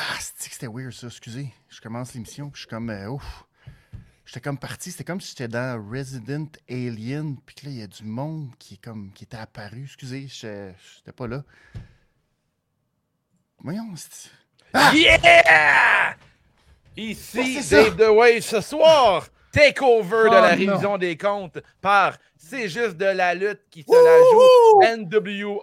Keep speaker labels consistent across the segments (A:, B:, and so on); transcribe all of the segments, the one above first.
A: Ah, c'était weird, ça. Excusez, je commence l'émission, puis je suis comme, euh, ouf. J'étais comme parti, c'était comme si j'étais dans Resident Alien, puis que là, il y a du monde qui, est comme, qui était apparu. Excusez, j'étais j'étais pas là. Voyons, c'est...
B: Yeah! Ici,
A: Ouais, Ah! Oh, c'est ça.
B: Dave The Wave, ce soir, takeover
A: Oh,
B: de la
A: non.
B: révision des comptes par C'est juste de la lutte qui se la joue NWO.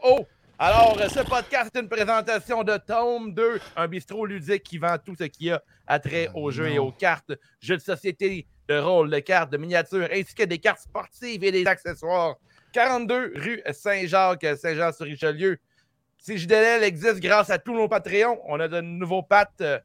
B: Alors, euh, ce podcast est une présentation de Tome 2, un bistrot ludique qui vend tout ce qui a attrait
C: Ah
A: Oh,
B: aux jeux
A: non.
B: et aux cartes, jeux de société, de rôle, de cartes, de miniatures, ainsi que des cartes sportives et des accessoires. 42 rue Saint-Jacques, Saint-Jean-sur-Richelieu. Si JDL existe grâce à tous nos Patreons, on a de nouveaux pattes. euh,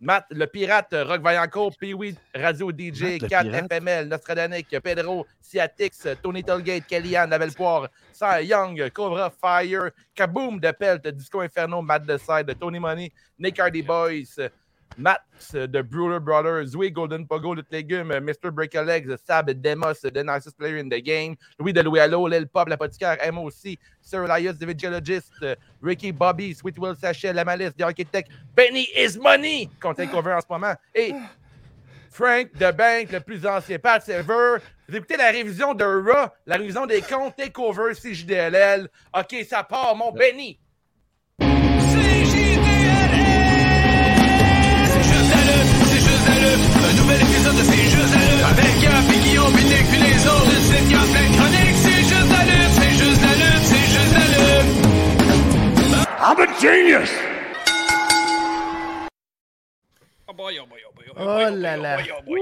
B: Matt, le pirate, euh, Rock Vaillancourt, Pee-Wee, Radio DJ,
C: Matt, le
B: 4
C: pirate.
B: FML, Nostradanic, Pedro, Siatix, euh, Tony Tolgate, Kellyanne, Abel Poire, Cy Young, euh, Cobra Fire, Kaboom de Pelt, Disco Inferno, Matt de Side, Tony Money, Nick Hardy Boys, euh, Matt euh, de Brewer Brothers, Zoé Golden Pogo de Légumes, euh, Mr. Breakalegs, euh, Sab Demos, euh, The Nicest Player in the Game, Louis de Louis Allo, Lil Pop, l'apothicaire, MOC, Sir Elias, The Vigilogist, euh, Ricky Bobby, Sweet Will Sachet, La Malice, The Architect, Benny is Money, qu'on take over en ce moment, et Frank de Bank, le plus ancien Pat Server. Vous écoutez la révision de Raw, la révision des comptes Takeover CJDLL. OK, ça part, mon Benny.
A: Oh là là! oh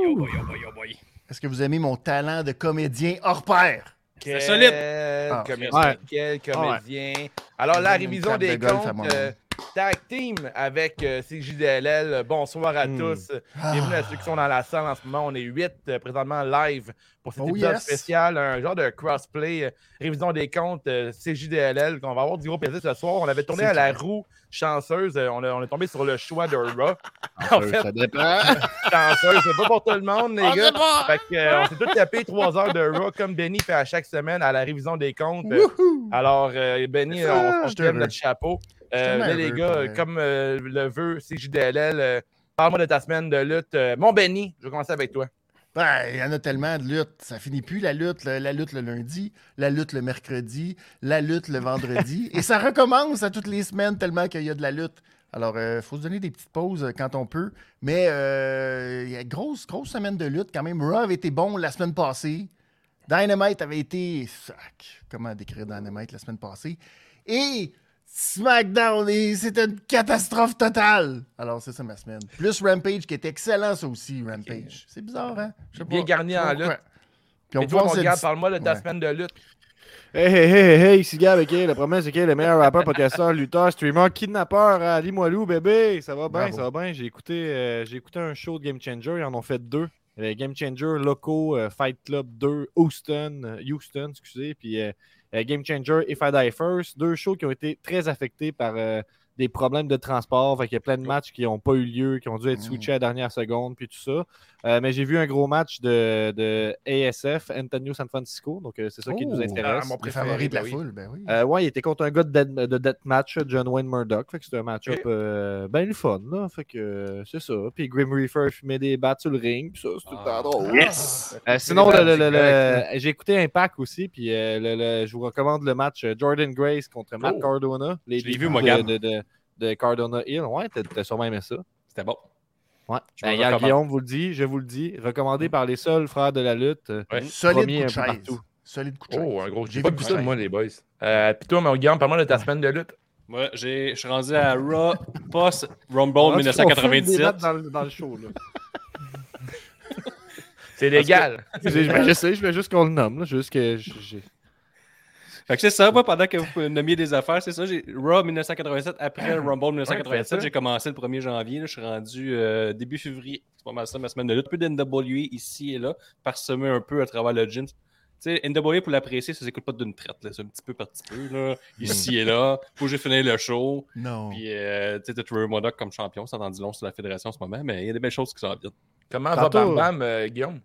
A: Est-ce que vous aimez mon talent de comédien hors pair?
B: Quel
D: solide.
A: Ah.
B: Euh, comédien,
C: Ouais.
B: quel comédien. Alors, la
A: Une
B: révision
A: table
B: des
A: de golf à
B: comptes,
A: mon
B: euh, tag team avec euh, CJDLL. Bonsoir à
C: Hmm.
B: tous.
A: Ah.
B: Bienvenue à ceux qui sont dans la salle en ce moment. On est huit euh, présentement live pour cet
A: Oh,
B: épisode
A: yes.
B: spécial, un genre de crossplay, euh, révision des comptes euh, CJDLL qu'on va avoir du gros plaisir ce soir. On avait tourné
A: C'est
B: à la
A: clair.
B: roue chanceuse. Euh, on, a- on est tombé sur le choix de Raw. en fait,
C: Ça dépend.
B: chanceuse, c'est pas pour tout le monde, les gars. Fait que, euh, on s'est tous tapé trois heures de Raw comme Benny fait à chaque semaine à la révision des comptes. Euh,
A: Wouhou!
B: alors, euh, Benny,
A: C'est ça,
B: on, on
A: je
B: te
A: te
B: lève
A: veux.
B: notre chapeau. Euh,
A: Je te
B: mais les
A: veux,
B: gars,
A: pour
B: euh,
A: vrai.
B: comme euh, le veut CJDLL, euh, parle-moi de ta semaine de lutte. Euh, mon Benny, je vais commencer avec toi.
A: Ben, il y en a tellement de luttes. Ça finit plus la lutte, le- la lutte le lundi, la lutte le mercredi, la lutte le vendredi. et ça recommence à toutes les semaines tellement qu'il y a de la lutte. Alors, il faut se donner des petites pauses euh, quand on peut. Mais euh, il y a grosse, grosse semaine de lutte quand même. Raw avait été bon la semaine passée. Dynamite avait été. Sac. Comment décrire Dynamite la semaine passée? Et SmackDown, et c'était une catastrophe totale. Alors, c'est ça ma semaine. Plus Rampage, qui est excellent, ça aussi, Rampage. C'est bizarre, hein? Je sais
B: Bien
A: pas.
B: garni
A: Je sais
B: en
A: pas
B: lutte.
A: pourquoi. Puis
B: Et toi,
A: voit,
B: mon
A: on se
B: gars,
A: dit-
B: parle-moi de ta
A: Ouais.
B: semaine de lutte.
C: Hey, hey, hey, hey, ici Gab, ok, le premier, c'est qui est le meilleur rappeur, podcasteur, lutteur, streamer, kidnappeur à Limoilou, bébé. Ça va bien,
A: Bravo.
C: ça va bien. J'ai écouté, euh, j'ai écouté un show de Game Changer, ils en ont fait deux. Euh, Game Changer, locaux, euh, Fight Club 2, Houston, euh, Houston, excusez, puis euh, euh, Game Changer, If I Die First. Deux shows qui ont été très affectés par euh, des problèmes de transport. Fait qu'il y a plein de matchs qui n'ont pas eu lieu, qui ont dû être
A: Mm.
C: switchés à la dernière seconde, puis tout ça. Euh, mais j'ai vu un gros match de, de ASF, Antonio San Francisco. Donc, euh, c'est ça qui
A: Oh.
C: nous intéresse.
B: Ah, mon
A: Le favori de la
B: ben oui.
A: foule, ben oui.
C: Euh, ouais, il était contre un gars de, dead- de Deathmatch, John Wayne Murdoch. Fait que c'était un match-up
B: Ok.
C: euh, ben le fun, là. Fait que euh, c'est ça. Puis Grim Reaper fumait des battes sur le ring. Puis ça, c'est tout
D: Ah,
C: le temps drôle.
D: Yes!
C: Euh, sinon,
B: Des
C: le-
B: battes,
C: le-
B: c'est
C: le-
B: correct,
C: le- j'ai écouté Impact aussi. Puis euh, le- le- je vous recommande le match euh, Jordan Grace contre Matt
D: Oh.
C: Cardona. Les
D: Je l'ai vu,
C: débuts
D: moi,
C: de,
D: Gab.
C: de, de- de Cardona Hill. Ouais, t'as- t'as sûrement aimé ça.
D: C'était bon.
C: Ouais.
D: Je
C: Ben,
D: vous
C: Yann
D: recommande. Mm.
C: Guillaume vous le dit, je vous le dis. Recommandé par les seuls frères de la lutte. euh,
D: Ouais.
A: Solide coup de
C: premier un peu
A: chaise.
C: partout.
A: Solide coup de chaise.
B: Oh, un gros.
A: J'ai
B: J'ai
A: vu
B: pas
A: le
B: vu
A: coup de
B: ça,
A: chaise.
B: moi, les boys. Euh, Puis toi, mon Guillaume, parle-moi de ta semaine de lutte.
D: Moi, j'ai- je suis rendu à Raw Post
C: on
A: Ah,
D: Rumble
C: va- on filme Ah, des
D: 1997.
C: battes Dans, le- dans le show, là.
B: C'est légal.
C: Excusez, je vais- je sais, je veux juste qu'on le nomme, là, juste que j- j'ai.
D: Fait que c'est ça, moi, pendant que vous nommiez des affaires, c'est ça, j'ai Raw 1987, après Rumble
B: Ouais, c'est ça.
D: 1987, j'ai commencé le 1er janvier, là, je suis rendu euh, début février, c'est pas mal ça ma semaine de lutte. Un peu d'NWA ici et là, parsemé un peu à travers le gym. Tu sais, NWA, pour l'apprécier, ça s'écoute pas d'une traite, là, c'est un petit peu par petit peu, là,
C: Hmm.
D: ici et là. Faut que j'ai fini le show,
A: Non.
D: puis euh, tu sais, t'as Trevor Modoc comme champion, ça en dit long sur la fédération en ce moment, mais il y a des belles choses qui s'en viennent.
B: Comment va
C: Tantôt.
B: Bam Bam, euh, Guillaume?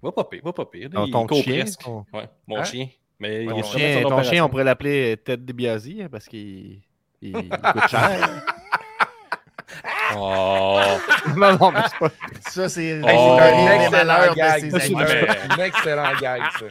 D: Va pas pire, va pas pire. là,
C: Ton-
D: il
C: ton
D: court
C: chien,
D: presque.
C: ton-
D: Ouais, mon
B: Hein?
D: chien. Mais il
C: Ton
D: est
C: chien,
D: sur
C: ton chien,
D: l'opération.
C: on pourrait euh, l'appeler Ted DiBiase hein, parce qu'il il, il coûte cher.
D: Oh!
C: Non, non, mais c'est pas.
A: Ça, c'est
D: Oh.
A: c'est un rire des
B: excellent
A: malheurs de
B: gag.
A: ses
B: ça, C'est
A: amis.
B: un excellent gag, ça.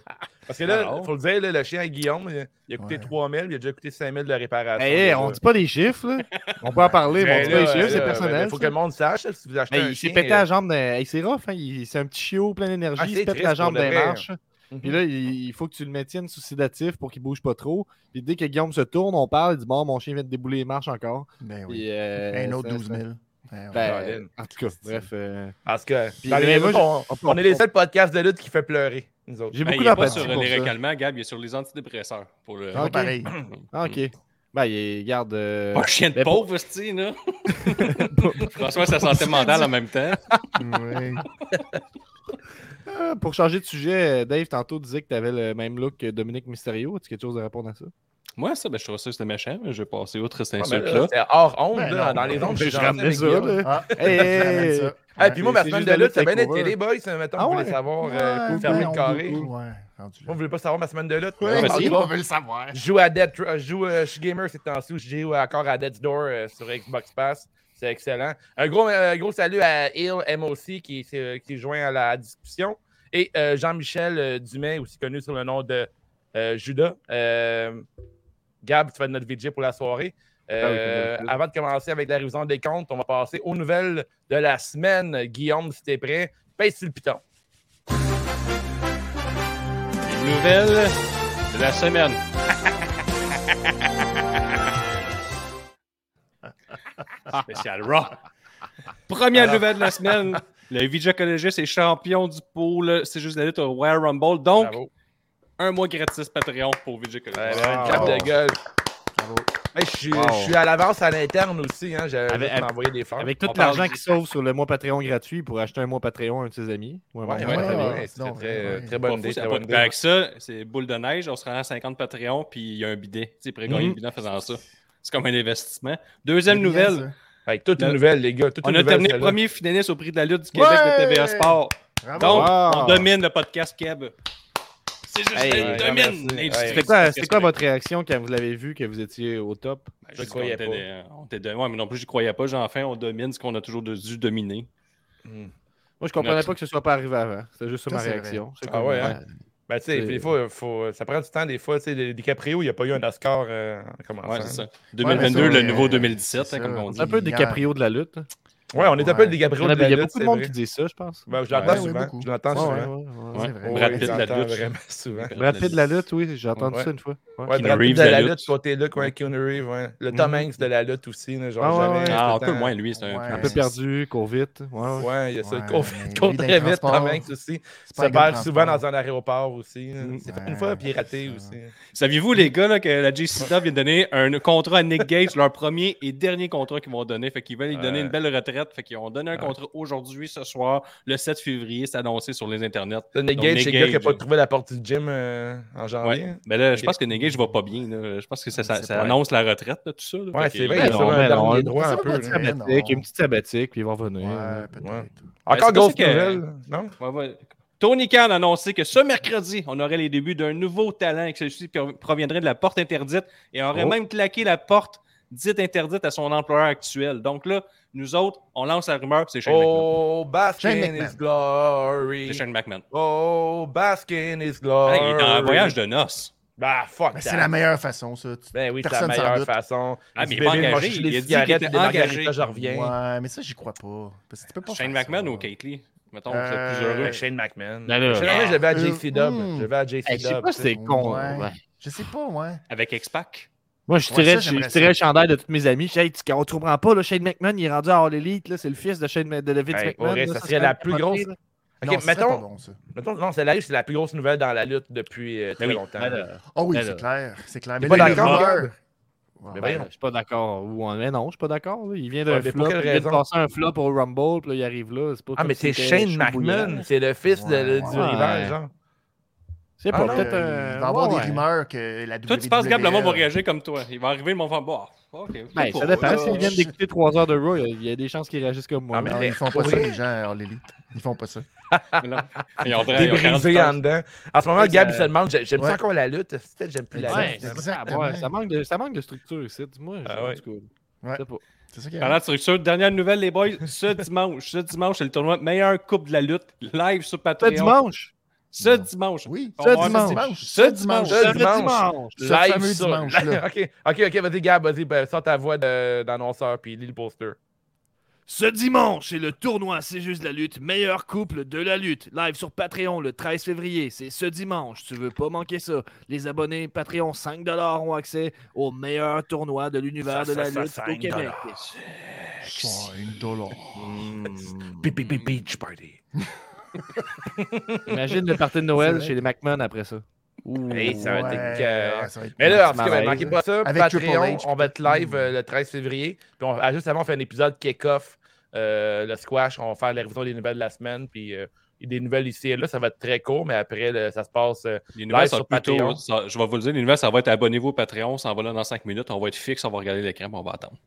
B: Parce que
C: Ah
B: là,
D: Alors?
B: faut le dire, là, le chien à Guillaume, il a- il a coûté
A: Ouais.
B: 3 000, il a déjà coûté 5 000 de la réparation.
C: Hey, hey, Eh, on dit pas des chiffres, là. On peut en parler, mais on dit pas des chiffres, c'est personnel.
B: Il euh, faut
C: ça. Ben,
B: que le monde sache là, si vous achetez
C: Hey,
B: un
C: il s'est
B: chien,
C: pété
B: euh,
C: la jambe. d'un- hey, c'est rough, hein, il- c'est un petit chiot plein d'énergie.
B: Ah,
C: il
B: c'est
C: se pète
B: triste
C: la jambe
B: pour le
C: des
B: vrai,
C: marches.
B: Mhm.
C: Puis là, il il faut que tu le maintiennes sous sédatif pour qu'il bouge pas trop. Puis dès que Guillaume se tourne, on parle. Il dit Bon, mon chien vient de débouler les marches encore.
A: Ben oui.
C: Puis, euh,
A: Un autre
C: ça-
A: 12 000. Ben,
C: Ben,
A: ouais.
B: Colin.
C: en tout cas, bref. euh,
B: Parce que
C: Puis,
B: dans les
C: mais
B: réseaux,
C: moi, je-
B: on,
C: on-
B: on est les seuls podcasts de lutte qui fait pleurer, nous autres.
C: J'ai
D: Ben,
C: beaucoup
D: il n'est pas
C: d'empathie
D: sur
C: pour
D: euh, les
C: ça.
D: calmants, Gab, il est sur les antidépresseurs. Pour
A: C'est
D: le...
A: pas
C: Ok.
A: pareil.
C: Ah, ok. Ben, il garde. euh,
D: Pas un chien de
C: mais
D: pauvre, hostie, là. Franchement, sa santé mentale en même temps.
A: Ouais.
C: euh, pour changer de sujet, euh, Dave, tantôt, disait que tu avais le même look que Dominique Mysterio. As-tu quelque chose à répondre à ça
D: Moi, ça, ben, je trouve ça c'était méchant, mais je vais passer outre cette
B: Ah, mais là,
D: insulte-là.
B: C'est hors honte,
A: Ben
B: là,
A: non,
B: dans les ondes.
C: Je
B: j'ai
C: ramenais
B: avec
C: ça,
B: Guillaume.
C: là.
A: Ah,
C: Hey,
A: ça ramène
C: hey,
A: ça.
C: hey.
B: Ah, puis moi, ma
C: C'est
B: semaine
C: juste
B: de
C: de
B: lutte, ça
C: lutte
B: vient d'être
C: takeover.
B: les boys. ça, Mettons,
C: Ah
B: vous voulez
C: ouais.
B: savoir,
A: Ouais,
B: euh, pour
A: ouais,
B: fermer
A: on
B: le carré.
A: veut- Ouais, rendu là.
B: Vous voulez pas savoir ma semaine de lutte?
A: Ouais,
D: Ouais,
B: Ah,
D: c'est
A: si,
B: ok,
D: bon.
A: on veut le savoir.
B: Je joue à Dead, je joue, euh, je suis gamer ces temps-ci, je joue encore à Dead's Door euh, sur Xbox Pass. C'est excellent. Un gros, euh, gros salut à Hill MOC qui s'est qui est joint à la discussion. Et euh, Jean-Michel euh, Dumais, aussi connu sous le nom de euh, Judas. Euh, Gab, tu vas être notre VJ pour la soirée. Euh,
C: Ah oui, comme d'habitude.
B: avant de commencer avec la révision des comptes, on va passer aux nouvelles de la semaine. Guillaume, si t'es prêt, pèse sur le piton.
D: Une nouvelle de la semaine. Spécial Raw. Première
B: Alors.
D: nouvelle de la semaine. Le Vija Collegis est champion du pôle. C'est juste la lutte au Royal Rumble. Donc,
B: Bravo.
D: un mois gratis Patreon pour Vija
B: Ouais,
D: Collegis.
B: ouais, une clap de gueule. Hey, je, suis,
C: Wow.
B: je suis à l'avance à l'interne aussi. Hein. J'avais
C: Avec-
B: juste m'envoyer des fleurs.
C: Avec
D: on
C: tout
D: parle
C: l'argent
D: du-
C: qu'il sauve sur le mois Patreon gratuit pour acheter un mois Patreon à un de ses amis. ou un
B: Ouais, ouais,
C: membre
A: ouais,
B: très
C: Patreon.
B: bien.
A: ouais,
B: C'est
A: non,
B: très,
A: ouais, ouais.
B: très
D: Pas
B: bonne
D: fou,
B: idée. Très
D: ça a pas
B: bonne
D: de-
B: idée.
D: Ben, Avec ça, c'est boule de neige. On se rend à 50 Patreon, puis il y a un bidet. Tu sais, pour gagner
C: Mhm.
D: le bidet en faisant ça. C'est comme un investissement.
A: C'est
D: Deuxième
A: bien,
D: nouvelle.
B: Avec toute une
D: Le-
B: nouvelle, les gars. Toute
D: On
B: une
D: a
B: nouvelle,
D: terminé
B: celle-là.
D: premier finaliste au prix de la lutte du Québec de
A: Ouais!
D: TVA Sport.
A: ça. Bravo.
D: Donc,
C: Wow.
D: on domine le podcast Keb. C'est juste,
C: Hey,
D: on
C: ouais,
D: domine
B: merci.
D: l'industrie
B: Hey.
D: du
C: C'était quoi,
D: podcast
C: c'était quoi
D: Québec.
C: votre réaction quand vous l'avez vu que vous étiez au top?
D: Ben,
B: Je
D: juste
B: croyais
D: qu'on était
B: pas.
D: des- on était des- ouais, mais non plus, je croyais pas. Genre, Enfin, on domine ce qu'on a toujours dû dominer.
B: Hmm.
C: Moi, je comprenais
D: Notre-
C: pas que ce soit pas arrivé avant. C'était juste ça
A: Ça,
C: ma
A: c'est vrai.
C: réaction. C'est
B: Ah
C: comme,
B: ouais, hein? Ben, tu sais,
C: C'est-
B: puis des fois, faut... ça prend du temps. Des fois, tu sais, DiCaprio, il n'y a pas eu un Oscar euh, en commençant.
D: Ouais, c'est ça.
A: Ouais, mais
D: 2022,
A: ça,
D: le
A: euh,
D: nouveau
A: c'est
D: 2017,
A: ça,
D: hein, comme on dit.
C: C'est un peu
A: Hier.
C: des caprio de la lutte.
B: Ouais, on est un peu le DiCaprio
C: Il y en a-
B: de la
C: il y a
B: lutte,
C: beaucoup de
B: c'est
C: monde
B: vrai.
C: qui dit ça, je pense.
B: Ben, je
A: Ouais,
B: l'entends
A: ouais,
B: souvent.
A: beaucoup.
B: Je l'entends
C: Ouais, ouais,
B: souvent.
C: ouais, ouais.
A: C'est
D: Ouais.
A: vrai.
D: Brad
B: Ouais,
D: Pitt de la
B: j'entends
D: lutte.
B: vraiment souvent.
D: Brad
C: Brad Pitt de la lutte, oui, j'ai entendu
D: Ouais.
C: ça une fois. Ouais.
B: Ouais,
D: Keanu
B: Brad Pitt
D: Reeves
B: de
D: de
B: la
D: la
B: lutte,
D: lutte.
B: côté Luke, ouais, Keanu Reeves, ouais. Le Tom
C: Mhm.
B: Hanks de la lutte aussi, là, genre
C: Ah, ouais,
B: jamais.
C: ouais.
D: Ah,
B: tout
D: un
B: le
D: peu
B: temps.
D: moins, lui, c'est un.
A: Ouais.
C: Un peu perdu, court vite. Ouais, ouais.
B: Ouais, il y a ça.
A: Ouais,
B: Il court-
A: mais
B: court
A: lui, dans
B: très
A: les
B: vite, Tom
A: transports,
B: Hanks aussi.
A: ben, C'est
B: Ça
A: un gars de
B: perd souvent
A: transport. Mm.
B: dans un aéroport aussi. là.
C: Mhm.
B: C'est fait une
A: Ouais,
B: fois, puis raté
A: ça.
B: aussi.
D: Saviez-vous,
B: Mm.
D: les gars, là, que la JCW vient de donner un contrat à Nick Gage, leur premier et dernier contrat qu'ils vont donner. Fait qu'ils veulent lui donner
B: Ouais.
D: une belle retraite. Fait qu'ils ont donné un contrat aujourd'hui, ce soir, le 7 février. C'est annoncé sur les internets.
B: Le Nick
D: Donc,
B: Gage,
D: Nick
B: c'est le gars qui n'a
D: Gage.
B: pas trouvé la porte du gym euh, en janvier.
D: Ouais. Ben là, je
B: Ok. Ah,
D: pense que Nagage va pas bien. là. Je pense que ça, ça-
A: C'est
D: ça
A: pas-
D: annonce la retraite, là, tout ça. là.
B: Ouais,
D: Fait
B: c'est
D: que-
B: vrai,
C: Ben
B: il est sur
C: non,
B: un
C: ben non,
B: dernier
C: on-
B: droit un
A: ça va
B: peu.
A: pas
B: là.
A: dire.
C: Sabbatique, une petite sabbatique, puis il va revenir.
A: Ouais,
B: Ouais.
A: peut-être.
B: Encore
D: c'est pour ça
B: grosse
D: que-
B: nouvelle, non?
D: Ouais, ouais. Tony Khan a annoncé que ce mercredi, on aurait les débuts d'un nouveau talent et que celui-ci pro- proviendrait de la porte interdite et aurait
C: Oh.
D: même claqué la porte dite interdite à son employeur actuel. Donc là, nous autres, on lance la rumeur, puis c'est Shane McMahon.
B: Oh, Baskin
A: Shane McMahon.
B: is glory.
D: C'est Shane McMahon.
B: Oh, Baskin is
D: Hey,
B: glory.
D: il est en voyage de noces.
B: Bah, fuck.
A: Ben,
B: that.
A: C'est la meilleure façon, ça. Tu-
B: Ben oui, c'est la
A: Personne s'en
B: meilleure
A: doute.
B: façon.
D: Ah, mais
B: Petit
D: il est pas
B: bébé,
D: engagé,
B: m'a
D: il
B: les
D: a dit qu'il
B: cigarettes,
D: était
B: des margaritas,
D: engagé.
B: Je reviens.
A: Ouais, mais ça, j'y crois pas. Parce que tu peux pas
D: Shane
A: faire ça.
D: McMahon ou Kate Lee? Mettons,
A: Euh,
D: c'est plus heureux.
B: Avec Shane McMahon.
C: Ben là,
B: Shane McMahon,
D: ah,
B: je vais à
A: euh,
B: JC Dub.
A: hmm.
B: Je vais à JC
C: Je sais
B: Dub.
C: pas si c'est con.
A: Ouais.
C: ouais.
A: Je sais pas, ouais.
D: Avec X-Pac.
C: Moi, je
A: Ouais,
C: tirais,
A: ça,
C: je-
A: j'aimerais
C: je tirais
A: ça.
C: le chandail de tous mes amis. Je dis, hey, tu, on te comprend pas, là, Shane McMahon, il est rendu à All Elite. là, C'est le fils de, Shane, de Vince
B: Hey,
C: McMahon.
B: Auré,
C: là,
B: ça
C: c'est
B: serait la
C: un
B: plus
C: capoté,
B: grosse-
C: là.
B: Ok,
A: non, ça, c'est pas
B: mettons,
A: bon, ça.
B: mettons, non, c'est la, c'est la plus grosse nouvelle dans la lutte depuis euh, très
D: oui.
B: longtemps.
C: Ben là,
A: Oh oui,
C: Ben
A: c'est
C: là.
A: clair. C'est clair.
B: pas
A: là, les
B: d'accord,
A: rumeurs-
B: Gab?
A: Ouais.
B: Mais
C: ben,
B: voyons.
C: je suis pas d'accord. Ou on- Mais non, je suis pas d'accord. là. Il vient d'un
B: Ouais, mais pour
C: flop.
B: quelle
C: Il vient de
B: raison?
C: passer un flop au Rumble, puis là, il arrive là. C'est pas
B: Ah,
C: comme
B: mais c'est
C: si c'était
B: Shane
C: chaud bouillant.
B: McMahon. C'est le fils de-
A: Ouais.
B: du hein.
C: Ouais.
B: rival, genre.
C: C'est
B: Ah,
C: pas
B: non,
C: peut-être
A: Euh,
C: un.
A: Il va y avoir
C: ouais,
A: des
C: ouais.
A: rumeurs que la E, WWE...
D: Toi, tu penses, Gab, le monde
A: euh,
D: va réagir comme toi. Il va arriver, le monde va boire. OK.
C: Ben,
D: Pour-
C: ça dépend.
D: euh,
C: S'ils viennent d'écouter 3 heures de Raw, il y a- il y a des chances qu'ils réagissent comme moi.
B: Ah, mais-
A: Non, ils font pas
B: Pour
A: ça,
B: vrai?
A: les gens, en l'élite. Ils font pas ça.
D: non. Ils ont- ils ont
B: Débrisé
D: 40
B: en dedans. En ce moment,
D: Ouais,
B: Gab,
D: ça-
B: il se demande j'ai- j'aime
A: Ouais.
B: ça encore la lutte. Peut-être que j'aime plus la
C: Ouais,
B: lutte.
A: c'est
C: ça,
A: exactement.
C: ouais, ça manque de, ça manque de structure ici. Moi, je-
B: Ah ouais.
C: en tout cas, Je sais pas.
A: C'est ça qui arrive.
D: Parlant de structure, dernière nouvelle, les boys, ce dimanche, ce dimanche, c'est le tournoi meilleur coupe de la lutte, live sur
C: Ce
D: Patreon.
C: dimanche!
D: Ce dimanche.
A: Oui,
D: On
C: ce
D: va voir ça,
C: dimanche.
D: Ce dimanche.
B: Ce
C: Ce
B: dimanche.
C: dimanche!
A: Ce
B: Live
A: fameux
B: sur...
A: dimanche-là.
B: ok, ok, ok, vas-y, Gab, vas-y, ben, sors ta voix de- d'annonceur, puis lis le poster.
E: Ce dimanche, c'est le tournoi C'est juste la lutte, meilleur couple de la lutte. Live sur Patreon le 13 février. C'est ce dimanche, tu veux pas manquer ça. Les abonnés Patreon 5$ ont accès au meilleur tournoi de l'univers de la lutte au Québec.
A: Cinq dollars.
B: Beach Party.
C: Imagine le party de
A: C'est
C: Noël
A: vrai.
C: chez les McMahon après ça. Ouh.
B: Hey, ça va être
A: Ouais,
B: écœurant.
A: ouais, ça va être
B: Mais là, en tout cas, ben,
C: Malaise.
B: manquez pas ça.
A: Avec
B: Patreon,
A: Triple H,
B: on va être live euh, le 13 février. Puis on- ah, juste avant, on fait un épisode kick-off, euh, le squash. On va faire la révision des nouvelles de la semaine. Puis euh, des nouvelles ici et là. Ça va être très court, mais après, le- ça se passe. euh,
D: Les nouvelles
B: Live
D: sont
B: sur
D: plutôt.
B: Patreon.
D: ça- je vais vous le dire, les nouvelles, ça va être abonnez-vous au Patreon, ça en va là dans 5 minutes, on va être fixe, on va regarder l'écran, puis on va attendre.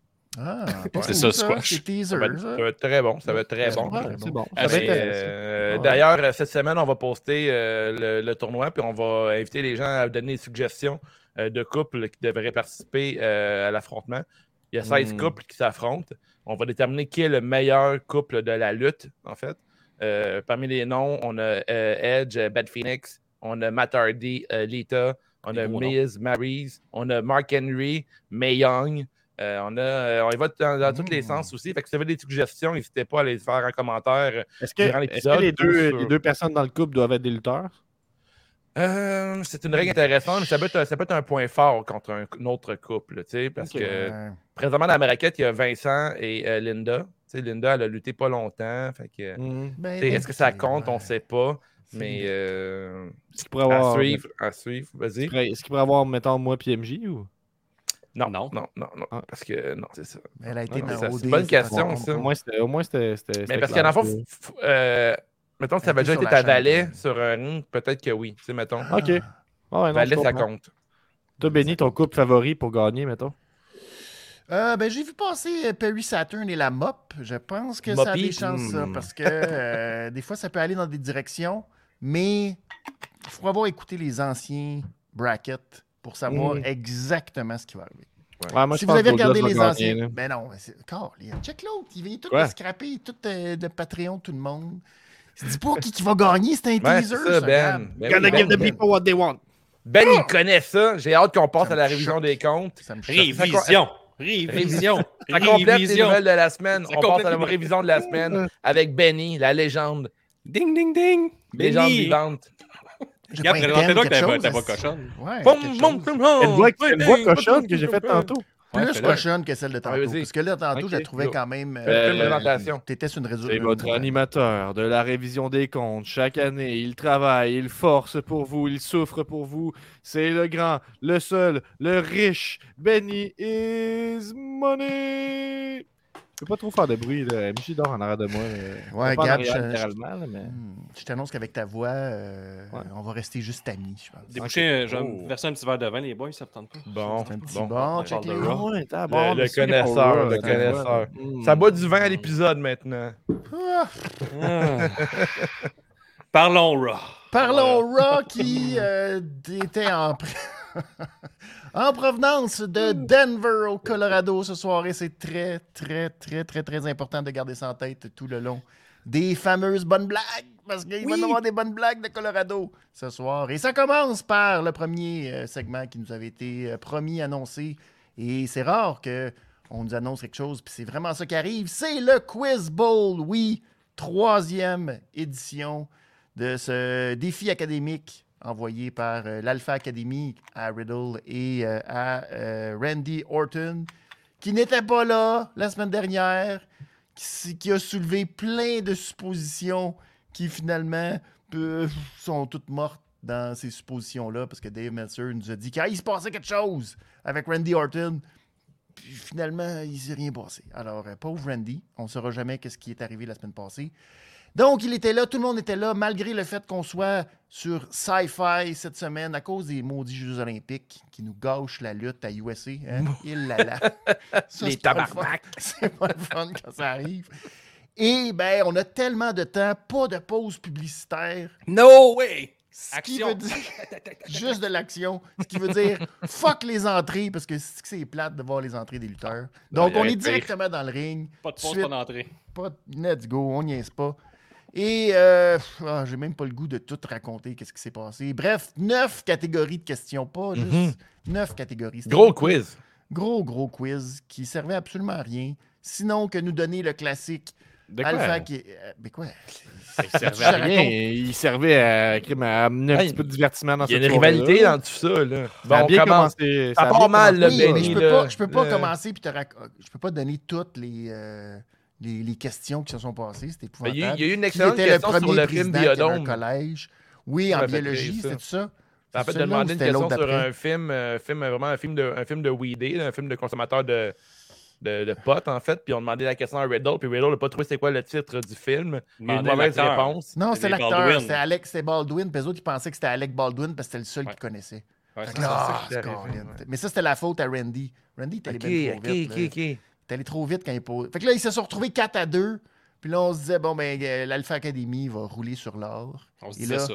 A: Ah,
D: C'est
A: cool,
D: ça, squash.
A: C'est teaser.
B: ça, va être, ça va être très bon. Ça va être très bon. Ah,
A: Ouais,
C: C'est bon.
A: Ça va
D: Avec,
A: être intéressant.
B: Euh,
A: Ouais.
B: D'ailleurs, euh, cette semaine, on va poster euh, le, le tournoi, puis on va inviter les gens à donner des suggestions euh, de couples qui devraient participer euh, à l'affrontement. Il y a 16
D: Mm.
B: couples qui s'affrontent. On va déterminer qui est le meilleur couple de la lutte, en fait. Euh, parmi les noms, on a euh, Edge, euh, Bad Phoenix, on a Matt Hardy, euh, Lita, on
D: Des
B: a
D: gros
B: Miz, Maryse, on a Mark Henry, May Young. Euh, on, a, euh, on y va dans, dans tous les
A: Mm.
B: sens aussi. Fait que si vous avez des suggestions, n'hésitez pas à les faire en commentaire.
C: Est-ce que,
B: Durant
C: est-ce
B: l'épisode,
C: que les,
B: ou sur-
C: deux, les deux personnes dans le couple doivent être des lutteurs?
B: Euh, c'est une règle intéressante, mais ça peut, être, ça peut être un point fort contre un, un autre couple, tu sais, parce
C: Ok.
B: que
A: Ouais.
B: présentement dans la raquette, il y a Vincent et euh, Linda. Tu sais, Linda, elle a lutté pas longtemps, fait que, tu
C: Mm.
A: Ben,
B: sais, est-ce que ça compte,
A: ouais.
B: on sait pas,
A: C'est-
B: mais euh,
C: Est-ce qu'ils pourraient
B: à
C: avoir, ben,
B: suivre, à suivre, vas-y.
C: est-ce qu'ils pourraient avoir, mettons, moi puis MJ ou?
B: Non, non,
D: Non.
B: non, non,
C: Ah.
B: parce que non, c'est ça.
A: Elle a été
C: Non, non,
A: dans
B: euh, c'est- c'est
A: OD,
B: bonne
A: ça
B: question,
A: compte
B: ça.
A: pas.
C: Au moins, c'était. Au moins, c'était, c'était-
B: Mais
C: c'était
B: parce qu'en
C: clair,
B: enfant,
C: c'est-
B: f- f- euh, mettons, si ça
A: Un
B: avait
A: peu
B: déjà
A: sur
B: été
A: la
B: ta valet
A: chaîne.
B: sur un ring, peut-être que oui, tu sais, mettons.
A: Ah,
C: Ok. Ah ouais, non, je
B: valet, ça
C: comprends.
B: Ben, compte.
C: Toi, Benny, ton couple favori pour gagner, mettons.
A: Euh, ben, j'ai vu passer euh, Perry Saturn et la MOP. Je pense que ça a
B: Moppy?
A: des chances, ça,
D: Hmm.
A: parce que euh, des fois, ça peut aller dans des directions, mais il faut avoir écouté les anciens brackets pour savoir
C: Hmm.
A: exactement ce qui va arriver.
C: Ouais, moi,
A: si
C: je
A: vous
C: pense
A: avez
C: que
A: regardé
C: Goldust
A: les
C: va gagner,
A: anciens,
C: là.
A: ben non, mais c'est- Colin, check l'autre, il vient tout
C: Quoi?
A: de scraper, tout euh, le Patreon, tout le monde. Il se dit pas qui, qui va gagner, c'est un
B: Ouais,
A: teaser.
B: c'est
A: ça,
B: ça, Ben.
A: Gab.
B: Ben oui,
E: Gonna
B: Ben.
E: give the people what they want.
B: Ben, il connaît ça. J'ai hâte qu'on passe
A: Ça
B: à la
A: me
B: révision
A: choque.
B: des comptes.
A: Ça me choque.
D: Révision! Révision!
B: Ça complète les
D: Révision!
B: nouvelles de la semaine.
D: Ça
B: On passe à la
D: complète les-
B: révision de la semaine avec Benny, la légende.
D: Ding, ding, ding!
B: Légende
D: Benny!
B: vivante.
A: J'ai
D: Gab,
A: pas un thème,
D: présentez-toi que
A: quelque
D: t'as pas-
A: chose,
D: t'as pas
A: est-ce-
D: cochonne.
C: Ah,
A: Ouais, quelque chose.
B: Oh,
C: Une voix,
B: ben,
C: une voix cochonne que j'ai faite
B: tantôt.
C: tantôt.
D: Ouais,
A: Plus
D: fais-le.
A: cochonne que celle de tantôt.
B: Ouais, vas-y.
A: parce que là, tantôt,
C: Ok.
A: je la trouvais
B: Go.
A: quand même. euh,
B: Fais
C: une
B: présentation.
A: T'étais sur une réseau.
C: C'est votre animateur de la révision des comptes. Chaque année, il travaille, il force pour vous, il souffre pour vous. C'est le grand, le seul, le riche. Benny is money. Je peux pas trop faire de bruit, là. MJ dort en arrière de moi. là.
A: Ouais,
C: Pas en
A: Gab,
C: arrière,
A: je-
C: littéralement, là, mais...
A: Hmm. Je t'annonce qu'avec ta voix, euh,
C: Ouais.
A: on va rester juste amis, je pense.
D: Débouchez, je vais me
B: Oh.
D: euh, verser un petit verre de vin, les boys, ça me tente pas.
B: Bon,
A: C'est un petit
B: bon.
A: bon,
D: on
A: check
D: parle de
A: les
D: Raw.
C: Ouais, t'as
B: Le-
C: bon,
B: le
C: mais c'est
B: connaisseur,
C: pour
B: le
C: eux, t'as
B: connaisseur.
C: le droit, là.
B: Ça boit du vin à l'épisode maintenant.
A: Ah,
D: Ah. Parlons Raw.
A: Parlons Raw qui euh, était en... pr- en provenance de Denver au Colorado ce soir et c'est très, très, très, très, très important de garder ça en tête tout le long des fameuses bonnes blagues parce qu'il va y en avoir des bonnes blagues de Colorado ce soir. Et ça commence par le premier euh, segment qui nous avait été euh, promis, annoncé et c'est rare que on nous annonce quelque chose puis c'est vraiment ça qui arrive. C'est le Quiz Bowl, oui, troisième édition de ce défi académique envoyé par euh, l'Alpha Academy à Riddle et euh, à euh, Randy Orton, qui n'était pas là la semaine dernière, qui, s- qui a soulevé plein de suppositions qui finalement peu- sont toutes mortes dans ces suppositions-là, parce que Dave Meltzer nous a dit qu'il se passait quelque chose avec Randy Orton. Puis finalement, il s'est rien passé. Alors, euh, pauvre Randy, on ne saura jamais qu'est-ce qui est arrivé la semaine passée. Donc, il était là, tout le monde était là, malgré le fait qu'on soit sur Sci-Fi cette semaine à cause des maudits Jeux Olympiques qui nous gâchent la lutte à USA. hein. Il la la. Ça,
B: Les
A: c'est pas le fun.
B: tabarnak.
A: C'est pas le fun quand ça arrive. Et ben, on a tellement de temps, pas de pause publicitaire.
D: No way!
A: Ce qui
D: Action.
A: veut dire juste de l'action, ce qui veut dire fuck les entrées parce que c'est que c'est plate de voir les entrées des lutteurs. Donc
D: il y
A: on
D: a
A: est
D: pire.
A: directement dans le ring,
D: Pas de pause,
A: Suite.
D: pas d'entrée.
A: pas let's go, on niaise pas. Et euh, pff, ah, j'ai même pas le goût de tout raconter qu'est-ce qui s'est passé. Bref, neuf catégories de questions, pas juste neuf catégories. C'était
B: Gros quiz.
A: gros gros quiz qui servait absolument à rien, sinon que nous donner le classique
C: De quoi?
A: Alpha qui euh, mais quoi
C: Il servait
A: Je
C: à rien.
A: raconte.
C: Il servait à, à amener un
B: Ah,
C: petit peu de divertissement dans
B: Il y a
C: cette
B: une
C: soirée-là.
B: rivalité dans tout ça, là.
C: Ça a
B: Bon, on
C: bien
B: commence.
C: commencé.
B: Ça
C: a
B: part
C: bien
B: mal,
C: commencé.
A: Oui,
B: là,
A: mais
B: Benny,
A: je peux pas,
B: là,
A: je peux pas
B: le-
A: commencer puis te raconter. Je peux pas donner toutes les, euh, les, les questions qui se sont passées. C'était
B: Ben, Il y a-
A: épouvantable.
B: il y a eu une
A: Qui
B: excellente
A: était le
B: question sur
A: premier
B: le
A: président
B: film
A: qui avait un
B: Biodome.
A: collège? Oui,
B: Ça
A: en
B: m'a fait
A: biologie,
B: rire, ça.
A: c'était ça.
B: Ça fait
A: C'est
B: de
A: celui-là ou
B: demander une
A: c'était
B: question
A: l'autre
B: sur
A: d'après?
B: un film, euh, film euh, vraiment un film de, un film de weedé, un film de consommateur de, de, de potes, en fait. Puis on demandait la question à Riddle, puis Riddle n'a pas trouvé c'est quoi le titre du film. Il y a eu une
D: Demandez à
B: mauvaise
D: l'acteur.
B: réponse.
A: Non,
D: C'est
A: c'est
D: les
A: l'acteur,
D: Baldwin.
A: c'est Alex, c'est Baldwin. Puis eux autres, ils pensaient que c'était Alec Baldwin parce que c'était le seul
D: Ouais.
A: qu'ils connaissaient.
D: Ouais,
A: Fait
D: c'est
A: que,
D: ça.
A: ah,
B: c'est ça qui
A: Colin.
B: arrive, ouais.
A: Mais ça, c'était la faute à Randy. Randy était
B: Ok,
A: allé bien
B: ok,
A: trop vite.
B: ok,
A: là.
B: ok.
A: T'es allé trop vite quand il pose. Fait que là, ils se sont retrouvés 4 à 2. Puis là, on se disait, bon, ben, euh, l'Alpha Academy va rouler sur l'or.
D: On se
A: Et
D: disait
A: là,
D: ça.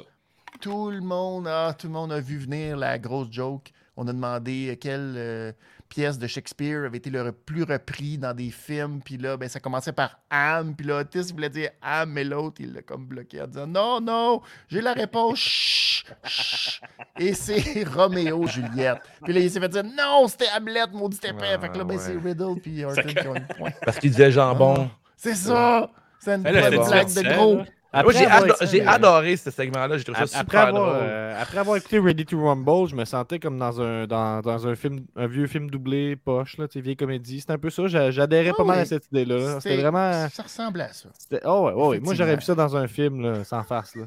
A: Tout le monde, ah, tout le monde a vu venir la grosse joke. On a demandé euh, quelle euh, pièce de Shakespeare avait été le re- plus repris dans des films. Puis là, ben, ça commençait par Am. Puis là, Otis voulait dire Am, mais l'autre, il l'a comme bloqué en disant Non, non, j'ai la réponse. Chut, chut. Et c'est Roméo Juliette. Puis là, il s'est fait dire Non, c'était Hamlet, maudit épais.
C: Ah,
A: fait que là, ben,
C: ouais.
A: c'est Riddle. Puis Horton qui ont une pointe.
B: Parce qu'il disait jambon.
A: C'est ça! C'est une
C: Ben
D: Elle, elle
A: bonne
D: était
A: blague de
D: divertissante,
A: gros.
D: là.
C: Après
B: Moi, j'ai
C: avoir- euh,
B: ado- j'ai adoré ce segment-là. J'ai trouvé ça
C: Après,
B: super
C: avoir,
B: drôle.
C: euh, après avoir écouté Ready to Rumble, je me sentais comme dans un, dans, dans un, film, un vieux film doublé poche, là, tu sais, vieille comédie. C'était un peu ça. J'a- J'adhérais
A: Ah
C: pas mal à
A: oui.
C: cette idée-là. là. C'était
A: C'est-
C: vraiment.
A: Ça ressemblait à ça.
C: c'était- Oh, ouais, ouais, ouais. Moi, j'aurais
A: Effectivement.
C: vu ça dans un film là, sans farce. Là.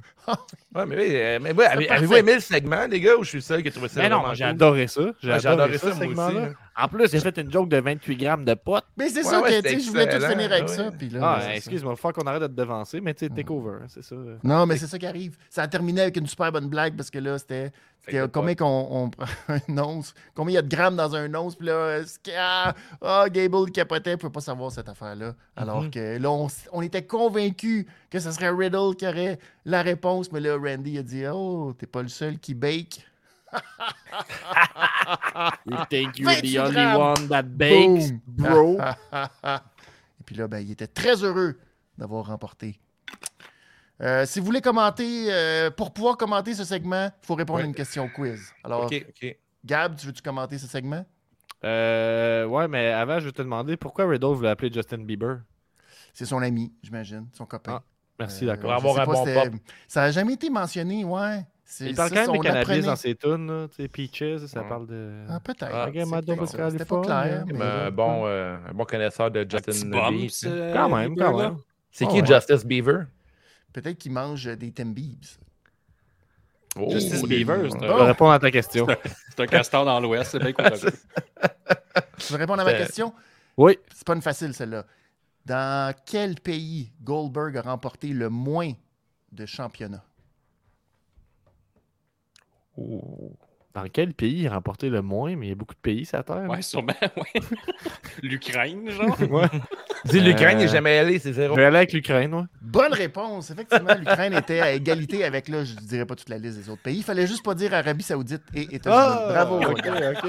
B: Ouais, mais oui, euh, mais oui, avez- avez-vous
A: parfait.
B: aimé le segment, les gars, ou je suis le seul qui a trouvé ça
C: Mais non,
B: vraiment
C: j'ai
B: cool?
C: adoré ça. J'ai
B: Ouais, J'ai adoré ça, moi
C: ce
B: aussi.
C: segment-là.
B: là.
E: En plus, j'ai fait une joke de 28 grammes de potes.
A: Mais c'est
B: Ouais,
A: ça
B: ouais,
A: que tu
B: c'était
A: sais, je voulais tout
B: excellent,
A: finir avec
B: ouais.
A: ça. Puis là,
C: Ah,
A: ben, c'est ça.
C: excuse-moi, il va falloir qu'on arrête de te devancer, mais tu sais, take over, hein, c'est ça.
A: Non, mais c'est ça qui arrive. Ça a terminé avec une super bonne blague parce que là, c'était. c'était
B: que
A: combien qu'on on prend un once Combien il y a de grammes dans un once Puis là, euh, ce qui- ah, ah, Gable capotait, ne peut pas savoir cette affaire-là. Alors
B: Mm-hmm.
A: que là, on, s- on était convaincus que ce serait Riddle qui aurait la réponse. Mais là, Randy a dit Oh, t'es pas le seul qui bake.
E: You think
A: you're
E: you're
A: the
E: the
A: 28 only
E: only
A: grammes.
E: one that bakes,
A: Boom.
E: bro.
A: Ah, ah, ah. Et puis là, ben, il était très heureux d'avoir remporté. Euh, si vous voulez commenter, euh, pour pouvoir commenter ce segment, il faut répondre à
B: Ouais.
A: une question quiz. Alors,
B: Ok, ok.
A: Gab, tu veux-tu commenter ce segment?
C: Euh, ouais, mais avant, je vais te demander pourquoi Riddle voulait appeler Justin Bieber.
A: C'est son ami, j'imagine, son copain.
C: Ah, Merci,
A: Euh,
C: d'accord.
B: Pour
A: je
B: avoir
A: sais
B: un
A: pas,
B: bon
A: c'était- Ça n'a jamais été mentionné, ouais. C'est
C: Il parle
A: ça,
C: quand même
A: on
C: de cannabis
A: apprenait.
C: dans ses tunes, là, tu sais, Peaches, ça
B: Ouais.
C: parle de.
A: Ah, peut-être.
B: Ah,
A: C'est
C: Madonna
A: peut-être
C: de
A: ça. C'était pas
C: Californie,
A: clair.
C: hein,
A: mais-
B: Ben, un bon, euh, un bon connaisseur de
D: Un petit
B: Justin
D: bum,
B: Bieber.
D: ce
C: Quand même,
D: Bieber,
C: quand
D: là.
C: même.
B: C'est
C: Ah
B: qui
C: ouais.
B: Justice Beaver?
A: Peut-être qu'il mange des Timbibs.
B: Oh,
D: Justice
B: les-
D: Beaver, c'est
C: Je
A: Ah!
C: vais
D: un-
C: répondre à ta question.
D: c'est un castor dans l'Ouest, c'est bien courageux.
A: Tu veux répondre à ma
B: C'était-
A: question?
C: Ben, Oui.
A: C'est pas une facile, celle-là. Dans quel pays Goldberg a remporté le moins de championnats?
B: Ouh.
C: Dans quel pays il a remporté le moins, mais il y a beaucoup de pays sur la Terre.
D: Ouais, sûrement, ouais. L'Ukraine, genre.
C: Ouais.
B: Dis, l'Ukraine
C: Euh,
B: n'est jamais allé, c'est
C: Je
B: zéro.
C: vais aller avec l'Ukraine, ouais.
A: Bonne réponse. Effectivement, l'Ukraine était à égalité avec, là, je ne dirais pas toute la liste des autres pays. Il fallait juste pas dire Arabie Saoudite et États-Unis.
C: Ah!
A: Bravo, Gab.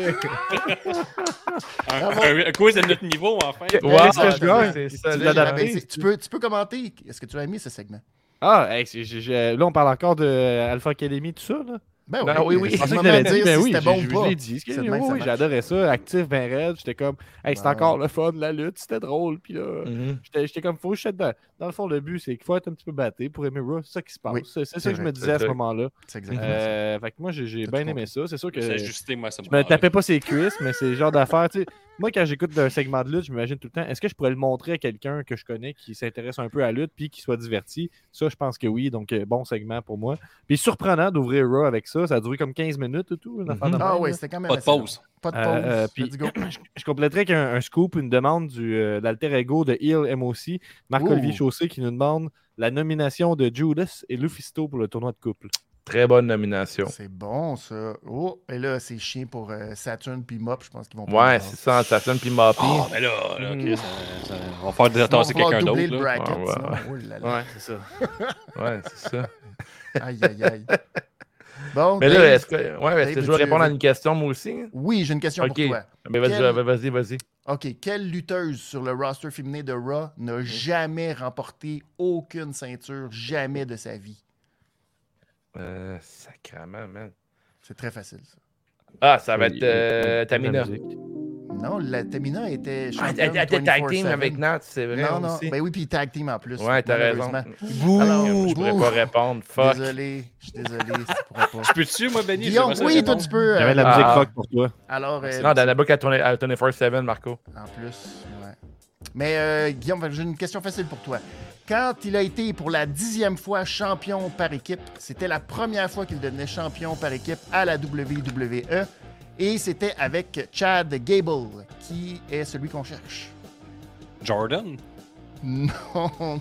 D: Un,
A: Bravo.
D: un, un quiz de notre niveau, enfin.
C: Ouais,
B: Wow,
C: est-ce que je gagne?
B: c'est-
A: Tu
B: c'est
A: l'as
B: solide.
C: adapté.
A: abaissé. Tu peux, tu peux commenter. Est-ce que tu as aimé ce segment?
C: Ah, hey, c'est- j'ai- j'ai- là, on parle encore de Alpha Academy, tout ça, là.
A: Ben
B: Non, oui, oui.
A: C'est
C: Je pensais
A: le
C: que
A: moment
C: t'avais
A: de
C: dit,
A: dire
C: ben
A: si
C: oui,
A: c'était bon ou
C: je- je
A: pas.
C: l'ai dit, excuse-
A: C'est de
C: oui,
A: même que ça
C: oui,
A: marche.
C: j'adorais ça, actif, ben raide, j'étais comme, hey, c'était
A: Ah.
C: encore le fun, la lutte, c'était drôle, puis là,
B: Mhm.
C: j'étais j'étais comme, faut que je sois dedans. Dans le fond, le but, c'est qu'il faut être un petit peu batté pour aimer Raw, c'est ça qui se passe,
A: Oui,
C: c'est c'est ça que je
A: vrai,
C: me disais à ce
B: c'est-
C: moment-là.
A: C'est exactement ça.
C: Euh, fait que moi, j'ai j'ai
A: T'as
C: bien
A: tout
C: aimé ça, c'est sûr que...
D: C'est ajusté, moi, ça me
C: Je me
D: parle.
C: tapais pas ses cuisses, mais c'est le genre d'affaire. tu sais. Moi, quand j'écoute d'un segment de lutte, je m'imagine tout le temps, est-ce que je pourrais le montrer à quelqu'un que je connais qui s'intéresse un peu à la lutte puis qui soit diverti? Ça, je pense que oui. Donc, euh, bon segment pour moi. Puis surprenant d'ouvrir Raw avec ça. Ça a duré comme 15 minutes ou tout. une affaire de
A: Ah
C: même,
A: oui,
C: là.
A: c'était quand même
D: Pas de
A: assez long.
D: pause.
A: Pas de
C: Euh,
A: pause.
C: euh, puis-
A: Let's go.
C: Je compléterai avec un, un scoop, une demande du, euh, de l'alter ego de Hill MOC, Marc-Olivier
A: Ouh.
C: Chaussé, qui nous demande la nomination de Judas et Lufisto pour le tournoi de couple.
B: Très bonne nomination.
A: C'est bon, ça. Oh, et là, c'est chien pour euh, Saturn puis Mop. Je pense qu'ils vont
B: Ouais,
A: prendre-
B: c'est ça, Assassin puis Moppy.
D: Oh, mais là, là,
B: Mm.
D: ok, ça- ça- on va faire des
A: Ils vont
D: attentions à
A: vouloir
D: quelqu'un
A: doubler
D: d'autre.
A: le
D: là.
A: bracket,
B: Ouais, ouais,
A: sinon. Oh là là.
C: c'est ça.
B: Ouais, c'est ça.
A: Aïe, aïe, aïe. Bon,
B: Mais là,
A: Dave,
B: est-ce que, ouais, est-ce que je veux
A: veux-tu-
B: répondre à une question, moi aussi?
A: oui, j'ai une question
B: Ok.
A: pour toi.
B: Mais vas-y,
A: Quel-
B: vas-y, vas-y.
A: OK, quelle lutteuse sur le roster féminin de Raw n'a jamais remporté aucune ceinture, jamais de sa vie?
B: Euh, sacrament, man.
A: C'est très facile, ça.
B: Ah, ça va être euh, Tamina.
A: Non, la Tamina était
B: Ah, Elle elle
A: championne
B: était tag
A: 24/7.
B: team avec Nat, c'est vrai.
A: Non, non,
B: aussi.
A: ben oui, puis tag team en plus.
B: Ouais, t'as raison.
A: malheureusement.
B: Alors,
A: Ouh,
B: je pourrais
A: ouh.
B: pas répondre. Fuck.
A: Désolé, je suis désolé, ça pourra pas.
D: Peux-tu, moi, Benny?
A: Guillaume,
D: J'aimerais ça
A: oui, toi,
D: répondre.
A: tu peux.
C: J'avais
A: euh,
C: de la
B: Ah.
C: musique rock pour toi.
A: Alors, euh,
B: Non, Dana Brooke à 24-7, Marco.
A: En plus, ouais. Mais euh, Guillaume, j'ai une question facile pour toi. Quand il a été pour la dixième fois champion par équipe, c'était la première fois qu'il devenait champion par équipe à la WWE. Et c'était avec Chad Gable, qui est celui qu'on cherche.
D: Jordan?
A: Non,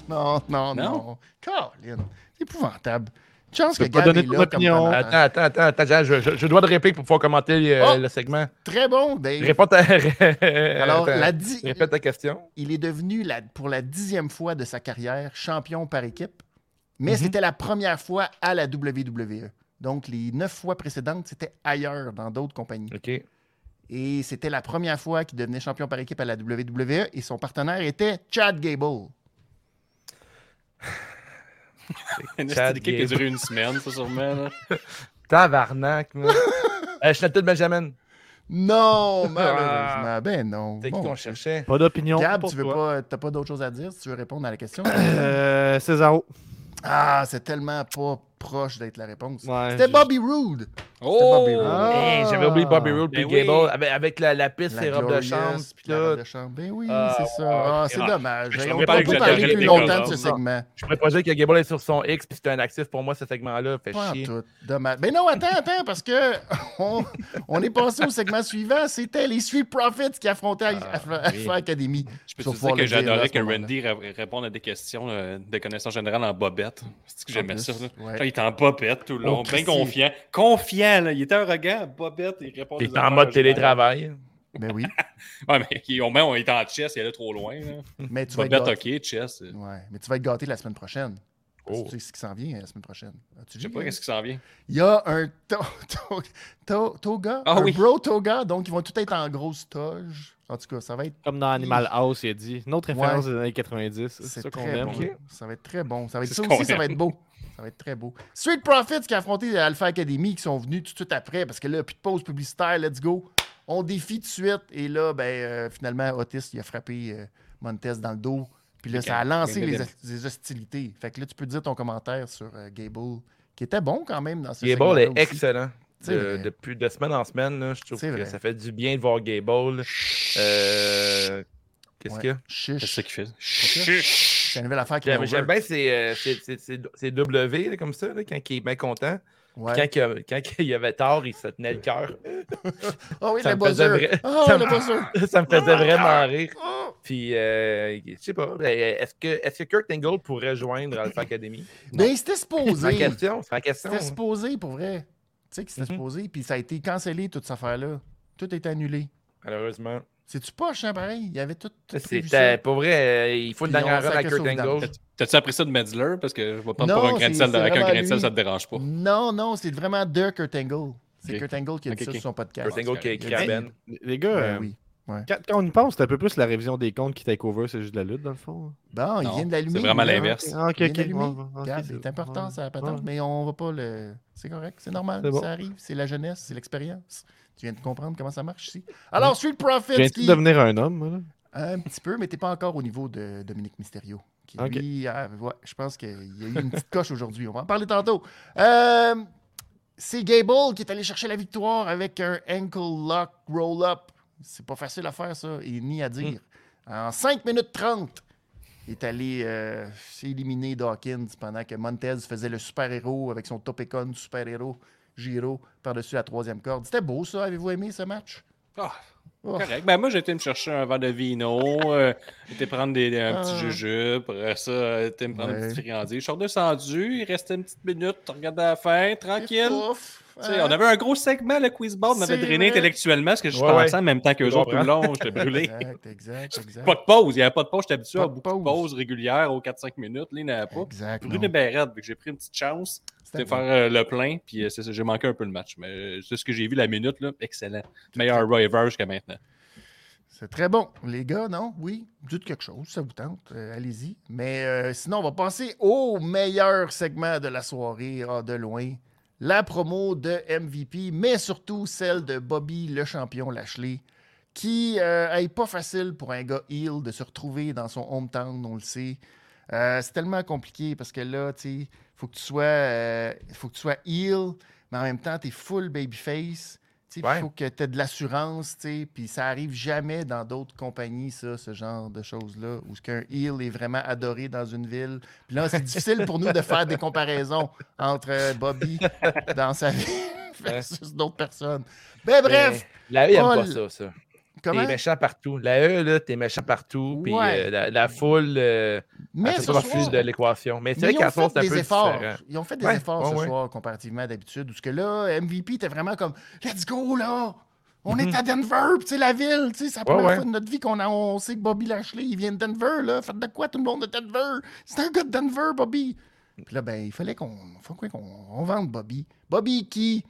A: non, non, non.
D: Non?
A: Colin, c'est épouvantable. Chance
C: Tu
A: que
C: peux pas
A: Gab est
C: donner ton
A: là comme
C: opinion.
A: commentateur.
B: Attends, attends, attends, attends, Jean, je, je, je dois de réplique pour pouvoir commenter euh,
A: Oh!
B: le segment.
A: Très bon, Dave.
B: Réponds ta...
A: Alors,
B: Attends.
A: la di-
B: Répète ta question.
A: il est devenu la- pour la dixième fois de sa carrière champion par équipe, mais
C: Mhm.
A: c'était la première fois à la WWE. Donc, les neuf fois précédentes, c'était ailleurs, dans d'autres compagnies.
B: OK.
A: Et c'était la première fois qu'il devenait champion par équipe à la WWE et son partenaire était Chad Gable.
B: Chad
D: Chad qui a
B: Gable.
D: duré une semaine, ça, sûrement. là.
B: Tabarnak, moi. euh, Chantal Benjamin.
C: Ah.
A: Non, malheureusement. Ben non.
B: C'est
A: Bon.
B: qui qu'on cherchait?
C: Pas d'opinion.
A: Gab,
C: pour
A: tu veux
C: toi.
A: pas, t'as pas d'autre chose à dire si tu veux répondre à la question?
C: Euh, Césaro.
A: ah, c'est tellement pas proche d'être la réponse.
C: Ouais,
A: c'était
C: je-
A: Bobby Roode.
D: Oh!
A: Bobby Roode.
B: Hey, Eh, J'avais oublié Bobby Roode puis
D: Ben oui.
B: Gable avec, avec la, la piste,
A: Ah. La
B: ses robes de
A: Glorious,
B: chambre.
A: puis
B: Puis
A: la robe
B: là,
A: de chambre. Ben oui,
B: Ah,
A: c'est ça. Ah, c'est
D: Ah,
A: dommage.
D: je
A: Hey, On
D: savais
A: ne
D: pas
A: peut
D: que
A: pas
D: j'avais
A: parler plus
D: regretté
A: longtemps de
D: comme
A: ce
D: ça.
A: segment.
B: je pourrais pas dire que Gable est sur son X puis c'était un actif pour moi, ce segment-là. Fait
A: Pas en
B: chier.
A: tout. Dommage. Ben non, attends, attends, parce que on, on est passé au segment suivant. C'était les Street Profits qui affrontaient Alpha Alpha Academy.
D: Ah, Je peux
A: Sur
D: te dire
A: Fall
D: que
A: of Day, là, à
D: j'adorais
A: ce
D: que
A: moment-là.
D: Randy ra- réponde à des questions euh, de connaissances générales en bobette. C'est que
A: En
D: j'aimais
A: plus,
D: ça. Là.
A: ouais.
D: Quand il était en bobette tout le
A: Oh,
D: long, bien
A: Christy.
D: confiant. Confiant, là. Il était arrogant, bobette, il répond
B: Puis
D: des
B: t'es en
D: affaires
B: mode
D: générales.
B: télétravail.
A: Ben oui,
D: Ouais, mais il- au moins, on était en chess, il allait trop loin. Là.
A: mais tu vas être
D: Bobette,
A: gâté.
D: ok, chess. euh,
A: Ouais, mais tu vas être gâté la semaine prochaine. Parce que
D: Oh.
A: Tu sais ce qui s'en vient la semaine prochaine. As-tu
D: Je sais
A: lu,
D: pas
A: euh?
D: qu'est-ce qui s'en vient.
A: Il y a un to- to- to- toga,
D: Ah
A: un
D: oui.
A: bro toga, donc ils vont tout être en grosse toge. En tout cas, ça va être
C: Comme dans Animal House, il a dit. Une autre référence
A: Ouais.
C: des années 90. C'est
A: C'est
C: ça qu'on
A: très
C: aime.
A: bon.
C: Ok.
A: Ça va être très bon. Ça va être
D: C'est
A: ça
D: ce qu'on
A: aussi, ça va
D: aime.
A: être beau. Ça va être très beau. Street Profits qui a affronté Alpha Academy qui sont venus tout de suite après parce que là, plus de pause publicitaire, let's go. On défie tout de suite. Et là, ben, euh, finalement, Otis, il a frappé euh, Montez dans le dos. Puis là, ça a lancé les, les hostilités. Fait que là, tu peux dire ton commentaire sur euh, Gable, qui était bon quand même dans ce
B: Gable est
A: segment-là aussi.
B: excellent.
A: C'est
B: De,
A: vrai.
B: depuis de semaine en semaine, là, je trouve
A: C'est
B: que
A: vrai.
B: ça fait du bien de voir Gable. Euh, Qu'est-ce
A: Ouais.
B: qu'il y a?
D: C'est
A: Chiche.
D: ça qu'il fait.
A: C'est une nouvelle affaire qui
B: J'aime
A: est
B: j'aime bien ses, euh, ses- ses- ses- ses W là, comme ça, là, quand il est bien content.
A: Ouais.
B: Quand, il, a- quand il avait tort, il se tenait le cœur.
A: Oh oui,
B: ça
A: le
B: me faisait
A: buzzer.
B: vrai-
A: Oh,
B: ça
A: le
B: me-
A: buzzer.
B: ça me faisait vraiment rire.
A: Oh.
B: Puis, euh, je sais pas, euh, est-ce que, est que Kurt Angle pourrait joindre Alpha Academy?
A: Mais c'était
B: C'est la
A: Ben, supposé.
B: question, c'est la question.
A: C'était supposé pour vrai. Tu sais que c'était
B: Mhm.
A: supposé, puis ça a été cancellé, toute cette affaire-là. Tout est annulé.
B: Malheureusement.
A: C'est-tu poche, hein, pareil? Il y avait tout. tout prévu
B: C'était
A: ça.
B: pour vrai, euh, il faut une
A: Puis
B: dernière
A: on
B: run à
A: sacrait
B: Kurt
A: ça au
B: Angle.
D: T'as-tu appris ça de Medler? Parce que je vais prendre
A: Non,
D: pour un grain de
A: c'est-
D: sel.
A: c'est
D: Avec un
A: vraiment
D: grain de sel,
A: lui.
D: ça te dérange pas.
A: Non, non, c'est vraiment de Kurt Angle. C'est
D: Ok.
A: Kurt Angle qui a dit
D: Ok,
A: ça
D: ok.
A: sur son podcast.
B: Kurt Angle qui a écrit à
C: Hey,
B: Ben.
C: Les gars,
A: Ben
C: euh,
A: oui.
C: quand, quand on y pense, c'est un peu plus la révision des comptes qui take over, c'est juste de la lutte, dans le fond.
A: Bon, il
D: Non,
A: vient de l'allumer.
D: C'est vraiment
A: lui, hein.
D: l'inverse.
C: Ah, ok,
A: Il vient
C: ok.
A: d'allumer.
C: Ouais, ouais, ok,
A: Gab,
C: c'est-
A: c'est important,
C: ouais.
A: ça, la patente,
C: Ouais.
A: mais on va pas le. C'est correct, c'est normal,
C: C'est bon.
A: ça arrive, c'est la jeunesse, c'est l'expérience. Tu viens de comprendre comment ça marche ici. Alors, Street
C: Je viens
A: Profits
C: de
A: qui.
C: devenir un homme, moi, là?
A: Un petit peu, mais t'es pas encore au niveau de Dominique Mysterio. Qui,
C: Ok.
A: lui, ah, ouais, je pense qu'il y a eu une petite coche aujourd'hui. On va en parler tantôt. Euh, c'est Gable qui est allé chercher la victoire avec un ankle lock roll-up. C'est pas facile à faire, ça, et ni à dire. En 5 minutes 30, il est allé euh, éliminer Dawkins pendant que Montez faisait le super-héros avec son Topécon super-héros Giro par-dessus la troisième corde. C'était beau, ça. Avez-vous aimé ce match?
D: Ah,
A: Oh.
D: Correct. Ben, moi, j'ai été me chercher un verre de vino, euh, j'étais prendre des, des- un
A: Ah.
D: petit jujube, après ça, j'étais me prendre
A: Ouais.
D: une petite friandise. Je suis redescendu, il restait une petite minute, regardais la fin, tranquille.
A: Pouf!
D: Tu sais, On avait un gros segment, le quiz board, on avait
A: hein? C'est
D: drainé
A: vrai.
D: intellectuellement parce que je
B: Ouais,
D: pensais
B: ouais.
D: en même temps qu'eux
B: Je
D: autres tout le
B: comprends.
D: long, j'étais brûlé.
A: Exact, exact, exact.
D: Pas de pause, il n'y avait pas de pause, j'étais habitué
A: Pas
D: à
A: de
D: beaucoup de
A: pause.
D: pauses régulières aux 4-5 minutes, là, il n'y en avait pas.
A: Exact.
D: Brune
A: non.
D: Bérette, vu que j'ai pris une petite chance,
A: C'était
D: c'était
A: bon.
D: faire euh, le plein, puis euh, c'est ça, j'ai manqué un peu le match. Mais euh, c'est ce que j'ai vu la minute, là, excellent. Meilleur River jusqu'à maintenant.
A: C'est très bon. Les gars, non? Oui? Dites quelque chose, ça vous tente. euh, Allez-y. Mais euh, sinon, on va passer au meilleur segment de la soirée, ah, de loin. La promo de MVP, mais surtout celle de Bobby le champion Lashley, qui euh, est pas facile pour un gars heel de se retrouver dans son hometown, on le sait. Euh, c'est tellement compliqué parce que là, tu sais, faut que tu sois, euh, faut que tu sois heel, mais en même temps, tu es full babyface. Il
B: Ouais.
A: faut que tu aies de l'assurance, tu sais, puis ça arrive jamais dans d'autres compagnies, ça, ce genre de choses-là, où ce qu'un heel est vraiment adoré dans une ville. Puis là, c'est difficile pour nous de faire des comparaisons entre euh, Bobby dans sa vie versus d'autres personnes. Mais bref,
B: La E, elle aime
A: Paul,
B: pas ça, ça.
A: comment?
B: T'es méchant partout. La E, là, t'es méchant partout. Puis
A: Ouais.
B: euh, la, la foule, euh,
A: Mais
B: elle
A: ce
B: se refuse
A: soir,
B: de l'équation. Mais c'est
A: mais
B: vrai
A: ils ont
B: qu'à force,
A: fait
B: c'est un
A: des
B: peu
A: efforts.
B: différent.
A: Ils ont fait des
B: Ouais,
A: efforts
B: ouais,
A: ce
B: ouais.
A: soir comparativement à d'habitude. Parce que là, MVP était vraiment comme Let's go là! On est à Denver, c'est la ville, tu sais, c'est la
B: Mhm. Ouais,
A: première
B: ouais.
A: fois de notre vie qu'on a- on sait que Bobby Lashley, il vient de Denver, là. Faites de quoi tout le monde de Denver? C'est un gars de Denver, Bobby. Puis là, ben, il fallait qu'on faut qu'on- on vende Bobby. Bobby qui,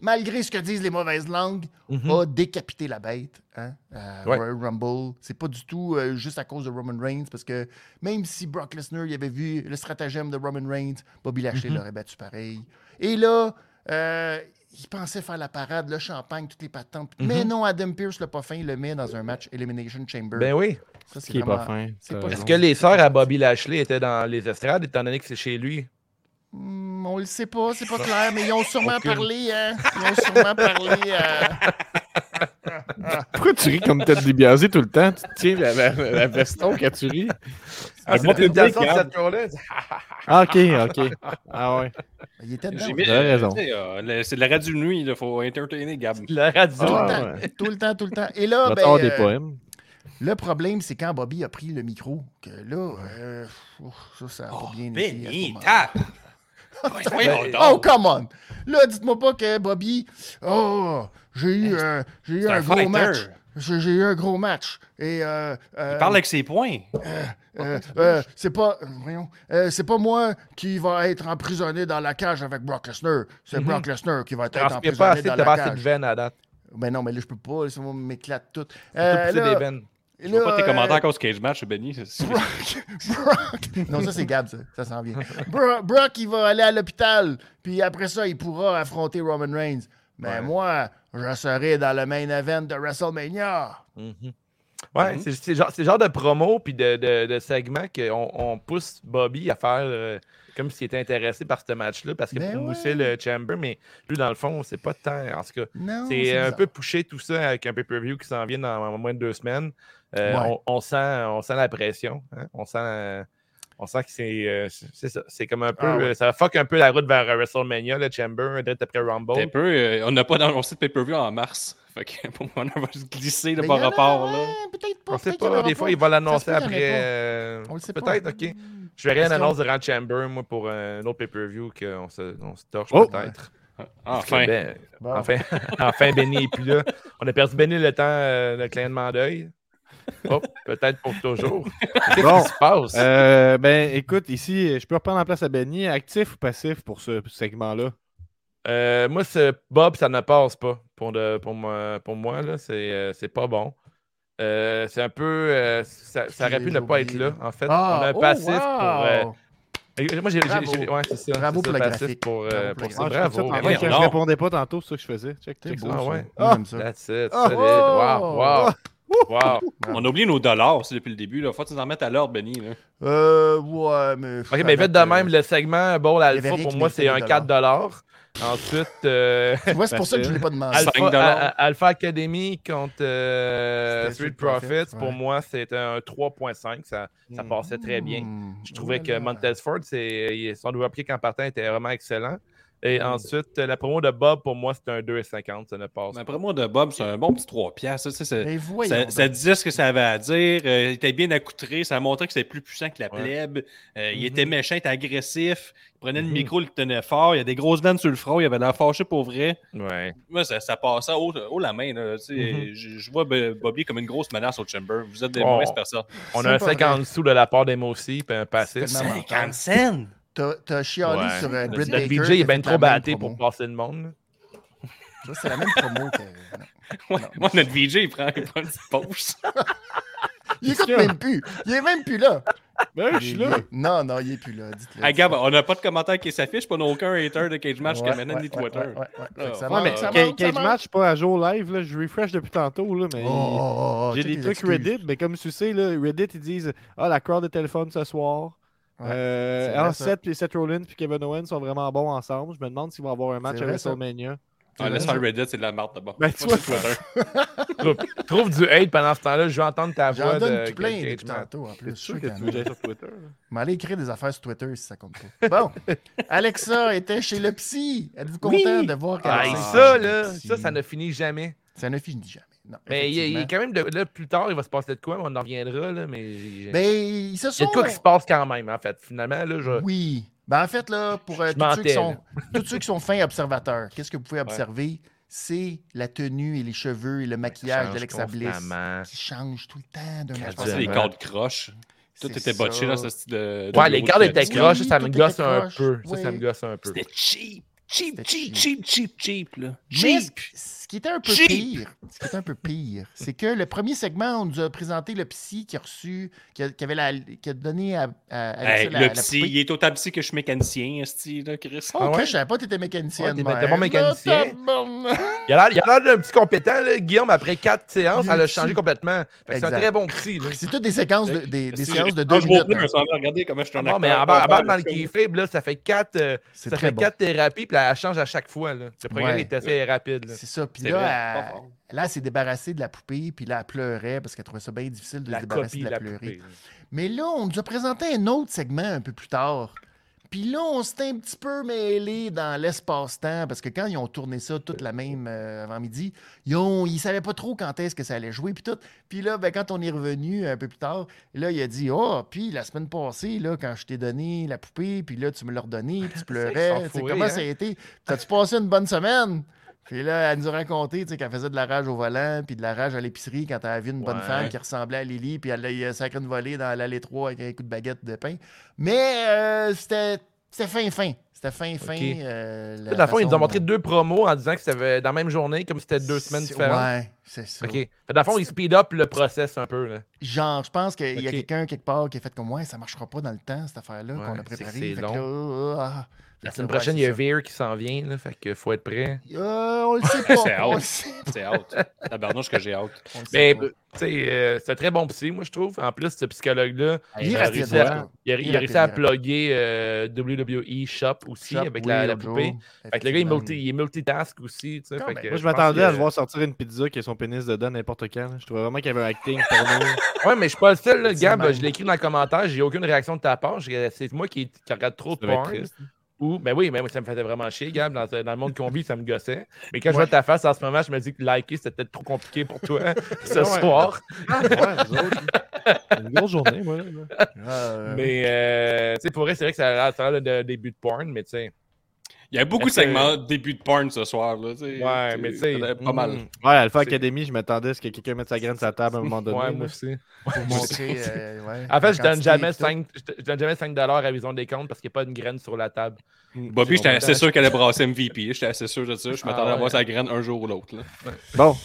A: malgré ce que disent les mauvaises langues,
B: Mhm.
A: a décapité la bête. Hein? à
B: Ouais.
A: Royal Rumble. C'est pas du tout euh, juste à cause de Roman Reigns, parce que même si Brock Lesnar il avait vu le stratagème de Roman Reigns, Bobby
B: Mhm.
A: Lashley l'aurait battu pareil. Et là, euh, il pensait faire la parade, le champagne, toutes les patentes.
B: Mhm.
A: Mais non, Adam Pierce, le pas fin, il le met dans un match Elimination Chamber.
B: Ben oui.
A: Ça,
C: Ce qui est
A: vraiment-
C: pas fin.
A: c'est
C: t'as
A: pas-
C: raison.
B: Est-ce que les sœurs à Bobby Lashley étaient dans les estrades, étant donné que c'est chez lui?
A: Hmm, on le sait pas, c'est pas clair, mais ils ont sûrement
B: Aucune.
A: parlé, hein? Ils ont sûrement parlé euh, à.
C: Pourquoi tu ris comme tête débiasée tout le temps? Tu tiens la, la, la veston quand tu ris.
B: Ah,
D: montre
B: c'est une
D: le
B: imitation de
D: brick,
B: cette là
C: Ah, ok, ok. Ah ouais.
A: Il était dedans. hein.
D: Eh,
A: Ben oui.
D: J'ai mis-
C: vous avez raison.
D: tu sais, euh, le- c'est de la radio de nuit, il faut entertainer Gab.
B: La radio.
A: Tout
C: Ah,
A: le temps,
C: ouais.
A: tout le temps, tout le temps. Et là,
C: Va te
A: ben,
C: faire des
A: euh,
C: poèmes.
A: Le problème, c'est quand Bobby a pris le micro, que là, euh, ouf, ça, ça a
D: Oh,
A: pas bien
D: ben,
A: été. à ce moment-là.
D: Ah, Voyons
A: Oh,
D: donc.
A: come on! Là, dites-moi pas que Bobby, oh, j'ai eu, un- j'ai eu
D: c'est
A: un,
D: un
A: gros
D: fighter.
A: match. J'ai j'ai eu un gros match. Et, euh, euh,
D: Il parle avec ses poings.
A: euh, euh, c'est pas, euh, voyons, euh, c'est pas moi qui va être emprisonné dans la cage avec Brock Lesnar. C'est
D: Mhm.
A: Brock Lesnar qui va être
B: Transpire
A: emprisonné
B: pas assez,
A: dans
B: t'as
A: la
B: pas assez de
A: cage.
B: veines à date.
A: Ben non, mais là, je peux pas, ça m'éclate tout.
B: T'as
A: Euh,
B: poussé
A: là-
B: des veines.
D: Je vois pas tes
A: là, euh,
D: commentaires à cause Cage Match, Benny. C'est- c'est-
A: Brock, Brock- Non, ça c'est Gab, ça, ça s'en vient. Bro- Brock, il va aller à l'hôpital, puis après ça, il pourra affronter Roman Reigns. Mais moi, je serai dans le main event de WrestleMania.
B: Mhm. Ouais, c'est- c'est le genre, c'est le genre de promo puis de, de, de segment qu'on on pousse Bobby à faire euh, comme s'il était intéressé par ce match-là, parce que
A: Ben
B: pour
A: ouais.
B: mousser le Chamber, mais lui, dans le fond, c'est pas tant. En tout cas,
A: Non,
B: c'est un
A: bizarre.
B: peu poussé tout ça avec un pay-per-view qui s'en vient dans moins de deux semaines. Euh,
A: Ouais.
B: on, on sent, on sent la pression. hein, On sent. euh, on sent que c'est euh, c'est ça. C'est comme un peu.
A: Ah ouais.
B: euh, Ça fuck un peu la route vers euh, WrestleMania, le Chamber, direct après Rumble.
D: T'es un peu, euh, on n'a pas dans site pay-per-view en mars. Fait que pour moi, on va se glisser de
A: Mais
D: par
A: il y en Ben, a, hein.
D: rapport là.
A: ouais, Peut-être pas.
B: On sait
A: peut-être qu'il y en
B: pas.
A: aura
B: Des fois, il va l'annoncer
A: Ça se peut qu'il y en ait
B: après.
A: pas.
B: euh,
A: On le sait pas.
B: Peut-être, ok. Je verrai une
A: Parce qu'on-
B: annonce durant le Chamber, moi, pour euh, un autre pay-per-view qu'on se, on se torche
C: Oh!
B: peut-être.
D: Ah, Enfin.
B: Ben,
A: Bon.
B: enfin, enfin, Benny est plus là. On a perdu Benny le temps euh, de clignement d'œil. Oh, peut-être pour toujours. Qu'est-ce
C: Bon.
B: qui se passe?
C: Euh, ben, écoute, ici, je peux reprendre la place à Benny. Actif ou passif pour ce segment-là?
B: Euh, moi, ce Bob, ça ne passe pas pour, de- pour, moi, pour moi. là, C'est euh, c'est pas bon. Euh, c'est un peu. euh, ça, ça aurait pu ne pas être là, en fait.
A: Ah,
B: On a un
A: oh,
B: passif pour. euh,
A: wow!
B: Et Moi, j'ai. j'ai-
A: Bravo.
B: j'ai- Ouais, c'est ça.
A: Bravo
B: c'est
A: pour le
B: ça, passif
A: graphique.
B: Pour, euh,
A: Bravo
B: pour
A: pour
B: ça.
A: le
C: Ah, je
B: Bravo.
C: fais ça
B: Mais
C: pendant que je
D: voyons donc.
C: répondais pas tantôt, c'est ça que je faisais. Check,
A: C'est
C: check
A: beau,
C: ça.
B: Ah
A: ça.
B: ouais.
A: Moi, j'aime ça.
B: That's it.
C: Ah,
B: solide.
A: oh!
B: Wow, wow. Wow.
A: hein.
D: On a oublié nos dollars c'est depuis le début. Là. Faut que tu nous en remettes à l'heure, Benny. Là.
A: Euh, ouais, mais...
B: Ok, mais vite de même, le segment Bon
A: il y avait
B: Alpha,
A: rien
B: pour
A: qui
B: moi,
A: mettait
B: c'est
A: les
B: un 4$. Ensuite, euh,
A: Tu vois, c'est pour ça que je ne l'ai pas demandé.
D: Alpha-
B: Alpha,
D: 5$.
B: A- A- Alpha Academy contre euh,
A: C'était
B: Street
A: Street Profits,
B: Profits,
A: ouais.
B: pour moi, c'était un 3.5. Ça, ça
C: Mm.
B: passait très bien.
A: Hmm,
B: Je trouvais que
A: voilà.
B: Montez Ford, c'est- il- son double kick en partant était vraiment excellent.
A: Hmm.
B: Et ensuite, euh, la promo de Bob, pour moi, c'est un 2,50. Ça ne passe
D: Mais
B: pas.
D: Après moi, de Bob, c'est un bon petit 3$. Ça, tu sais, c'est-
A: Mais voyons.
D: ça,
A: donc.
D: ça disait ce que ça avait à dire. euh, il était bien accoutré. Ça montrait que c'était plus puissant que la
B: Ouais.
D: plèbe. euh, Il
C: Mhm.
D: était méchant, il était agressif. Il prenait
C: Mhm.
D: le micro, il le tenait fort. Il y a des grosses vannes sur le front. Il avait l'air fâché pour vrai.
B: Ouais.
D: Moi, ça, ça passait haut, haut la main. là, tu sais,
C: Mhm.
D: je, je vois Bo- Bobby comme une grosse menace au Chamber. Vous êtes des
B: Oh.
D: mauvaises personnes.
B: On
A: C'est
B: a un
A: pas
B: 50
A: vrai.
B: sous de la part des mots aussi, puis un passif.
A: C'est tellement-
D: cents!
A: T'as- T'as chialé
B: Ouais.
A: sur euh,
D: Le
A: Britt
B: Notre
A: Baker.
B: budget
A: qui
B: est
A: a
B: bien
A: fait
B: trop
A: la même
B: batté
A: promo.
B: pour passer le monde.
A: Ça, c'est la même promo que. non.
D: Ouais, ouais, notre VJ, il prend, il prend une petite pause.
A: Il écoute
C: sûr.
A: même plus. Il est même plus là.
C: Ben, je suis
A: Il est-
C: là.
A: Non, non, il est plus là. Dites-le.
D: Ah, Gab, on n'a pas de commentaire qui s'affiche, pas aucun hater de Cage Match
A: Ouais,
D: jusqu'à maintenant,
A: ouais,
D: ni
A: ouais,
D: Twitter.
A: ouais, ouais, ouais. Fait que ça
D: Ouais,
A: monte,
D: mais
A: ça
C: Ca-
A: monte, ça
C: Cage
A: monte.
C: Match, pas à jour live, là, je refresh depuis tantôt, là, mais
A: Oh, oh, oh,
C: j'ai
A: check
C: des
A: les
C: trucs
A: excuses.
C: Reddit, mais comme tu sais, là, Reddit, ils disent Ah, la crowd de téléphone ce soir.
A: Ouais, c'est
C: euh,
A: vrai,
C: en
A: ça.
C: 7 puis Seth Rollins puis Kevin Owens sont vraiment bons ensemble. Je me demande s'ils vont avoir un match
A: C'est
C: à
A: vrai, ça.
C: WrestleMania.
D: Ah, laisse faire Reddit, c'est de la merde d'abord.
C: Ben, tu vois,
B: trouve, trouve du hate pendant ce temps-là. Je vais entendre ta voix.
A: J'en donne
B: de-
A: tout plein
B: de-
A: depuis
B: de-
A: tantôt en plus.
C: C'est
A: Sûr
C: sûr que
A: qu'il y
C: tu
A: en
C: veux
A: a.
C: que j'aille sur Twitter. là?
A: Mais allez écrire des affaires sur Twitter si ça compte pas. Bon, Alexa était chez le psy. Êtes-vous content
D: Oui.
A: de voir qu'elle
B: Ah,
A: était
B: et
A: chez
B: ça,
A: le
B: là,
A: psy?
B: ça, ça ne finit jamais.
A: Ça ne finit jamais. Non,
B: Mais il y a- il y a
A: effectivement.
B: quand même, de- là, plus tard, il va se passer de quoi, mais on en reviendra, là, mais... j'ai-
A: Ben, ils se
B: Il y
A: sont... euh,
B: a de quoi qui se passe quand même, en fait. Finalement, là, je...
A: Oui. Ben, en fait, là, pour euh,
B: Je
A: tous, ceux qui
B: mentais,
A: sont, tous ceux qui sont fins observateurs, qu'est-ce que vous pouvez observer? C'est la tenue et les cheveux et le maquillage
B: change
A: d'Alexa Bliss
B: constamment.
A: qui change tout le temps d'un match
D: Je pensais
A: à
D: les
A: l'autre.
D: cordes croches. Tout
A: C'est
D: était botché
A: ça.
D: dans ce style de. de
B: Ouais, les
D: bureau
B: gardes
D: de
B: étaient
D: crédit.
A: croches.
B: croches, ça
A: tout
B: me
A: était
B: gosse un
A: croche,
B: peu. Ça, ça
A: oui.
B: me gosse un peu.
D: C'était cheap. Cheap,
A: C'était
D: cheap,
A: cheap.
D: cheap, cheap, cheap, là.
A: Mais
D: Cheap!
A: ce qui était un peu
D: Cheap.
A: pire, ce qui était un peu pire, c'est que le premier segment, on nous a présenté le psy qui a reçu, qui, a, qui avait la, qui a donné à, à Alexa
D: Hey,
A: la,
D: le
A: la
D: psy,
A: poupée.
D: il est autant psy que je suis mécanicien, style, là, Chris.
A: Oh,
B: Ah
A: Chris,
B: ouais?
A: je savais pas que t'étais mécanicienne.
B: Ouais, t'es- t'es
A: mère.
B: bon mécanicien.
A: Non, tabarnak.
B: Il a l'air- il a l'air d'un petit compétent, là. Guillaume, après quatre séances,
A: Le
B: elle a
A: psy.
B: changé complètement. Fait que C'est un
A: Exact.
B: très bon psy, là.
A: C'est toutes des séquences de, des, des
D: Si
A: séances de
D: j'ai-
A: deux
D: Ah, je vois
A: minutes.
D: plus,
A: hein.
D: mais ça va regarder comment je suis un
B: Non, mais
D: acteur
B: en bas, en bas,
D: comptable,
B: dans le
D: comme-
B: qui là, ça fait quatre, euh,
A: Ah, C'est
B: ça
A: très
B: fait
A: bon.
B: quatre thérapies, puis elle change à chaque fois, là. Le premier
A: Ouais.
B: est assez rapide, là.
A: C'est ça. Puis
D: C'est vrai,
A: là, euh,
D: pas
A: elle,
D: fort.
A: là, elle s'est débarrassée de la poupée, puis là, elle pleurait parce qu'elle trouvait ça bien difficile de se
B: La
A: débarrasser
B: copie,
A: de la,
B: la
A: pleurer.
B: poupée.
A: Mais là, on nous a présenté un autre segment un peu plus tard. Puis là, on s'était un petit peu mêlé dans l'espace-temps parce que quand ils ont tourné ça toute la même euh, avant-midi, ils ont, ils savaient pas trop quand est-ce que ça allait jouer puis tout. Puis là, ben, quand on est revenu un peu plus tard, là, il a dit "Oh, puis la semaine passée là, quand je t'ai donné la poupée, puis là tu me l'as redonnée, puis tu
B: s'en
A: pleurais, tu sais,
B: fouait,
A: comment
B: hein?
A: ça a été T'as-tu passé une bonne semaine puis là, elle nous a raconté tu sais, qu'elle faisait de la rage au volant, puis de la rage à l'épicerie quand elle a vu une bonne
D: Ouais.
A: femme qui ressemblait à Lily, puis elle a sacré une volée dans l'allée 3 avec un coup de baguette de pain. Mais euh, c'était c'était fin, fin. C'était fin, fin.
B: Ok.
A: euh,
B: Dans la fin, ils nous ont
A: façon
B: montré
A: dont-
B: deux promos en disant que c'était dans la même journée, comme c'était deux semaines
A: C'est-
B: différentes.
A: Ouais, c'est ça.
B: OK. Fait que Dans le fond, ils speed up le process un peu. Là.
A: Genre, je pense qu'il y a
B: Ok.
A: quelqu'un quelque part qui a fait comme Ouais, ça marchera pas dans le temps, cette affaire-là
B: Ouais,
A: qu'on a
B: c'est que
A: préparée.
B: c'est
A: Fait que
B: long.
A: là, oh, oh, ah.
B: La
A: Fait que
B: semaine
A: là, ouais,
B: prochaine, il
A: c'est
B: y a
A: ça.
B: Veer qui s'en vient, là, fait que faut être prêt.
A: Euh, on le sait pas. on le
D: out.
B: Ben,
A: sait,
D: C'est out. Tabarnouche que j'ai out.
A: on le sait
B: Mais,
A: pas.
B: tu sais, euh, c'est un très bon psy, moi, je trouve. En plus, ce psychologue-là,
A: Ah, Il est
B: il a réussi
A: rapide,
B: à,
A: ouais.
B: il a- il a réussi à plugger euh, WWE Shop aussi
A: Shop,
B: avec
A: oui,
B: la, la
A: l'autre
B: poupée.
A: jour,
B: Fait que le gars, il, multi,
A: effectivement.
B: il est multitask aussi. tu sais,
A: Quand
B: fait
A: même.
B: que
A: Moi,
C: Moi, je
B: pense
C: m'attendais à
B: que-
C: le voir sortir une pizza qui a son pénis dedans n'importe quand. là. Je trouvais vraiment qu'il y avait un acting pour nous.
B: Ouais, mais je suis pas le seul, là,
A: C'est
B: Gab.
A: même.
B: Je l'ai écrit dans le commentaire. J'ai aucune réaction de ta part. J'ai- C'est moi qui, qui regarde trop de
C: Ça devait être
B: porn.
C: triste.
B: Ou, ben oui, mais moi, ça me faisait vraiment chier, Gab. Dans, dans le monde qu'on vit, ça me gossait. Mais quand je vois ta face en ce moment, je me dis que liker, c'était peut-être trop compliqué pour toi hein, ce
C: Ouais.
B: soir.
C: Ah, ouais, vous autres. Une grosse journée, moi. là.
A: Euh,
B: Mais, euh, tu sais, pour vrai, c'est vrai que ça a l'air- ça a l'air d'un début de porn, mais tu sais.
D: Il y a beaucoup de
B: Est-ce que-
D: segments début de porn ce soir. Là, tu sais.
B: Ouais, mais tu sais,
D: Il y en a Pas mal.
C: Mm. Ouais, Alpha
D: C'est-
C: Academy, je m'attendais à ce que quelqu'un mette sa graine sur la table à un moment donné.
B: Ouais,
C: là.
B: moi aussi.
A: pour montrer. euh, ouais,
B: En fait,
A: la
B: je donne,
A: quantité
B: jamais
A: et tout.
B: 5, je donne jamais 5 à Vision des comptes parce qu'il n'y a pas une graine sur la table.
D: Bobby, j'étais
B: C'est
D: assez sûr qu'elle allait brasser MVP. J'étais assez sûr de ça. Je m'attendais
B: Ah
D: à voir
B: ouais.
D: sa graine un jour ou l'autre. là.
C: Bon.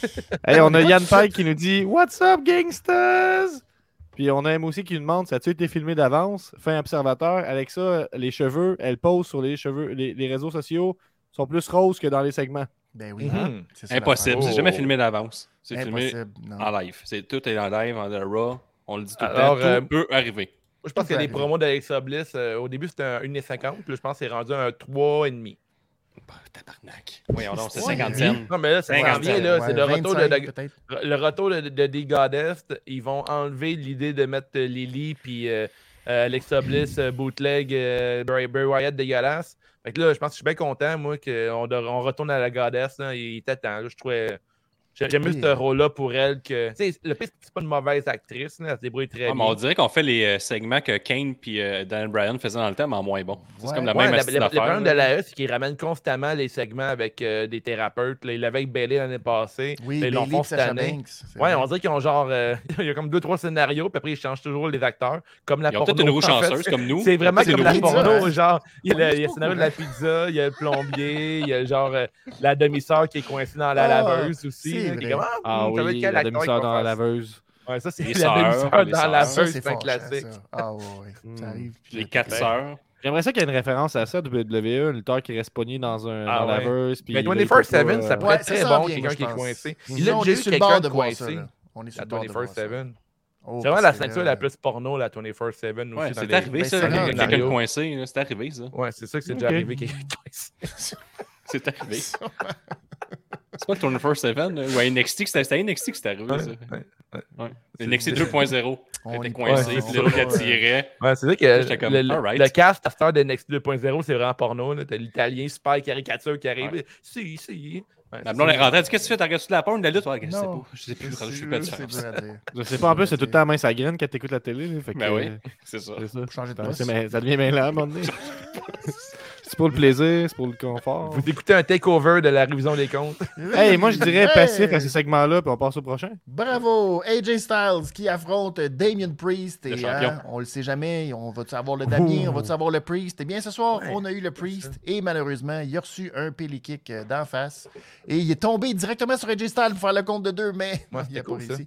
C: Hey, on a Yann Pike qui nous dit What's up, gangsters? Puis on a M aussi qui nous demande Ça a-tu été filmé d'avance Fin observateur. Alexa, les cheveux, elle pose sur les cheveux, les, les réseaux sociaux sont plus roses que dans les segments.
A: Ben oui.
B: Mhm.
A: c'est ça, la
D: Impossible.
A: fin.
D: C'est jamais filmé d'avance. C'est filmé
A: Impossible. non.
D: en live. C'est Tout est en live, en raw. On le dit tout le temps.
B: Alors, euh,
D: Tout peut arriver.
B: Moi, je pense
A: Ça
B: que les
A: arrive.
B: promos d'Alexa Bliss, euh, au début, c'était un 1,50, puis là, je pense que c'est rendu un 3,5.
D: Bah, Tabarnak. Voyons donc, c'est
A: Ouais.
D: 50 cents.
B: Non, mais là, ça
D: Ouais,
B: s'en
D: quand
B: vient,
D: même,
B: là.
A: Ouais,
B: C'est le retour de,
A: 25,
B: de-
A: peut-être.
B: le retour de, de- des Goddess. Ils vont enlever l'idée de mettre euh, Lily puis euh, euh, Alexa Bliss, euh, Bootleg, euh, Bray, Bray Wyatt dégueulasse. Fait que là, je pense que je suis bien content, moi, qu'on de- on retourne à la goddess. Là. Il était temps. là. Je trouvais. j'ai- J'aime mieux
A: Oui.
B: ce
D: euh,
B: rôle-là pour elle que. Tu sais, le pire, c'est que c'est pas une mauvaise actrice. Là. Elle se débrouille très
D: Ah, mais
B: bien.
D: on dirait qu'on fait les euh, segments que Kane puis euh, Daniel Bryan faisaient dans le temps, mais en moins bon. C'est
A: Ouais.
D: comme la
B: Ouais,
D: même
B: la-
D: astuce
B: le, le
D: d'affaires,
B: problème de
D: là.
B: l'AE, c'est qu'ils ramènent constamment les segments avec euh, des thérapeutes. là. Il l'avait avec Bailey l'année passée.
A: Oui,
B: Ils l'ont
A: Bayley
B: font
A: et
B: cette
A: Sasha
B: année.
A: Banks, c'est
B: Ouais,
A: vrai.
B: on dirait qu'ils ont genre. euh, il y a comme deux, trois scénarios, puis après ils changent toujours les acteurs. Comme la
D: Ils ont peut-être une
B: porno,
D: roue
B: en fait.
D: chanceuse comme nous.
B: C'est vraiment
D: Ils ont
B: comme
D: peut-être
B: la
D: une roue
A: pizza,
B: porno,
A: hein.
B: genre, il y a
A: Ouais,
B: le, il y
A: c'est
B: a le scénario
A: cool,
B: de la pizza, il y a le plombier, il y a genre euh, la demi-sœur qui est coincée dans la
A: Ah,
B: laveuse aussi.
A: c'est
B: là, qui
A: vrai.
B: est comme, ah,
C: Ah
B: hum, ça veut
C: oui,
B: dire quel
C: la
B: acteur ils
C: demi-sœur
B: vont
C: dans la
B: faire ça.
C: laveuse.
B: Ouais, ça, c'est
D: Les
B: la
D: sœurs,
B: demi-sœur
D: les
B: dans
D: sœurs.
B: la
A: Ah, Ça,
B: laveuse,
A: c'est
B: c'est un
A: fort,
B: classique.
A: ça. Ah, ouais, ouais.
C: Hmm.
A: Ça arrive. puis
D: Les
A: là,
D: quatre
A: t'es-
D: sœurs.
C: J'aimerais ça qu'il y ait une référence à ça, WWE, le lutteur qui reste pogné dans un
B: Ah
C: dans la
B: ouais.
C: laveuse. puis
B: Mais
C: là, il peut
B: 24-7,
C: pas,
B: ça
C: euh,
B: pourrait
A: Ouais,
B: être
A: ça
B: très
A: s'en
B: bon,
A: vient,
B: quelqu'un
A: moi,
B: qui est
A: je pense.
B: coincé.
A: Ils
B: Il a
A: ont-
B: déjà
A: on est
B: eu
A: sur le bord
B: quelqu'un de
A: de voir ça,
B: coincé.
A: là. On est sur
B: La
A: le bord de voir ça.
B: 24-7.
A: Oh,
B: C'est vraiment la
A: parce que
B: ceinture
A: là-
B: la plus porno, la 24-7.
D: Ouais,
B: aussi, dans
D: c'est
B: les-
D: arrivé
A: ben,
D: ça,
A: c'est
D: quelqu'un
A: rare,
D: quelqu'un
B: Mario.
D: de coincé, là, c'est arrivé ça.
B: Ouais, c'est ça que c'est
C: Ok.
B: déjà arrivé. quelqu'un est coincé.
D: C'est arrivé. c'est pas le Turner First Seven, là, ou à NXT, que c'était c'était à NXT que c'était arrivé ça. Ouais. NXT 2.0.
A: On
D: T'étais
A: y
D: coincé,
A: pense,
D: puis
A: on
D: l'autre
A: va,
D: la tirait.
B: Ouais, c'est vrai que
D: Là, j'étais comme,
B: le, le-
D: alright.
B: le cast à cette heure de Next 2.0, c'est vraiment porno. là. T'as l'italien super caricature qui arrive. Si, si. Ouais,
D: La blonde
B: c'est-
D: est rentrée, elle dit Qu'est-ce que tu fais T'as regardé la porte de la lutte Ouais, je sais
A: Non.
D: pas. Je sais plus, je sais
A: C'est
D: pas
A: c'est
D: de
A: dur à dire.
C: Je sais pas, en plus, c'est tout le temps mince à graine quand t'écoutes la télé. Là, fait que,
D: Ben oui.
C: euh,
D: C'est ça.
C: c'est ça.
A: Faut changer de
C: Ben,
A: poste.
C: c'est- mais ça devient mêlant à un moment donné. c'est pour le plaisir, c'est pour le confort.
B: Vous écoutez un takeover de la révision des comptes.
C: Hey, moi je dirais
A: Hey!
C: passif à ces segments-là, puis on passe au prochain.
A: Bravo! AJ Styles qui affronte Damien Priest.
D: Le
A: Et,
D: champion.
A: hein, on le sait jamais. On va savoir le Damien,
C: Ouh.
A: on va savoir le Priest. Eh bien, ce soir,
B: Ouais,
A: on a eu le Priest. Et malheureusement, il a reçu un pelly kick euh, d'en face. Et il est tombé directement sur AJ Styles pour faire le compte de deux, mais
B: Ouais,
A: il a
B: c'était cool, ça. Ben,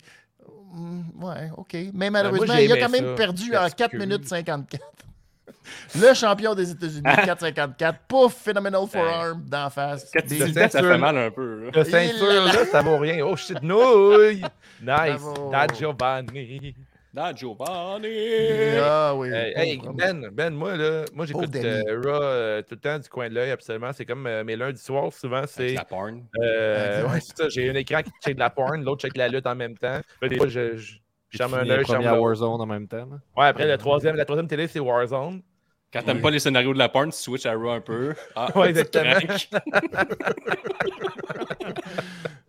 A: Hum, Ouais, OK. Mais malheureusement,
B: j'ai
A: il a
B: aimé
A: quand même
B: ça.
A: perdu en
B: Parce
A: 4
B: que-
A: minutes 54. Le champion des États-Unis,
B: Ah.
A: 4,54. Pouf, Phenomenal Forearm d'en face.
D: Quand tu
A: Des-
D: dis ça, ça
B: ceinture.
D: fait mal un peu. là.
B: La ceinture, là, ça vaut rien. Oh shit, nouille! Nice!
A: Bravo.
B: Da Giovanni!
D: Da Giovanni!
A: Ah oui.
B: Hey, hey,
A: Bravo.
B: Ben, Ben, moi, là, moi j'écoute
A: Pauvre
B: euh, Raw euh, tout le temps du coin de l'œil, absolument. C'est comme euh, mes lundis soirs, souvent,
D: Avec
B: c'est.
D: la porn.
B: euh,
A: Exact.
B: ouais, c'est ça, j'ai un écran qui check de la porn, l'autre check de la lutte en même temps. Là, des fois, je, je, je ferme un
C: Fini
B: œil,
C: le
B: je ferme
C: premier à
B: l'autre.
C: Warzone en même temps. là.
B: Ouais, après, le troisième, la troisième télé, c'est Warzone.
D: Quand t'aimes pas les scénarios de la porn, tu switches à Raw un peu. Ah,
B: Ouais,
D: tu
B: exactement.
D: craques.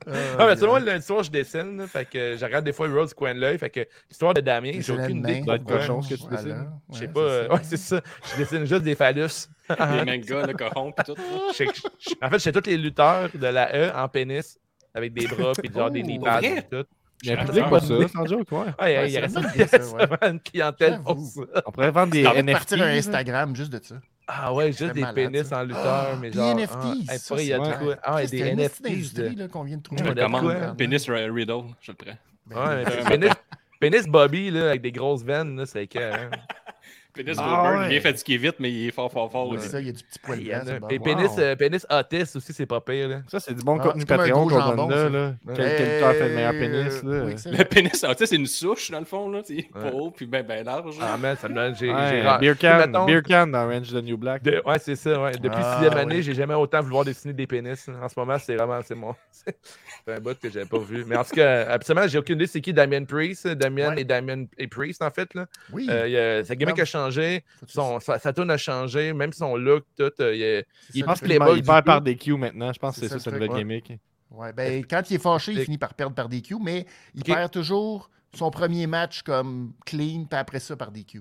A: Euh,
B: Ah, mais tout le monde, le lundi soir, je dessine. là, fait que euh, je regarde des fois Road du coin de l'œil. Fait que l'histoire de Damien, j'ai
A: C'est la
B: aucune idée.
A: main.
C: doit être
B: pourquoi.
C: cochon, ce que tu
A: Voilà.
C: dessines.
B: Je sais
A: Ouais,
B: pas.
A: c'est
B: euh,
A: ça.
B: ouais, c'est ça. Je dessine juste des phallus.
D: Les mangas, le cochon, pis tout. là.
B: Je sais que je- en fait, je fais tous les lutteurs de la E en pénis avec des bras puis genre des
A: Oh,
B: knee pads
D: vrai?
B: et tout.
C: Il y a un
D: Ah,
C: public
D: ah,
C: pour
B: oui.
C: ça, sans joke, ouais.
B: Ouais, ouais, il y
A: c'est
B: a
A: une bonne
B: il
A: idée,
B: y
A: ça,
B: a
A: ouais.
B: vraiment une clientèle pour
A: J'avoue.
B: ça.
C: On pourrait vendre des
A: J'ai envie de
C: NFT.
A: partir un
C: là.
A: Instagram juste de ça.
B: Ah ouais, juste
A: serait
B: des
A: malade,
B: pénis
A: ça.
B: en lutteur, mais
A: Des
B: genre.
A: NFTs,
B: ah,
A: ça,
B: après, il y a
A: c'est
B: de
A: vrai.
B: quoi. Ah, et
A: Christ, c'est
B: des
A: une petite
B: NFTs. de-
A: industrie là, qu'on vient de trouver.
D: Je
B: Ouais,
D: le
B: d'accord, hein.
D: commande. Penis Ra- Riddle, je le prends.
B: Ouais, mais
D: Euh,
B: pénis, pénis Bobby là, avec des grosses veines, là, c'est que. hein.
D: Penis
C: Ah,
D: Goldberg, il
C: ouais.
D: est fatigué vite, mais il est fort, fort, fort
A: Ouais,
D: aussi.
A: ça, il y a du petit poil
B: Il y en
A: blanc.
B: a.
A: c'est bon.
B: Et
A: Ah, Wow.
B: pénis, euh, pénis autiste aussi, c'est pas pire. Là.
C: Ça, c'est du bon
A: Ah,
C: contenu
A: c'est comme un
C: Patreon
A: gros
C: qu'on
A: jambon, ça.
C: donne là. là. Quel
A: Hey,
C: quel lutteur fait le meilleur pénis, là.
A: oui, c'est
D: Le
A: vrai.
D: pénis, ah, tu sais, c'est une souche, dans le fond, là. tu sais,
B: Ouais.
D: Pauvre, puis ben, ben large.
B: Ah, man, ça me donne. J'ai, j'ai
C: Ouais,
B: ra-
C: Beer
B: Tu sais, mettons,
C: can, beer can dans Range the New Black.
B: de- ouais, c'est ça. Ouais. Depuis
A: Ah,
B: sixième
A: ouais.
B: année, j'ai jamais autant vouloir dessiner des pénis. En ce moment, c'est vraiment. C'est mon. c'est un bout que j'avais pas vu. Mais en tout cas, absolument, j'ai aucune idée c'est qui Damien Priest. Damien
A: Ouais.
B: et Damien et Priest, en fait. Là.
A: Oui,
B: Euh, il y a- sa gimmick a changé.
A: faut que tu-
B: Son, sa, sa tune a changé. Même son look, tout. euh, il est-
A: c'est ça,
B: il
C: Je pense
A: le
C: qu'il
B: les
A: truc.
B: bugs
C: il perd
B: du
C: par des Q maintenant. Je pense que
A: C'est
C: c'est ça,
A: ça,
C: sa
A: le
C: nouvelle
A: truc,
C: gimmick.
A: Ouais, ben, quand il est fâché, il finit par perdre par DQ, mais il
B: Ok.
A: perd toujours son premier match comme clean, puis après ça par DQ.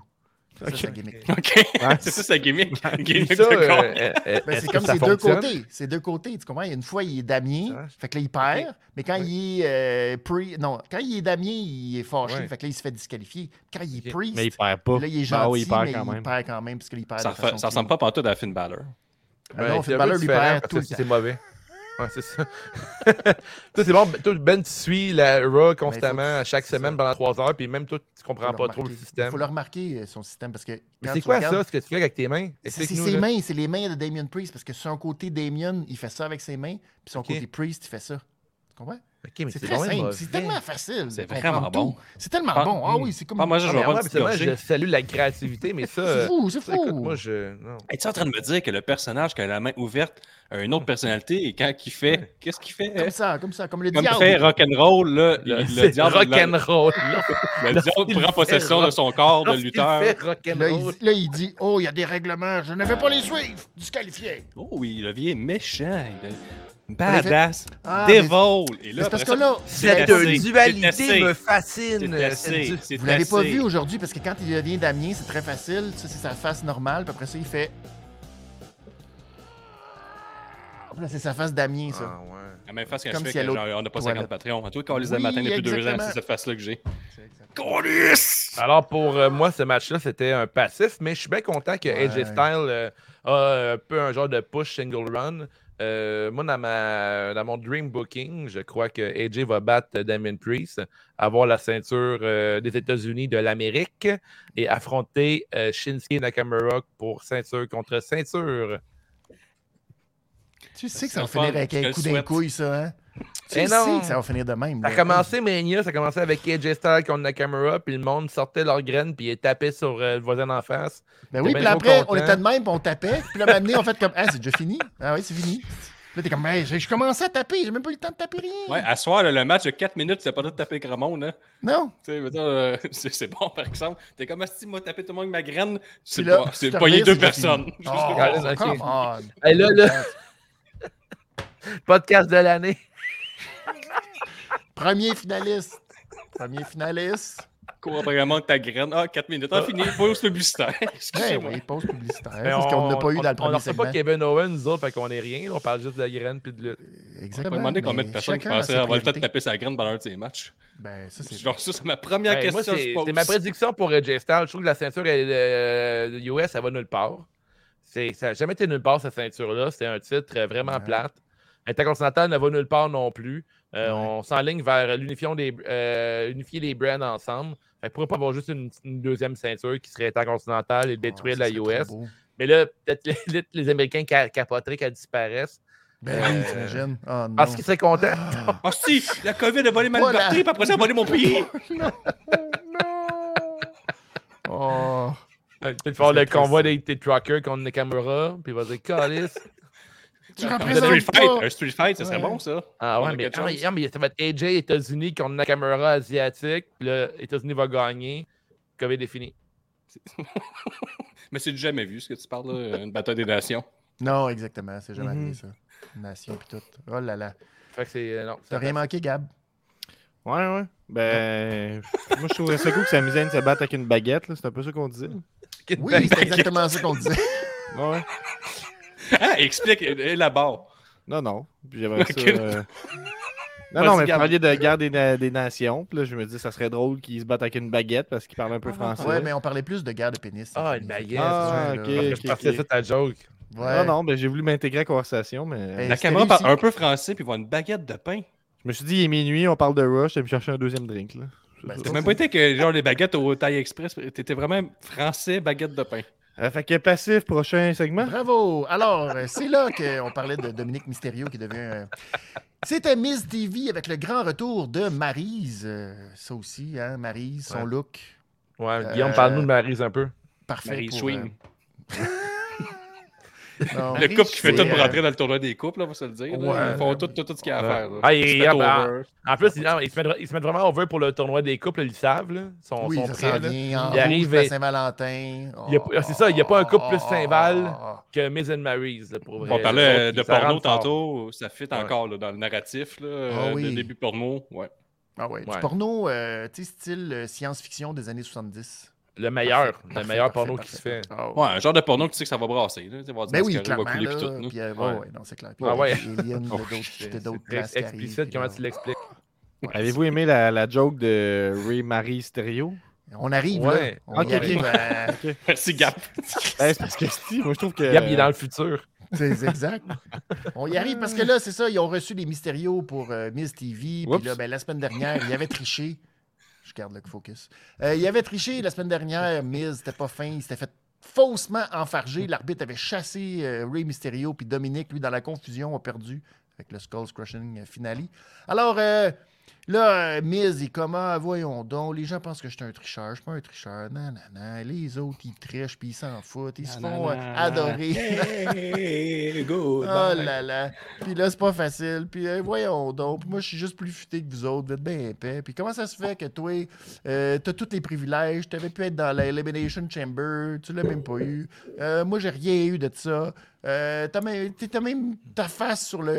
A: C'est ça,
C: Ok.
A: sa gimmick.
D: Ok,
C: Ouais.
D: c'est ça sa gimmick.
B: Puis
D: gimmick
B: ça,
D: de con.
B: euh, euh, euh,
A: Ben,
B: est-ce
A: c'est
B: que
A: comme
B: ça
A: ces deux
B: fonctionne?
A: côtés. C'est deux côtés, tu comprends? Il y a une fois, il est Damien.
B: Ça marche.
A: Fait que là, il perd. Mais quand il est euh, Pri- Non, quand il est Damien, il est fâché.
B: Ouais.
A: Fait que là, il se fait disqualifier. Quand il est
B: Ok.
A: Priest,
C: Mais il perd pas.
A: là, il est gentil,
C: Ah oui, il perd
A: mais
C: quand
A: il
C: même.
A: perd quand même parce qu'il perd
D: Ça
A: de façon
D: refa- ça ressemble
A: clean.
D: pas pantoute à Finn Balor.
A: Ah non,
B: Ben, c'est
A: Finn
B: un peu
A: Balor, lui,
B: différent
A: perd
B: parce
A: tout
B: que
A: le temps.
B: C'est mauvais. Ouais, c'est ça. toi, c'est bon. Toi, ben, tu suis la Raw constamment à chaque
A: Ben, c'est
B: semaine
A: ça.
B: pendant trois heures, puis même toi, tu comprends
A: Faut
B: pas
A: le
B: trop le
A: remarquer.
B: système.
A: faut le remarquer, euh, son système, parce que
B: Mais
A: quand
B: c'est
A: tu
B: quoi
A: regardes-
B: ça, ce que tu fais avec tes mains?
A: C'est c'est
B: Explique-nous,
A: ses
B: là.
A: mains, c'est les mains de Damien Priest, parce que sur un côté, Damien, il fait ça avec ses mains, puis son
B: Ok.
A: côté Priest, il fait ça. Tu comprends?
B: Ok, mais
A: C'est
B: c'est
A: très
B: quand même
A: simple.
B: mauvais.
A: C'est tellement facile.
D: C'est
A: On
D: vraiment
A: prend
D: bon.
A: tout. C'est tellement
D: Ah,
A: bon. Ah
D: mm.
A: oui, c'est comme.
D: Ah, moi, je vais
B: Premièrement,
D: avoir une petite
B: personnellement, je
D: gorgée.
B: salue la créativité, mais ça.
A: c'est
B: euh,
A: fou, c'est
B: ça, écoute,
A: fou.
B: moi, je. Non.
D: Es-tu en train de me dire que le personnage qui a la main ouverte a une autre personnalité et quand il fait. Qu'est-ce qu'il fait?
A: Comme ça, comme ça, comme le
D: Comme il
A: diable.
D: fait rock'n'roll, là, le, le
B: C'est
D: diable,
B: rock'n'roll. Lorsqu'il
D: le diable prend
B: fait
D: possession
B: rock-
D: de son corps de
B: Lorsqu'il
D: lutteur.
B: fait
A: Là, il,
B: rock'n'roll.
A: là, il dit Oh, il y a des règlements, je ne vais pas les suivre. Disqualifié.
D: Oh oui, le vieil est méchant. il est Badass.
A: Ah, mais-
D: Dévole. Et
A: Mais
D: là,
A: C'est parce
D: après
A: que
D: ça,
A: là,
B: Cette
D: C'est assez, c'est
B: dualité me
D: assez, c'est
B: fascine.
D: assez,
B: cette du-
D: c'est
A: vous l'avez pas
D: assez.
A: vu aujourd'hui parce que quand il devient Damien, c'est très facile. Ça, c'est sa face normale. Puis après ça, il fait. Puis Là, c'est sa face Damien, ça.
B: Ah, ouais.
D: La même face quand
A: Comme
D: je fais
A: si à
D: que
A: l'autre
D: genre, on n'a pas
A: toilette.
D: 50 Patreons. En tout cas, on les a
A: Oui,
D: matin depuis deux ans,
A: exactement.
D: c'est cette face-là que j'ai.
B: Alors, pour euh, moi, ce match-là, c'était un passif, mais je suis bien content que
A: Ouais.
B: AJ Styles euh, a un peu un genre de push single run. Euh, moi, dans, ma, dans mon dream booking, je crois que AJ va battre Damien Priest, avoir la ceinture euh, des États-Unis de l'Amérique et affronter euh, Shinsuke Nakamura pour ceinture contre ceinture.
A: Tu sais que ça
D: le
A: va finir
D: fun,
A: avec
D: je te
A: un
D: le
A: coup d'un
D: souhaite.
A: couille, ça, hein? Tu
B: Eh
A: le sais
B: non.
A: que ça va finir de même.
B: Ça a
A: là.
B: commencé Mania, ça a commencé avec AJ Styles contre Nakamura, puis le monde sortait leurs graines, puis ils tapaient sur euh, le voisin en face.
A: Ben oui,
B: T'es
A: puis
B: bien
A: après,
B: trop
A: on
B: content.
A: était de même, puis on tapait. Puis là, maintenant, on fait comme Ah, c'est déjà fini. Ah oui, c'est fini. Puis Là, t'es comme, hey, j'ai- je commençais à taper, j'ai même pas eu le temps de taper rien.
D: Ouais, à soir, là, le match de 4 minutes, c'est pas le temps de taper grand monde. Hein.
A: Non.
D: Tu sais, mettons, euh, c'est c'est bon, par exemple. T'es comme, si moi, taper tout le monde avec ma graine, c'est
A: Puis là,
D: pas, c'est
A: tu te
D: pas les
A: reviens,
D: deux
A: c'est déjà
D: personnes.
A: fini.
D: Juste
A: Oh,
D: comme-
B: Ok.
A: come on.
B: Et là, le podcast de l'année.
A: Premier finaliste. Premier finaliste.
D: Cours après vraiment ta graine. Ah, 4 minutes. Ah, fini. Pause publicitaire.
A: Eh
D: Excusez-moi.
A: oui, pause publicitaire.
B: Mais
A: C'est ce qu'on n'a pas eu dans le
B: Ben, On
A: premier
B: leur fait pas
A: segment.
B: Kevin Owens, nous autres, fait qu'on est rien. là, On parle juste de la graine puis de lutte.
D: On
A: Exactement.
D: va demander combien de
A: mais
D: personnes qui
A: chacun a
D: pensaient
A: ses
D: avoir le temps de
A: priorités.
D: taper sa graine pendant un de ces matchs.
A: Ben, ça, c'est.
D: Genre, ça, c'est ma première
B: Hey, Ben, moi,
D: question. que
B: c'est
D: je pose.
B: c'est ma prédiction pour euh, Jay Styles. Je trouve que la ceinture elle, euh, US, elle va nulle part. C'est- Ça n'a jamais été nulle part, cette ceinture-là. C'est un titre euh, vraiment
A: Ouais.
B: plate. Intercontinental ne va nulle part non plus. Euh,
A: Ouais.
B: On s'enligne vers l'unifion des, euh, unifier les brands ensemble. Fait, que pourquoi pas avoir juste une, une deuxième ceinture qui serait intercontinentale et détruire
A: Ah,
B: la
A: ça serait
B: US?
A: trop beau.
B: Mais là, peut-être les, les- les Américains ca- capoteraient qu'elle disparaisse.
A: Ben
B: Euh,
A: oui, t'imagines. Oh non.
B: Parce qu'ils seraient contents.
D: Ah, si, la COVID a volé ma
A: Voilà.
D: liberté, puis après ça, a volé mon pays.
A: Oh.
B: Ils font le
A: serait
B: convoi
A: triste.
B: des, des truckers contre Nakamura, puis il va dire Calis.
A: Tu
D: Un street
A: représentes
D: fight,
A: pas.
D: un street fight, ça serait
A: Ouais.
D: bon, ça.
B: Ah
D: On
B: ouais,
D: a
B: mais,
D: quelque
B: ah, mais-
D: chose.
B: ah, mais ça va être AJ États-Unis contre Nakamura asiatique. puis Là, États-Unis va gagner. COVID est fini.
D: Mais c'est du jamais vu ce que tu parles, là, une bataille des nations.
A: Non, exactement. C'est jamais
C: Mhm.
A: arrivé, ça. Nation pis tout. Oh là là.
B: Fait que c'est. euh, Non.
A: T'as rien manqué, Gab?
C: Ouais, ouais. Ben, moi, je trouverais ça cool que Samizane se batte avec une baguette, là. C'est un peu ça qu'on disait.
A: Oui,
B: Ben,
A: c'est exactement ça qu'on disait.
C: Ouais, ouais.
D: Ah, explique, élabore.
C: Non, non. Puis j'aimerais ça.
D: Ok.
C: euh, Non,
D: Vas-y,
C: non, mais vous
D: Gab.
C: parliez de guerre des, na- des nations. Puis là, je me dis, ça serait drôle qu'ils se battent avec une baguette parce qu'ils parlent un peu français.
A: Ah, Ouais, mais on parlait plus de guerre de pénis.
B: Ah,
A: c'est
B: une
A: fini.
B: baguette.
C: Ah,
A: Ouais,
C: ok,
A: là.
B: Je
C: ok,
B: pensais
C: ok.
B: ça ta joke.
A: Ouais.
B: Ah,
C: Non, non, mais j'ai voulu m'intégrer à la conversation, mais
A: Hey.
D: La
A: c'était
D: caméra parle
A: réussi.
D: un peu français, puis voit une baguette de pain.
C: je me suis dit, il est minuit, on parle de Rush, je vais me chercher un deuxième drink, là.
A: Ben,
C: C'est
D: T'as
A: c'est
C: ça.
D: même pas été que genre les baguettes au taille express, t'étais vraiment français baguette de pain.
C: Euh, fait que passif, prochain segment.
A: Bravo! Alors, euh, c'est là qu'on parlait de Dominique Mysterio qui devient. euh, C'était Miss TV avec le grand retour de Maryse. Euh, ça aussi, hein, Maryse, son
B: Ouais.
A: look.
B: Ouais,
A: Euh,
B: Guillaume, parle-nous de Maryse un peu.
A: Parfait.
D: Marie
A: pour,
D: Swing.
A: euh, non,
D: Le couple qui fait
A: c'est,
D: tout pour
A: euh,
D: rentrer dans le tournoi des couples, là, on va se le dire. là.
A: Ouais.
D: Ils font tout, tout, tout ce qu'il y a à
B: Ouais.
D: faire. là.
B: Ah, il-
D: Ils se
B: il-
D: mettent
B: ah,
D: over.
B: En plus, ils, non, ils se mettent, ils se mettent vraiment over pour le tournoi des couples, ils le savent. Là. Ils Sont,
A: Oui,
B: sont
A: ça
B: prêts,
A: s'en
B: là.
A: vient. En
B: Il arrive
A: rouge de
B: et-
A: Saint-Valentin.
B: Il y a- ah, c'est ça, il y a pas un couple plus Saint-Val.
A: Oh.
B: Que Miz and Maryse, là, pour vrai.
D: On parlait euh, de
B: Ils s'arrangent
D: porno
B: fort.
D: tantôt, ça fit encore là, dans le narratif, là, euh,
A: Ah oui.
D: de début porno. Ouais.
A: Ah ouais, du
B: Ouais.
A: porno, euh, tu sais, style euh, science-fiction des années 70.
B: Le meilleur,
A: Parfait,
B: le
A: parfait,
B: meilleur
A: parfait,
B: porno qui se
A: parfait.
B: fait.
A: Ah
D: ouais, un genre de porno que tu sais que ça va brasser. Là, Tu sais, voir du
A: Ben oui,
D: mascara,
A: clairement.
D: va couler,
A: Là,
D: puis tout, là.
A: puis, euh, ouais,
D: Ouais.
A: ouais, non, c'est clair. Puis,
B: Ah
A: euh,
B: ouais.
A: Alien, il y a d'autres- il y a d'autres places
B: C'est
A: qui arrivent,
B: explicite,
A: puis
B: comment
A: là,
B: tu l'expliques?
A: ouais,
C: Avez-vous aimé la, la joke de Ray Marie Stereo?
A: On arrive,
B: Ouais.
A: là. On y
C: Ok,
A: arrive. à-
D: Merci, Gap.
C: Ben, c'est parce que si, moi je trouve que.
B: Gab, il est dans le futur.
A: C'est exact. On y arrive parce que là, c'est ça, ils ont reçu les Mysterio pour euh, Miss TV. Puis
C: Oups.
A: là, ben, la semaine dernière, il avait triché. Je garde le focus. Euh, il avait triché la semaine dernière. Miz, c'était pas fin. Il s'était fait faussement enfarger. L'arbitre avait chassé euh, Ray Mysterio. Puis Dominique, lui, dans la confusion, a perdu avec le Skulls Crushing Finale. Alors, euh, là, euh, Miz, il comment, voyons donc, les gens pensent que je suis un tricheur, je suis pas un tricheur, non, non, non. Les autres, ils trichent, puis ils s'en foutent, ils se
D: Nanana.
A: font euh, adorer.
D: Hey, good.
A: Oh là là. Puis là, c'est pas facile. Puis euh, voyons donc. Puis moi, je suis juste plus futé que vous autres. Vous êtes bien épais. Puis comment ça se fait que toi, euh, t'as tous les privilèges. T'avais pu être dans la Elimination Chamber. Tu l'as même pas eu. Euh, moi, j'ai rien eu de ça. Euh, t'as même, t'es- t'as même ta face sur le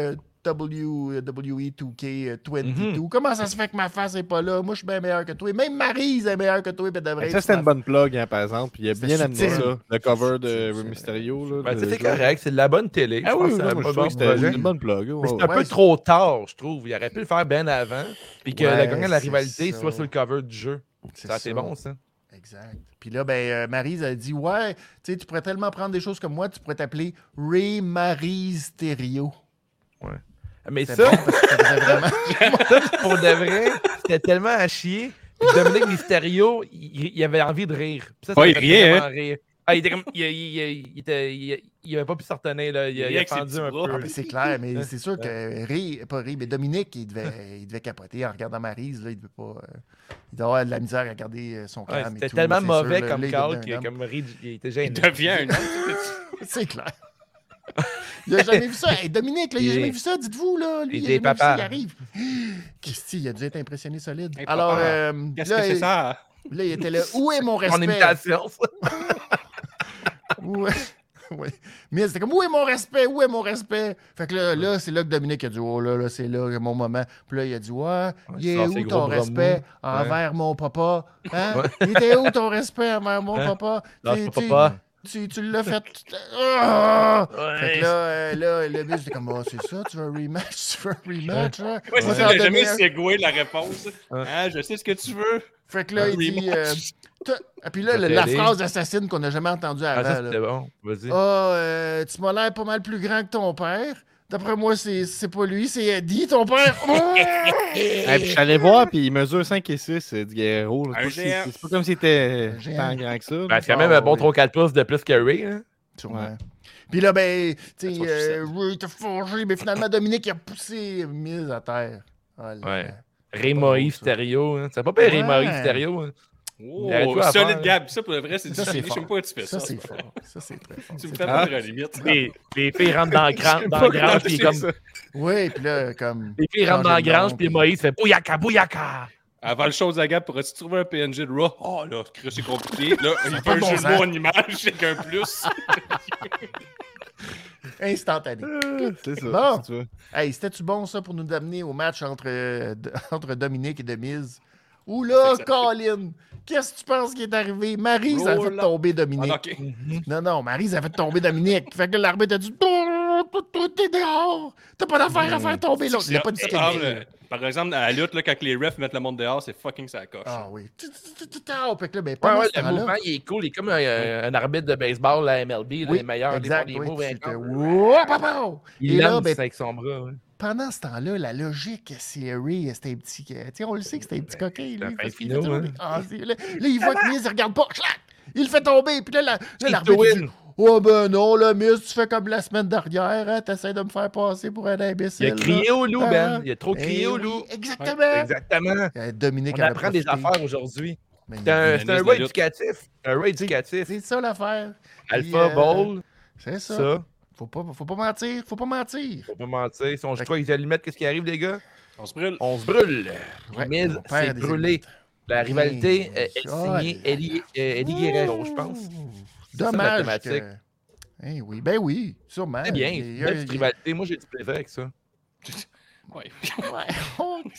A: euh, E WWE2K22. euh,
B: Mhm.
A: Comment ça se fait que ma face est pas là? Moi, je suis bien meilleur que toi. Même Maryse est meilleure que toi. puis elle devrait
C: Ça,
A: être
C: c'était une bonne plug, hein, par exemple. Puis il a
A: C'était
C: bien amené
A: subtil.
C: ça, le cover de
A: Subtil.
C: Mysterio. Là,
B: Ben,
C: de-
B: c'était correct, c'est de la bonne télé.
C: Ah
B: Je
C: oui,
B: pense que
C: non,
B: c'est
C: moi,
B: un
C: je
B: bon
C: trouve que c'était
B: projet.
C: une bonne plug. ouais,
B: Mais c'est
C: ouais.
B: un
A: Ouais,
B: peu
A: c'est-
B: trop tard, je trouve. Il aurait pu le faire bien avant. Puis que
A: Ouais,
B: le gagnant de la
A: c'est
B: rivalité
A: ça.
B: soit sur le cover du jeu.
A: C'est
B: Ça, c'est
A: ça.
B: bon, ça.
A: Exact. Puis là, ben, euh, Maryse a dit Ouais, tu sais, tu pourrais tellement prendre des choses comme moi, tu pourrais t'appeler Ray Maryse Thériault.
B: Mais
A: C'est
B: ça,
A: bon, parce que ça faisait vraiment.
B: pour de vrai, c'était tellement à chier. Puis Dominique Mysterio, il, il avait envie de rire. Puis ça, ça
D: Ouais,
B: m'a
D: il
B: fait
D: riait,
B: vraiment rire. Ah, il était comme. Il, il- il- il était- il- il avait pas pu s'en retenir, là. Il,
D: Il
B: il,
D: riait
B: a
D: avec ses
B: fendu
D: petits
B: un
D: bras.
B: peu.
A: Ah, ben, c'est clair, mais c'est sûr que Ray, pas Ray, mais Dominique, il devait, il devait capoter en regardant Maryse. Là, il devait pas. euh, il doit avoir de la misère à garder euh, son
B: Ouais,
A: calme. et
B: c'était
A: tout,
B: tellement
A: c'est
B: mauvais
A: sûr, là, là,
B: comme
A: il
B: call
A: devenait
B: qu'il
A: un homme.
B: comme ri- il était
D: Il
B: gêné.
D: devient un homme.
A: C'est clair. Il a jamais vu ça. Hey, Dominique, là, il a
B: Il est-
A: jamais vu ça, dites-vous, là. Lui,
B: il
A: il,
B: est
A: a jamais vu ça,
B: papa.
A: il arrive. Christy, il a dû être impressionné solide.
D: Hey, papa.
A: Alors, euh,
D: Qu'est-ce que
A: là,
D: c'est
A: il-
D: ça?
A: là, il était là. Où est mon
B: En
A: respect?
B: imitation, ça.
A: Ouais. Ouais. Mais c'était comme, où est mon respect? Où est mon respect? Fait que là, là c'est là que Dominique a dit, oh là, là, c'est là mon moment. Puis là, il a dit, ouais, il
B: il
A: est
B: sort
A: où
B: ses
A: ton
B: gros bras
A: respect
B: mous.
A: envers mon papa? Hein? Il était où ton respect envers mon
B: Hein?
A: papa?
B: Non,
A: Tu-
B: c'est
A: tu-
B: pas papa.
A: Tu, tu l'as fait. Ah! Fait
B: Ouais.
A: que là, euh, là, le but, c'était comme, ah, c'est ça, tu veux un rematch? Tu veux un rematch? hein?
D: Ouais,
A: Moi,
D: c'est
A: j'en
D: ça, il a
A: donnais
D: jamais
A: un.
D: segoué la réponse. Ah, je sais ce que tu veux.
A: Fait que là, il
D: Oui,
A: dit.
D: moi,
A: euh,
D: je-
A: T'as- Ah, Puis là,
B: Je
A: le-
B: vais
A: la
B: t'aider.
A: phrase d'assassine qu'on n'a jamais entendue
B: Ah, ça,
A: avant. là.
B: c'était bon. Vas-y.
A: Ah, euh, tu m'as l'air pas mal plus grand que ton père. D'après moi, c'est c'est pas lui, c'est Eddie, ton père.
C: Ouais, puis je suis allé voir, puis il mesure 5 et 6 euh, du Guerrero. là.
D: Un
C: C'est pas- C'est
D: géant.
C: c'est pas comme si c'était
A: Un géant.
C: tant grand que ça. là.
B: Ben, c'est quand même un bon
A: oh, oui.
B: 3-4 pouces de plus que Ray. hein.
A: Sûrement.
C: Ouais.
A: Puis là, ben, tu sais,
D: Soit
A: euh, Ray t'a forgé, mais finalement, Dominique, il a poussé Miz à terre. Oh là
B: Ouais.
A: là.
B: Ray
A: pas
B: Moïse
A: drôle, ça.
B: Stereo. Hein. C'est pas bien Ray
A: Ouais.
B: Moïse Stereo. Hein.
D: Oh,
B: Arrête-toi à
D: solide
B: faire.
D: Gab. Ça, pour le vrai, c'est du
A: Ça, c'est
D: solide. Je sais même
A: fort.
D: pas où tu fais ça.
A: Ça, c'est fort. Ça, c'est très fort.
D: Tu me
A: C'est
D: fais
A: très-
D: perdre la limite.
B: Les, les filles rentrent dans le cran- dans le grange, puis comme.
A: Oui, puis là, comme.
B: Les filles rentrent dans le
A: Changer de
B: grange,
A: nom,
B: puis
A: puis-
B: Moïse fait Bouyaka, Bouyaka.
D: Avant le show à Gab, pourrais-tu trouver un PNG de Raw? Oh là, Chris, c'est compliqué. Là, il
A: pas
D: veut un
A: de bon
D: jeu
A: sens.
D: de mots en image, c'est qu'un plus. Ah,
A: Instantané.
C: C'est ça.
A: Bon.
C: si tu veux.
A: Hey, c'était-tu bon ça pour nous amener au match entre, euh, d- entre Dominique et Demise? Ou là,
D: C'est que
A: Colin, qu'est-ce que tu penses qui est arrivé? Marie, ça a
D: Oh
A: fait
D: là.
A: tomber
D: Ah,
A: Dominique.
D: non, ok.
A: Non, non, Marie, ça a fait tomber Dominique. Fait que là, l'arbitre a dit Tout t'es dehors! T'as pas d'affaire à faire tomber l'autre. Il a pas dit
D: Ah, mais, Par exemple, à la lutte, là, quand les refs mettent le monde dehors, c'est fucking ça coche.
A: Ah oui. Tu- tu- tu- tu- t'as- Fait que là, ben,
B: Ouais,
A: pendant
B: ouais,
A: ce
B: le
A: temps-là-
B: mouvement, il est cool. Il est comme un, un arbitre de baseball, la MLB, là,
A: Oui,
B: les meilleurs.
A: exact,
B: ils font
A: oui,
B: des moves
A: tu
B: intenses.
A: te- Wouah, papa!
B: Il
A: Et là,
B: lance
A: ben,
B: avec son bras. hein. ouais.
A: pendant ce temps-là, la logique, c'est Ray, c'était un petit. Tu sais, on le sait que c'était un petit coquin,
B: Ben, c'est un
A: lui. parce
B: fin
A: qu'il a
B: finot,
A: toujours
B: hein.
A: des- Ah, c'est- là, là, il voit que Miz, il regarde pas. Clac! Il le fait tomber. Puis là, la- là,
B: Il
A: l'arbitre. il
B: win.
A: dit, Oh ben non, là, Miz, tu fais comme la semaine dernière, hein, t'essaies de me faire passer pour un imbécile.
B: Il a
A: là.
B: crié au loup,
A: Ah,
B: Ben. Il a trop
A: Eh
B: crié au
A: oui,
B: loup.
A: Exactement.
B: Exactement.
A: Euh, Dominique,
B: On
A: elle a
B: apprend des
A: profité.
B: affaires aujourd'hui.
A: Mais
B: C'est un,
D: analyse
B: c'est un
D: de
B: roi
D: lutte.
B: éducatif. Un roi éducatif.
A: C'est ça l'affaire.
B: Alpha,
A: euh,
B: Ball,
A: C'est ça.
B: ça.
A: Faut, pas, faut pas mentir. Faut pas mentir.
B: Faut pas mentir. Si on se croit qu'ils allumettes, qu'est-ce qui arrive, les gars?
D: On se brûle.
B: On se brûle.
A: Ouais,
B: Miz
A: on perd
B: s'est
A: des
B: brûlé. La rivalité euh, est
A: Jolly.
B: signée Eddie, euh, Eddie Guerrero, je pense. C'est ça, la
A: Dommage.
B: thématique.
A: que- Eh oui, ben oui, sûrement.
B: C'est bien.
A: Il
B: Une
A: y a-
B: belle petite
A: il y a-
B: rivalité. Moi, j'ai du plaisir avec ça.
D: Ouais.
A: Ouais. Oh, ouais.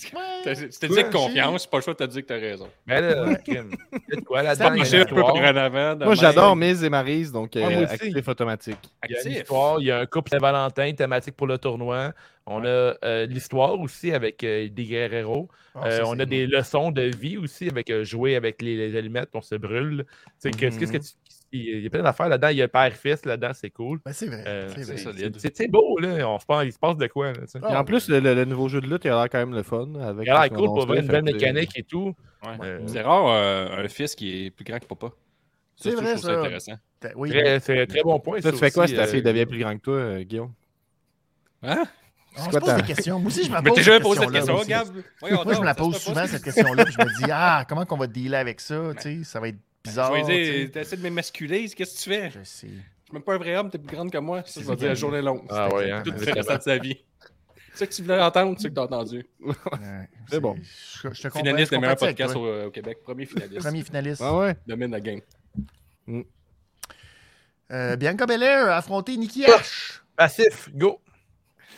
D: T'as t'as dit que confiance, pas le choix, t'as dit que t'as raison.
B: Mais là, crime. Il y a de quoi là-dedans?
A: Ça
B: Il y
A: marche
B: a une
D: Marcher un peu
B: histoire.
D: par en avant. de
C: Moi,
D: même.
C: j'adore Miz et Maryse, donc euh,
B: Ouais, moi aussi.
C: actif automatique.
B: Il y a une
D: Actif.
B: histoire. Il y a un couple de Valentin thématique pour le tournoi. On a euh, l'histoire aussi avec euh, Eddie Guerrero.
A: Ah,
B: Euh,
A: ça,
B: on
A: c'est-
B: a des leçons de vie aussi avec euh, jouer avec les, les allumettes, on se brûle. Tu sais, que- qu'est-ce que
A: Mm-hmm.
B: tu- Il y a plein d'affaires là-dedans. Il y a père-fils là-dedans, c'est cool.
A: Ben, c'est vrai.
B: Euh,
A: c'est vrai.
D: c'est ça.
B: c'est-
D: solide.
B: C'est c'est beau, là. On se pense, il se passe de quoi. Là, tu sais.
A: Ah,
C: Et en plus, le, le- le nouveau jeu de lutte, il a l'air quand même le fun. Avec
B: il a
C: tout
B: l'air
C: ce qu'on
B: cool pour
C: annonçait,
B: avoir une belle
C: fait que-
B: mécanique et tout.
D: Ouais.
B: Euh,
D: C'est rare euh, un fils qui est plus grand que papa.
A: C'est
D: Ça, je trouve
A: vrai,
D: ça.
A: ça.
D: intéressant.
A: T'as- Oui, ben,
B: très- C'est un très bon point.
C: Toi,
B: ça
C: tu fais quoi
B: aussi,
C: si ta
B: euh,
C: fille devient plus grande que toi, euh, Guillaume?
D: Hein?
A: On
C: C'est
A: se
C: quoi
A: pose
C: ta-
A: des questions. Moi aussi, je me
D: Mais
A: Ah, pose
D: t'es
A: des
D: jamais posé cette
A: questions-là,
D: question,
A: aussi.
D: Gab. Voyons
A: Moi, je
D: donc,
A: me la
D: ça se
A: pose
D: fait pas,
A: souvent,
D: ça.
A: cette question-là. puis Je me dis, ah, comment qu'on va dealer avec ça? Tu sais, ça va être bizarre.
D: Je vais
A: tu
D: dire, t'essaies de m'émasculer, qu'est-ce que tu fais? Je
A: sais. Je sais.
D: suis même pas un vrai homme, t'es plus grande que moi. Ça, je vais
A: C'est
D: dire la
A: vrai.
D: journée longue.
C: Ah
A: C'était
C: ouais, hein,
D: Tout
A: exactement
D: le
C: avec
D: restant de sa vie. C'est ce que tu voulais entendre, c'est ce que t'as entendu.
A: ça. Ouais, C'est
C: bon.
A: Je, je te comprends.
D: Finaliste
A: je
D: des meilleurs
A: compatis avec
D: podcasts
A: toi.
D: au, au Québec. Premier finaliste.
A: Premier finaliste.
C: Ah ouais?
D: Domine la game.
A: Euh, Bianca Belair a affronté Nikki H.
B: Passif, go.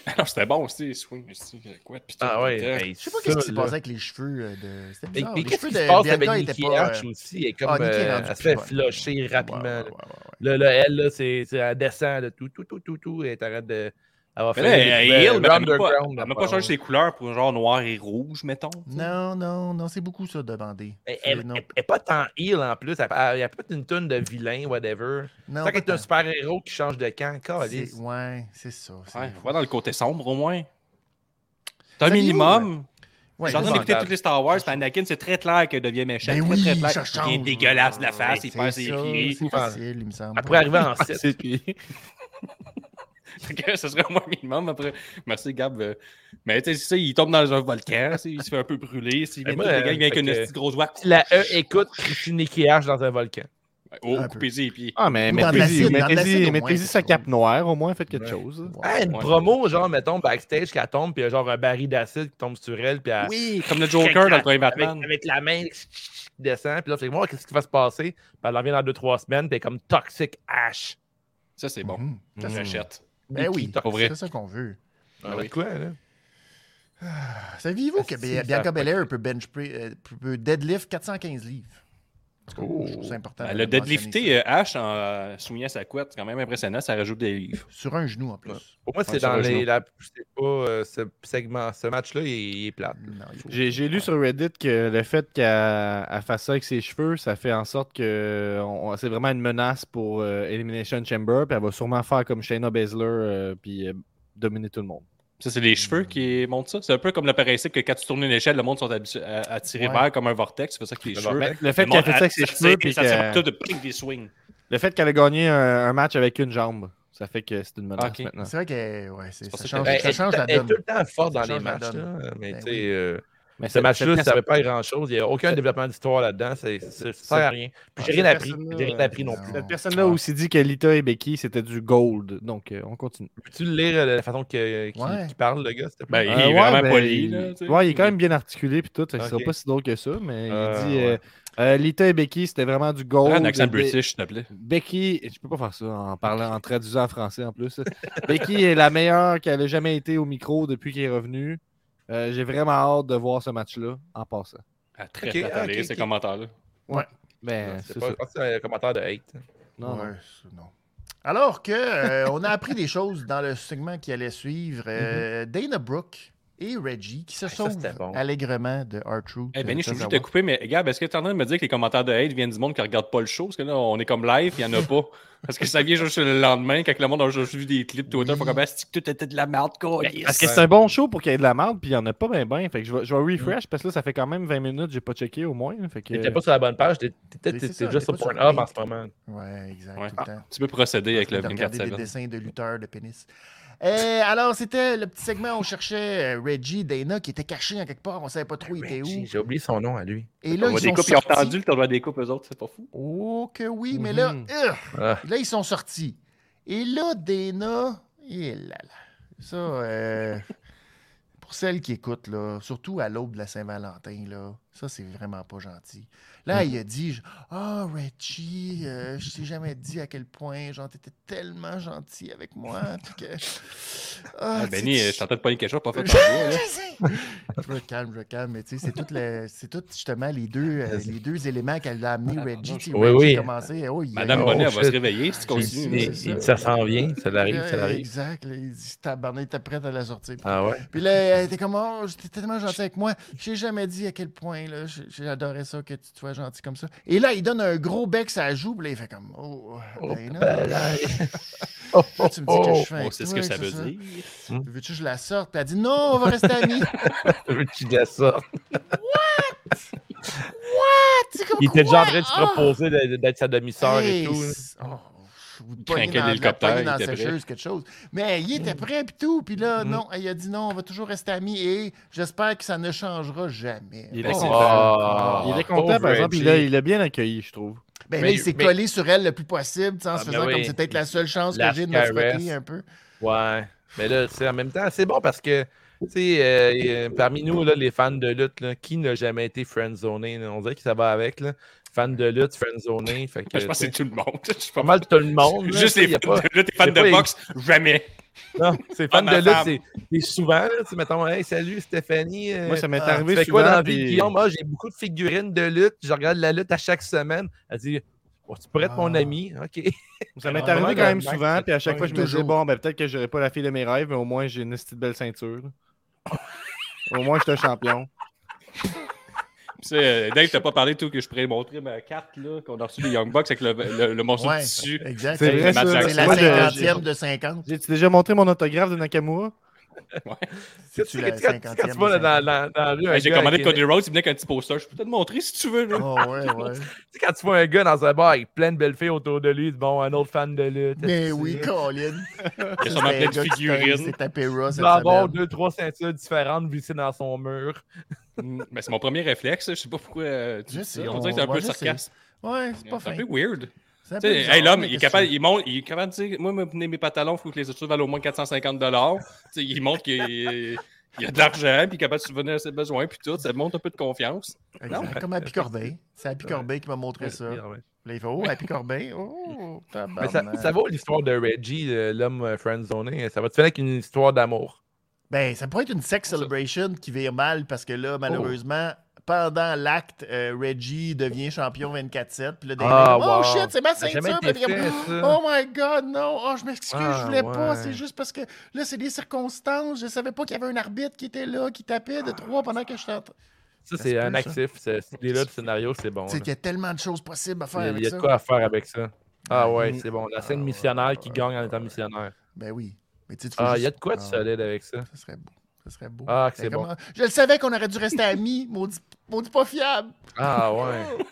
D: Alors, Ah, c'était bon aussi, swing. aussi, Quoi, putain.
B: Ah ouais.
D: putain.
B: hey,
A: Je sais pas
B: ça,
A: qu'est-ce qui s'est
B: là.
A: passé avec les cheveux euh, de. C'était
B: Mais,
A: bizarre.
B: mais
A: les
B: qu'est-ce
A: cheveux
B: qui
A: de
B: se passe avec
A: Bianca
B: Nikki
A: étaient pas,
B: H
A: euh,
B: aussi? Elle, est comme,
A: ah, Nikki est
B: euh,
A: rendue
B: elle se
A: plus
B: fait
A: bonne.
B: flusher rapidement.
A: Ouais, ouais,
B: là.
A: ouais, ouais, ouais.
B: Là, là, elle, là, c'est, c'est- elle descend de tout, tout, tout, tout, tout, et t'arrêtes de. Elle va
D: Mais là, elle,
B: des
D: elle,
B: nouvelles
D: mais elle m'a pas-
B: underground,
D: elle m'a pas changé ses couleurs pour genre noir et rouge, mettons. tu sais.
A: Non, non, non, c'est beaucoup ça, demander.
B: Elle- Elle
A: non,
B: elle- elle est pas tant heal en plus. Elle elle- elle a peut-être une tonne de vilain, whatever.
A: non,
B: C'est qu'elle est
A: pas
B: un super héros qui change de camp.
A: tant.
B: câlisse.
A: C'est- Ouais, c'est ça. c'est-
D: Ouais, on va dans le côté sombre au moins. T'as un
A: Saviez-vous,
D: minimum.
A: Ouais,
D: J'ai en train
B: c'est
D: d'écouter
B: ça.
D: toutes les Star Wars, puis Anakin, c'est très clair qu'il devient méchant.
A: Ben
D: très,
A: oui,
D: très
A: ça
D: clair. Il est
A: change.
D: dégueulasse de la face, il
A: c'est
D: perd ses
A: ça,
D: pieds.
A: C'est facile, il me semble.
B: Elle pourrait arriver en 7.
C: C'est puis-
D: Fait que Ce serait au moins minimum après. Merci Gab. euh, Mais tu sais, c'est ça, il tombe dans un volcan, tu sais, il se fait un peu brûler. S'il vient
B: moi,
D: tous les gars, il vient
B: fait
D: avec une
B: que-
D: petite grosse voix.
B: La E écoute, je suis Nicky H dans un volcan.
D: Oh,
A: Un peu.
D: coupez-y, puis.
C: Ah, mais
A: Ou dans de l'acide,
C: mettez-y
A: dans de l'acide,
C: mettez-y-
A: au
C: mettez-y
A: moins,
C: sa
A: c'est
C: cape
A: ça.
C: noire, au moins, faites quelque
B: Ouais.
C: chose.
A: Ouais.
B: Ah, une
D: Ouais.
B: promo, genre, mettons, backstage, qu'elle tombe, puis il y a genre un baril d'acide qui tombe sur elle, puis elle,
D: Oui, comme le Joker dans le premier
B: avec,
D: Batman.
B: avec la main qui descend, puis là, c'est moi, qu'est-ce qui va se passer? Puis elle revient dans 2-3 semaines, puis elle est comme Toxic H.
D: Ça, c'est bon.
A: Mhm.
D: Je l'achète.
A: Ben oui,
D: Pour vrai.
A: c'est ça qu'on veut.
D: Ah oui.
B: quoi, là?
A: Saviez-vous que
B: Ah,
A: Bi-
B: si,
A: Bianca
B: ça-
A: Belair peut bench pre- euh, peut deadlift 415 livres? En tout cas,
B: Oh.
A: je trouve ça important.
D: Ben,
A: de
D: Le
A: mentionner
D: deadlifté euh, H en euh, soulignant sa couette, c'est quand même impressionnant, ça rajoute des livres.
A: ça. Sur un genou en plus.
B: Pour moi, c'est
D: Ouais,
B: dans
D: sur le
B: les.
D: genou.
B: La, c'est pas euh, ce segment, ce match-là, il, il est plat.
A: Non, il faut-
C: J'ai j'ai lu sur Reddit que le fait qu'elle elle fasse ça avec ses cheveux, ça fait en sorte que on- c'est vraiment une menace pour euh, Elimination Chamber. Puis elle va sûrement faire comme Shayna Baszler, euh, puis euh, dominer tout le monde.
D: Ça, c'est les cheveux qui montent ça. C'est un peu comme le principe que quand tu tournes une échelle, le monde sont habitu- à- attirés
A: Ouais.
D: vers comme un vortex. C'est pour ça que les
B: Le
D: cheveux.
C: Mais le fait
D: le monde
C: qu'elle fait ça avec ses
D: attire-
C: cheveux, puis
D: ça tire
C: qu'elle-
D: tout de ping des swings.
C: le fait qu'elle a gagné un, un match avec une jambe, ça fait que c'est une menace
D: Ok.
B: Ah.
C: maintenant.
A: C'est vrai que ouais, c'est-
D: pour
A: ça,
D: ça
A: change,
B: Ben,
A: ça
B: elle,
A: change la
B: elle est
A: donne.
B: tout le temps forte
A: Ça
B: dans les
A: change la
B: matchs.
A: donne.
B: là, mais
A: Ben
B: tu sais,
A: oui.
B: euh,
C: Mais
B: ce
C: cette-
B: match-là,
C: cette
B: ça
C: pièce,
B: ne fait pas grand-chose. Il n'y a aucun développement d'histoire là-dedans. C'est- c'est- Ça sert à rien. Puis j'ai
C: Ouais,
B: rien
C: cette
B: appris.
C: personne-là,
B: J'ai rien
C: euh,
B: appris non
A: non.
B: plus. Ah.
C: cette personne-là a aussi dit que Lita et Becky, c'était du gold. Donc, euh, on continue.
B: Peux-tu le lire euh, de la façon que- qu'il
A: Ouais.
B: qu'il parle, le gars, s'il te plaît?
D: Ben, il est
C: Euh,
D: vraiment
C: ben,
D: poli.
C: il-
D: là, tu sais.
C: ouais, il est quand même bien articulé puis tout. fait que Ce
B: Ok.
C: sera pas si drôle que ça, mais
B: Euh,
C: il dit euh, euh, Lita et Becky, c'était vraiment du gold.
D: Prends un accent
C: Be-
D: british, s'il te plaît.
C: Becky, je peux pas faire ça en parlant, en traduisant en français en plus. Becky est la meilleure qu'elle a jamais été au micro depuis qu'elle est revenue. Euh, J'ai vraiment hâte de voir ce match-là en passant.
D: Ah, très
B: Ok,
D: très
B: ok,
D: lire ces
B: ok.
D: commentaires-là.
C: Ben,
B: c'est
C: c'est
B: pas
C: ça.
B: je pense que c'est un commentaire de hate.
C: Non,
A: Ouais,
C: non.
A: c'est- non. Alors que euh, on a appris des choses dans le segment qui allait suivre. euh,
D: Mhm.
A: Dana Brooke et Reggie qui se
B: ça,
A: sauvent
B: c'était bon.
A: allègrement de R-Truth.
D: Eh Benny, je suis obligé de te
A: Tozawa.
D: couper, mais Gab, est-ce que tu es en train de me dire que les commentaires de hate viennent du monde qui regarde pas le show? Parce que là, on est comme live, il y en a pas. Parce que ça vient juste le lendemain, quand le monde a juste vu des clips Twitter,
A: Oui.
D: pour comme Ah, c'est que tout était de la merde, quoi.
C: Parce que c'est un bon show pour qu'il y ait de la merde, puis il n'y en a pas bien, bien. Fait que je vais, je
D: Mm.
C: vais refresh parce que là, ça fait quand même 20 minutes, j'ai pas checké au moins. Fait que...
B: T'étais pas sur la bonne page, t'es- t'étais
A: Mais c'est
B: t'étais
A: ça,
B: juste
A: t'es
B: sur
A: pas sur
B: Pornhub en
A: Hate.
B: ce moment.
A: Ouais, exact.
D: Ouais.
A: Tout
D: Ah,
A: le temps.
D: Tu peux procéder avec le
A: de regarder des
D: 24-7.
A: dessins de lutteurs de pénis. Euh, alors, c'était le petit segment où on cherchait euh, Reggie, Dana, qui était caché en quelque part. On savait pas
D: Ben,
A: trop il était où.
B: J'ai oublié son nom à lui.
A: Et là,
D: On
A: ils
D: voit des
A: sont
D: coupes, ils ont
A: sortis.
D: entendu le tournoi des coupes, eux autres, c'est pas fou.
A: Oh que oui, mais là,
C: Mhm.
A: urgh,
B: Ah.
A: là, ils sont sortis. Et là, Dana, et là, là. Ça, euh, pour celles qui écoutent, là, surtout à l'aube de la Saint-Valentin, là, ça, c'est vraiment pas gentil. Là, il a dit je- Ah, Reggie, euh, je t'ai jamais dit à quel point, genre, t'étais tellement gentil avec moi. puis que... Ah, tu
D: Ah,
A: sais,
D: Benny,
A: tu-
D: euh, je t'entends de pogner quelque chose, pas fait.
A: je
D: par toi, là.
A: sais. Je me calme, je me calme, mais tu sais, c'est tout, le- c'est tout justement les deux, euh, les deux éléments qu'elle a amené Reggie. tu sais,
B: Oui,
A: Reggie
B: oui.
A: a commencé, oh, il-
D: Madame
A: oh,
D: Bonnet, elle
B: shit.
D: va se réveiller si tu
A: J'ai-
D: continues.
A: j'ai-
D: mais-
A: c'est
B: Et- et-
A: ça.
B: Ça s'en vient, ça l'arrive, ça
A: euh,
B: l'arrive.
A: Exact, là, il dit Tabarnak, t'es prête à la sortir.
B: Ah ouais?
A: Puis là, elle était comme Oh, j'étais tellement gentil avec moi. J'ai jamais dit à quel point là, j'ai- j'ai adoré ça que tu te sois gentil comme ça. Et là, il donne un gros bec, ça joue, puis là, il fait comme Oh,
B: Oh,
A: ben, là,
B: ben là. Oh,
A: là,
B: oh,
A: tu me dis que
B: oh,
A: je fais
D: On
A: avec
D: sait ce
A: toi,
D: que ça
A: que
D: veut
A: ça.
D: dire.
A: Veux-tu que je la sorte? Puis elle dit Non, on va rester amis.
B: je veux que tu dises ça.
A: C'est comme
B: Il était
A: quoi?
B: déjà en train de se
A: Ah!
B: proposer de- de- d'être sa demi-sœur et
A: Hey,
B: tout.
A: c'est- oh, ou de
D: Craquer
A: pogner dans, de la
D: l'hélicoptère,
A: pogner dans
D: il
A: la
D: était prêt. Mm. Mm-hmm.
A: sécheuse, quelque chose. Mais il était prêt, puis tout. Puis là, non, il a dit non, on va toujours rester amis et j'espère que ça ne changera jamais.
C: Il
A: Bon. Ah.
D: Oh.
C: est content. Il est content,
B: Ah, pauvre
C: par exemple.
B: Reggie.
C: Il l'a- il l'a bien accueilli, je trouve.
A: Ben
B: Mais-
A: là, il s'est
B: mais-
A: collé sur elle le plus possible, tu sais, en
B: Ah,
A: se
B: ben
A: faisant
B: oui.
A: comme c'est peut-être la seule chance que
B: La
A: j'ai de me
B: caresse.
A: frotter un peu.
B: Ouais. Mais là, tu sais, en même temps, c'est bon parce que, tu sais, euh, euh, parmi nous, là, les fans de lutte, là, qui n'a jamais été friendzoné? là? On dirait que ça va avec, là. Fan de lutte, friendzoné. Fait Ben, que,
D: Je pense que
B: tu sais,
D: c'est tout le monde. Ben, Je suis pas
B: pas mal tout le monde. là,
D: Juste
B: tu sais,
D: les
B: y a
D: fans
B: pas-
D: de, là, t'es fan
B: y a pas-
D: de boxe, jamais.
B: Non, c'est fan de
D: ma
B: lutte,
D: femme.
B: c'est- c'est souvent, là, tu sais, mettons, hey, salut Stéphanie. euh,
C: Moi, ça m'est
A: ah,
B: tu
C: arrivé
B: fais
C: souvent.
B: quoi dans la vie,
C: puis-
B: Guillaume? Ah, j'ai beaucoup de figurines de lutte. Je regarde la lutte à chaque semaine. Elle dit, Oh, tu pourrais être mon
A: Ah.
B: ami. OK.
C: Ça m'est
B: Alors, Ah,
C: arrivé
B: vraiment,
C: quand même
B: le Max,
C: souvent,
B: c'est
C: puis à chaque
B: pas
C: fois, je me disais,
A: toujours.
C: bon, ben, peut-être que j'aurais pas la fille de mes rêves, mais au moins, j'ai une petite belle ceinture. là. au moins, je suis un champion.
D: Tu sais, euh, Dave, t'as pas parlé tout que je pourrais montrer ma carte là, qu'on a reçu des Young Bucks avec le, le- le morceau
A: Ouais,
D: de tissu.
A: exact.
C: C'est vrai,
D: ça.
A: C'est la
D: Moi, j'ai-
A: 50e de 50.
C: J'ai-tu déjà montré mon autographe de Nakamura?
B: Tu
A: C'est-tu la
B: sais, quand- quand tu
A: 50e,
B: vas
A: la
B: dans- dans dans la rue, un
D: J'ai
B: gars
D: commandé
B: avec-
D: Cody Rhodes, il venait avec un petit poster. Je peux te le montrer si tu veux. Là.
A: Oh, ouais, ouais.
B: Tu sais, quand tu vois un gars dans un bar avec plein de belles filles autour de lui, tu dis, bon, un autre fan de lutte.
A: Mais
B: est-ce que
A: oui,
B: c'est-
A: Colin.
D: Il y a
A: Ça,
D: sûrement
A: c'est un
D: plein
A: gars
D: de
A: qui s'est-
D: figurines.
A: s'est tapé Raw cette
B: Il va avoir
A: semaine.
B: deux, trois ceintures différentes vissées dans son mur.
D: Mm, Mais c'est mon premier réflexe. Je sais pas pourquoi. euh, tu
A: Je
D: dis
A: sais,
D: ça. on
A: on-
D: dirait que c'est un
A: moi,
D: peu
A: je
D: sarcasme.
A: Ouais, c'est pas
D: C'est
A: fin.
D: un peu weird.
A: C'est un
D: Tu
A: peu
D: sais,
A: bizarre,
D: hey, l'homme,
A: mais
D: il est
A: qu'est-ce
D: capable,
A: que
D: il monte, il est capable de dire, moi, me venez mes pantalons, il faut que les autres valent au moins 450 Tu sais, il montre qu'il est- il a de l'argent, puis il est capable de subvenir à ses besoins, puis tout. Ça montre un peu de confiance.
A: tu veux? Exact, Comme Happy Corbeil. C'est Happy Corbeil qui m'a montré ça. Là, il fait Oh, Happy Corbeil. Oh,
B: Mais ça,
A: tabarnak.
B: ça vaut l'histoire de Reggie, le- l'homme euh, friendzoné. Ça va-tu finir avec une histoire d'amour?
A: Ben, ça pourrait être une sex celebration qui vire mal parce que
B: Oh.
A: là, malheureusement, pendant l'acte, euh, Reggie devient champion 24-7. Puis là, Dave,
B: Ah,
A: oh
B: wow.
A: shit, c'est ma
B: Ça a
A: ceinture.
B: jamais
A: Puis
B: été
A: il est comme,
B: fait, ça.
A: oh my god, non. Oh, je m'excuse,
B: Ah,
A: je voulais pas.
B: ouais.
A: C'est juste parce que là, c'est des circonstances. Je savais pas qu'il y avait un arbitre qui était là, qui tapait de trois pendant que je t'entends.
B: Ah, Ça,
A: Ça
B: c'est
A: se peut,
B: un
A: ça.
B: actif. Ce- Cette idée-là de scénario, c'est bon.
A: Tu sais
B: là.
A: qu'il y a tellement de choses possibles à faire
B: Il y
A: avec
B: a
A: ça.
B: de quoi à faire avec ça. Ah ouais,
C: Mm.
B: c'est bon. La
A: Ah
B: scène
A: ouais,
B: missionnaire qui
A: ouais,
B: gagne en
A: ouais.
B: étant missionnaire.
A: Ben oui. Mais tu sais, tu fais
B: Ah, il y a
A: juste-
B: de quoi de
A: Ah,
B: solide avec ça.
A: Ça serait beau. Ça serait beau.
B: Ah, que
A: Mais
B: c'est bon.
A: comment- Je le savais qu'on aurait dû rester amis, maudit, maudit pas fiable.
B: Ah ouais.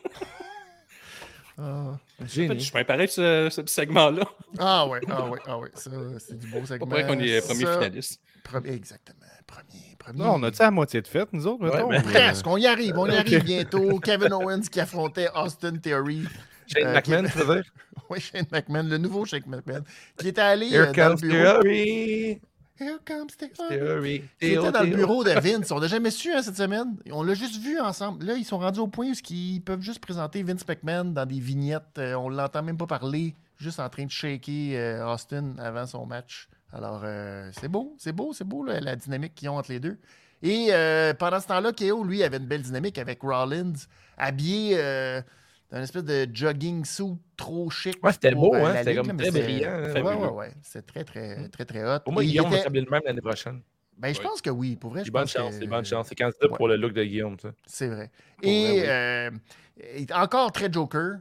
A: Ah.
D: En fait,
B: Génie.
D: Je suis pas pareil de ce, ce petit segment-là.
A: Ah ouais, ah ouais, ah ouais, ça c'est du beau
D: Pas
A: segment.
D: vrai qu'on est euh, premier
A: Ben, Ça,
D: finaliste.
A: Premier, exactement, premier, premier.
C: Non, on a-tu à moitié de fête, nous autres,
B: Ouais,
C: mettons?
B: mais-
C: ou, euh,
A: Presque, on y arrive, on y arrive bientôt. Kevin Owens qui affrontait Austin Theory.
B: Shane
A: Euh,
B: McMahon,
A: qui-
B: tu veux dire?
A: Oui, Shane McMahon, le nouveau Shane McMahon, qui était allé euh, dans
B: Here
A: le
B: comes
A: bureau.
B: Theory.
A: Here comes Theory.
B: Theory.
A: Qui était dans le
B: Theo,
A: bureau de Vince. On l'a jamais su hein, cette semaine. On l'a juste vu ensemble. Là, ils sont rendus au point où ils peuvent juste présenter Vince McMahon dans des vignettes. Euh, on l'entend même pas parler, juste en train de shaker euh, Austin avant son match. Alors, euh, c'est beau, c'est beau, c'est beau là, la dynamique qu'ils ont entre les deux. Et euh, pendant ce temps-là, KO, lui, avait une belle dynamique avec Rollins, habillé euh, dans une espèce de jogging suit trop chic.
B: Ouais, c'était
A: pour,
B: beau,
A: euh,
B: hein,
A: la
B: c'était
A: ligue,
B: comme
A: là,
B: très
A: mais
B: brillant, hein.
A: c'était- Ouais,
D: Fabuleux.
A: ouais, ouais. C'était très, très, très, très hot.
B: Pour moi,
A: Et il
B: Guillaume va
A: était-
B: s'habiller le même l'année prochaine.
A: ben, je
D: Ouais.
A: pense que oui. Pour vrai,
B: C'est
A: je
B: bonne
A: pense
B: chance,
A: que-
B: c'est bonne chance. C'est candidat
A: ouais.
B: pour le look de Guillaume, ça.
A: C'est vrai.
B: Pour
A: Et
B: vrai, oui.
A: euh, il est encore très Joker.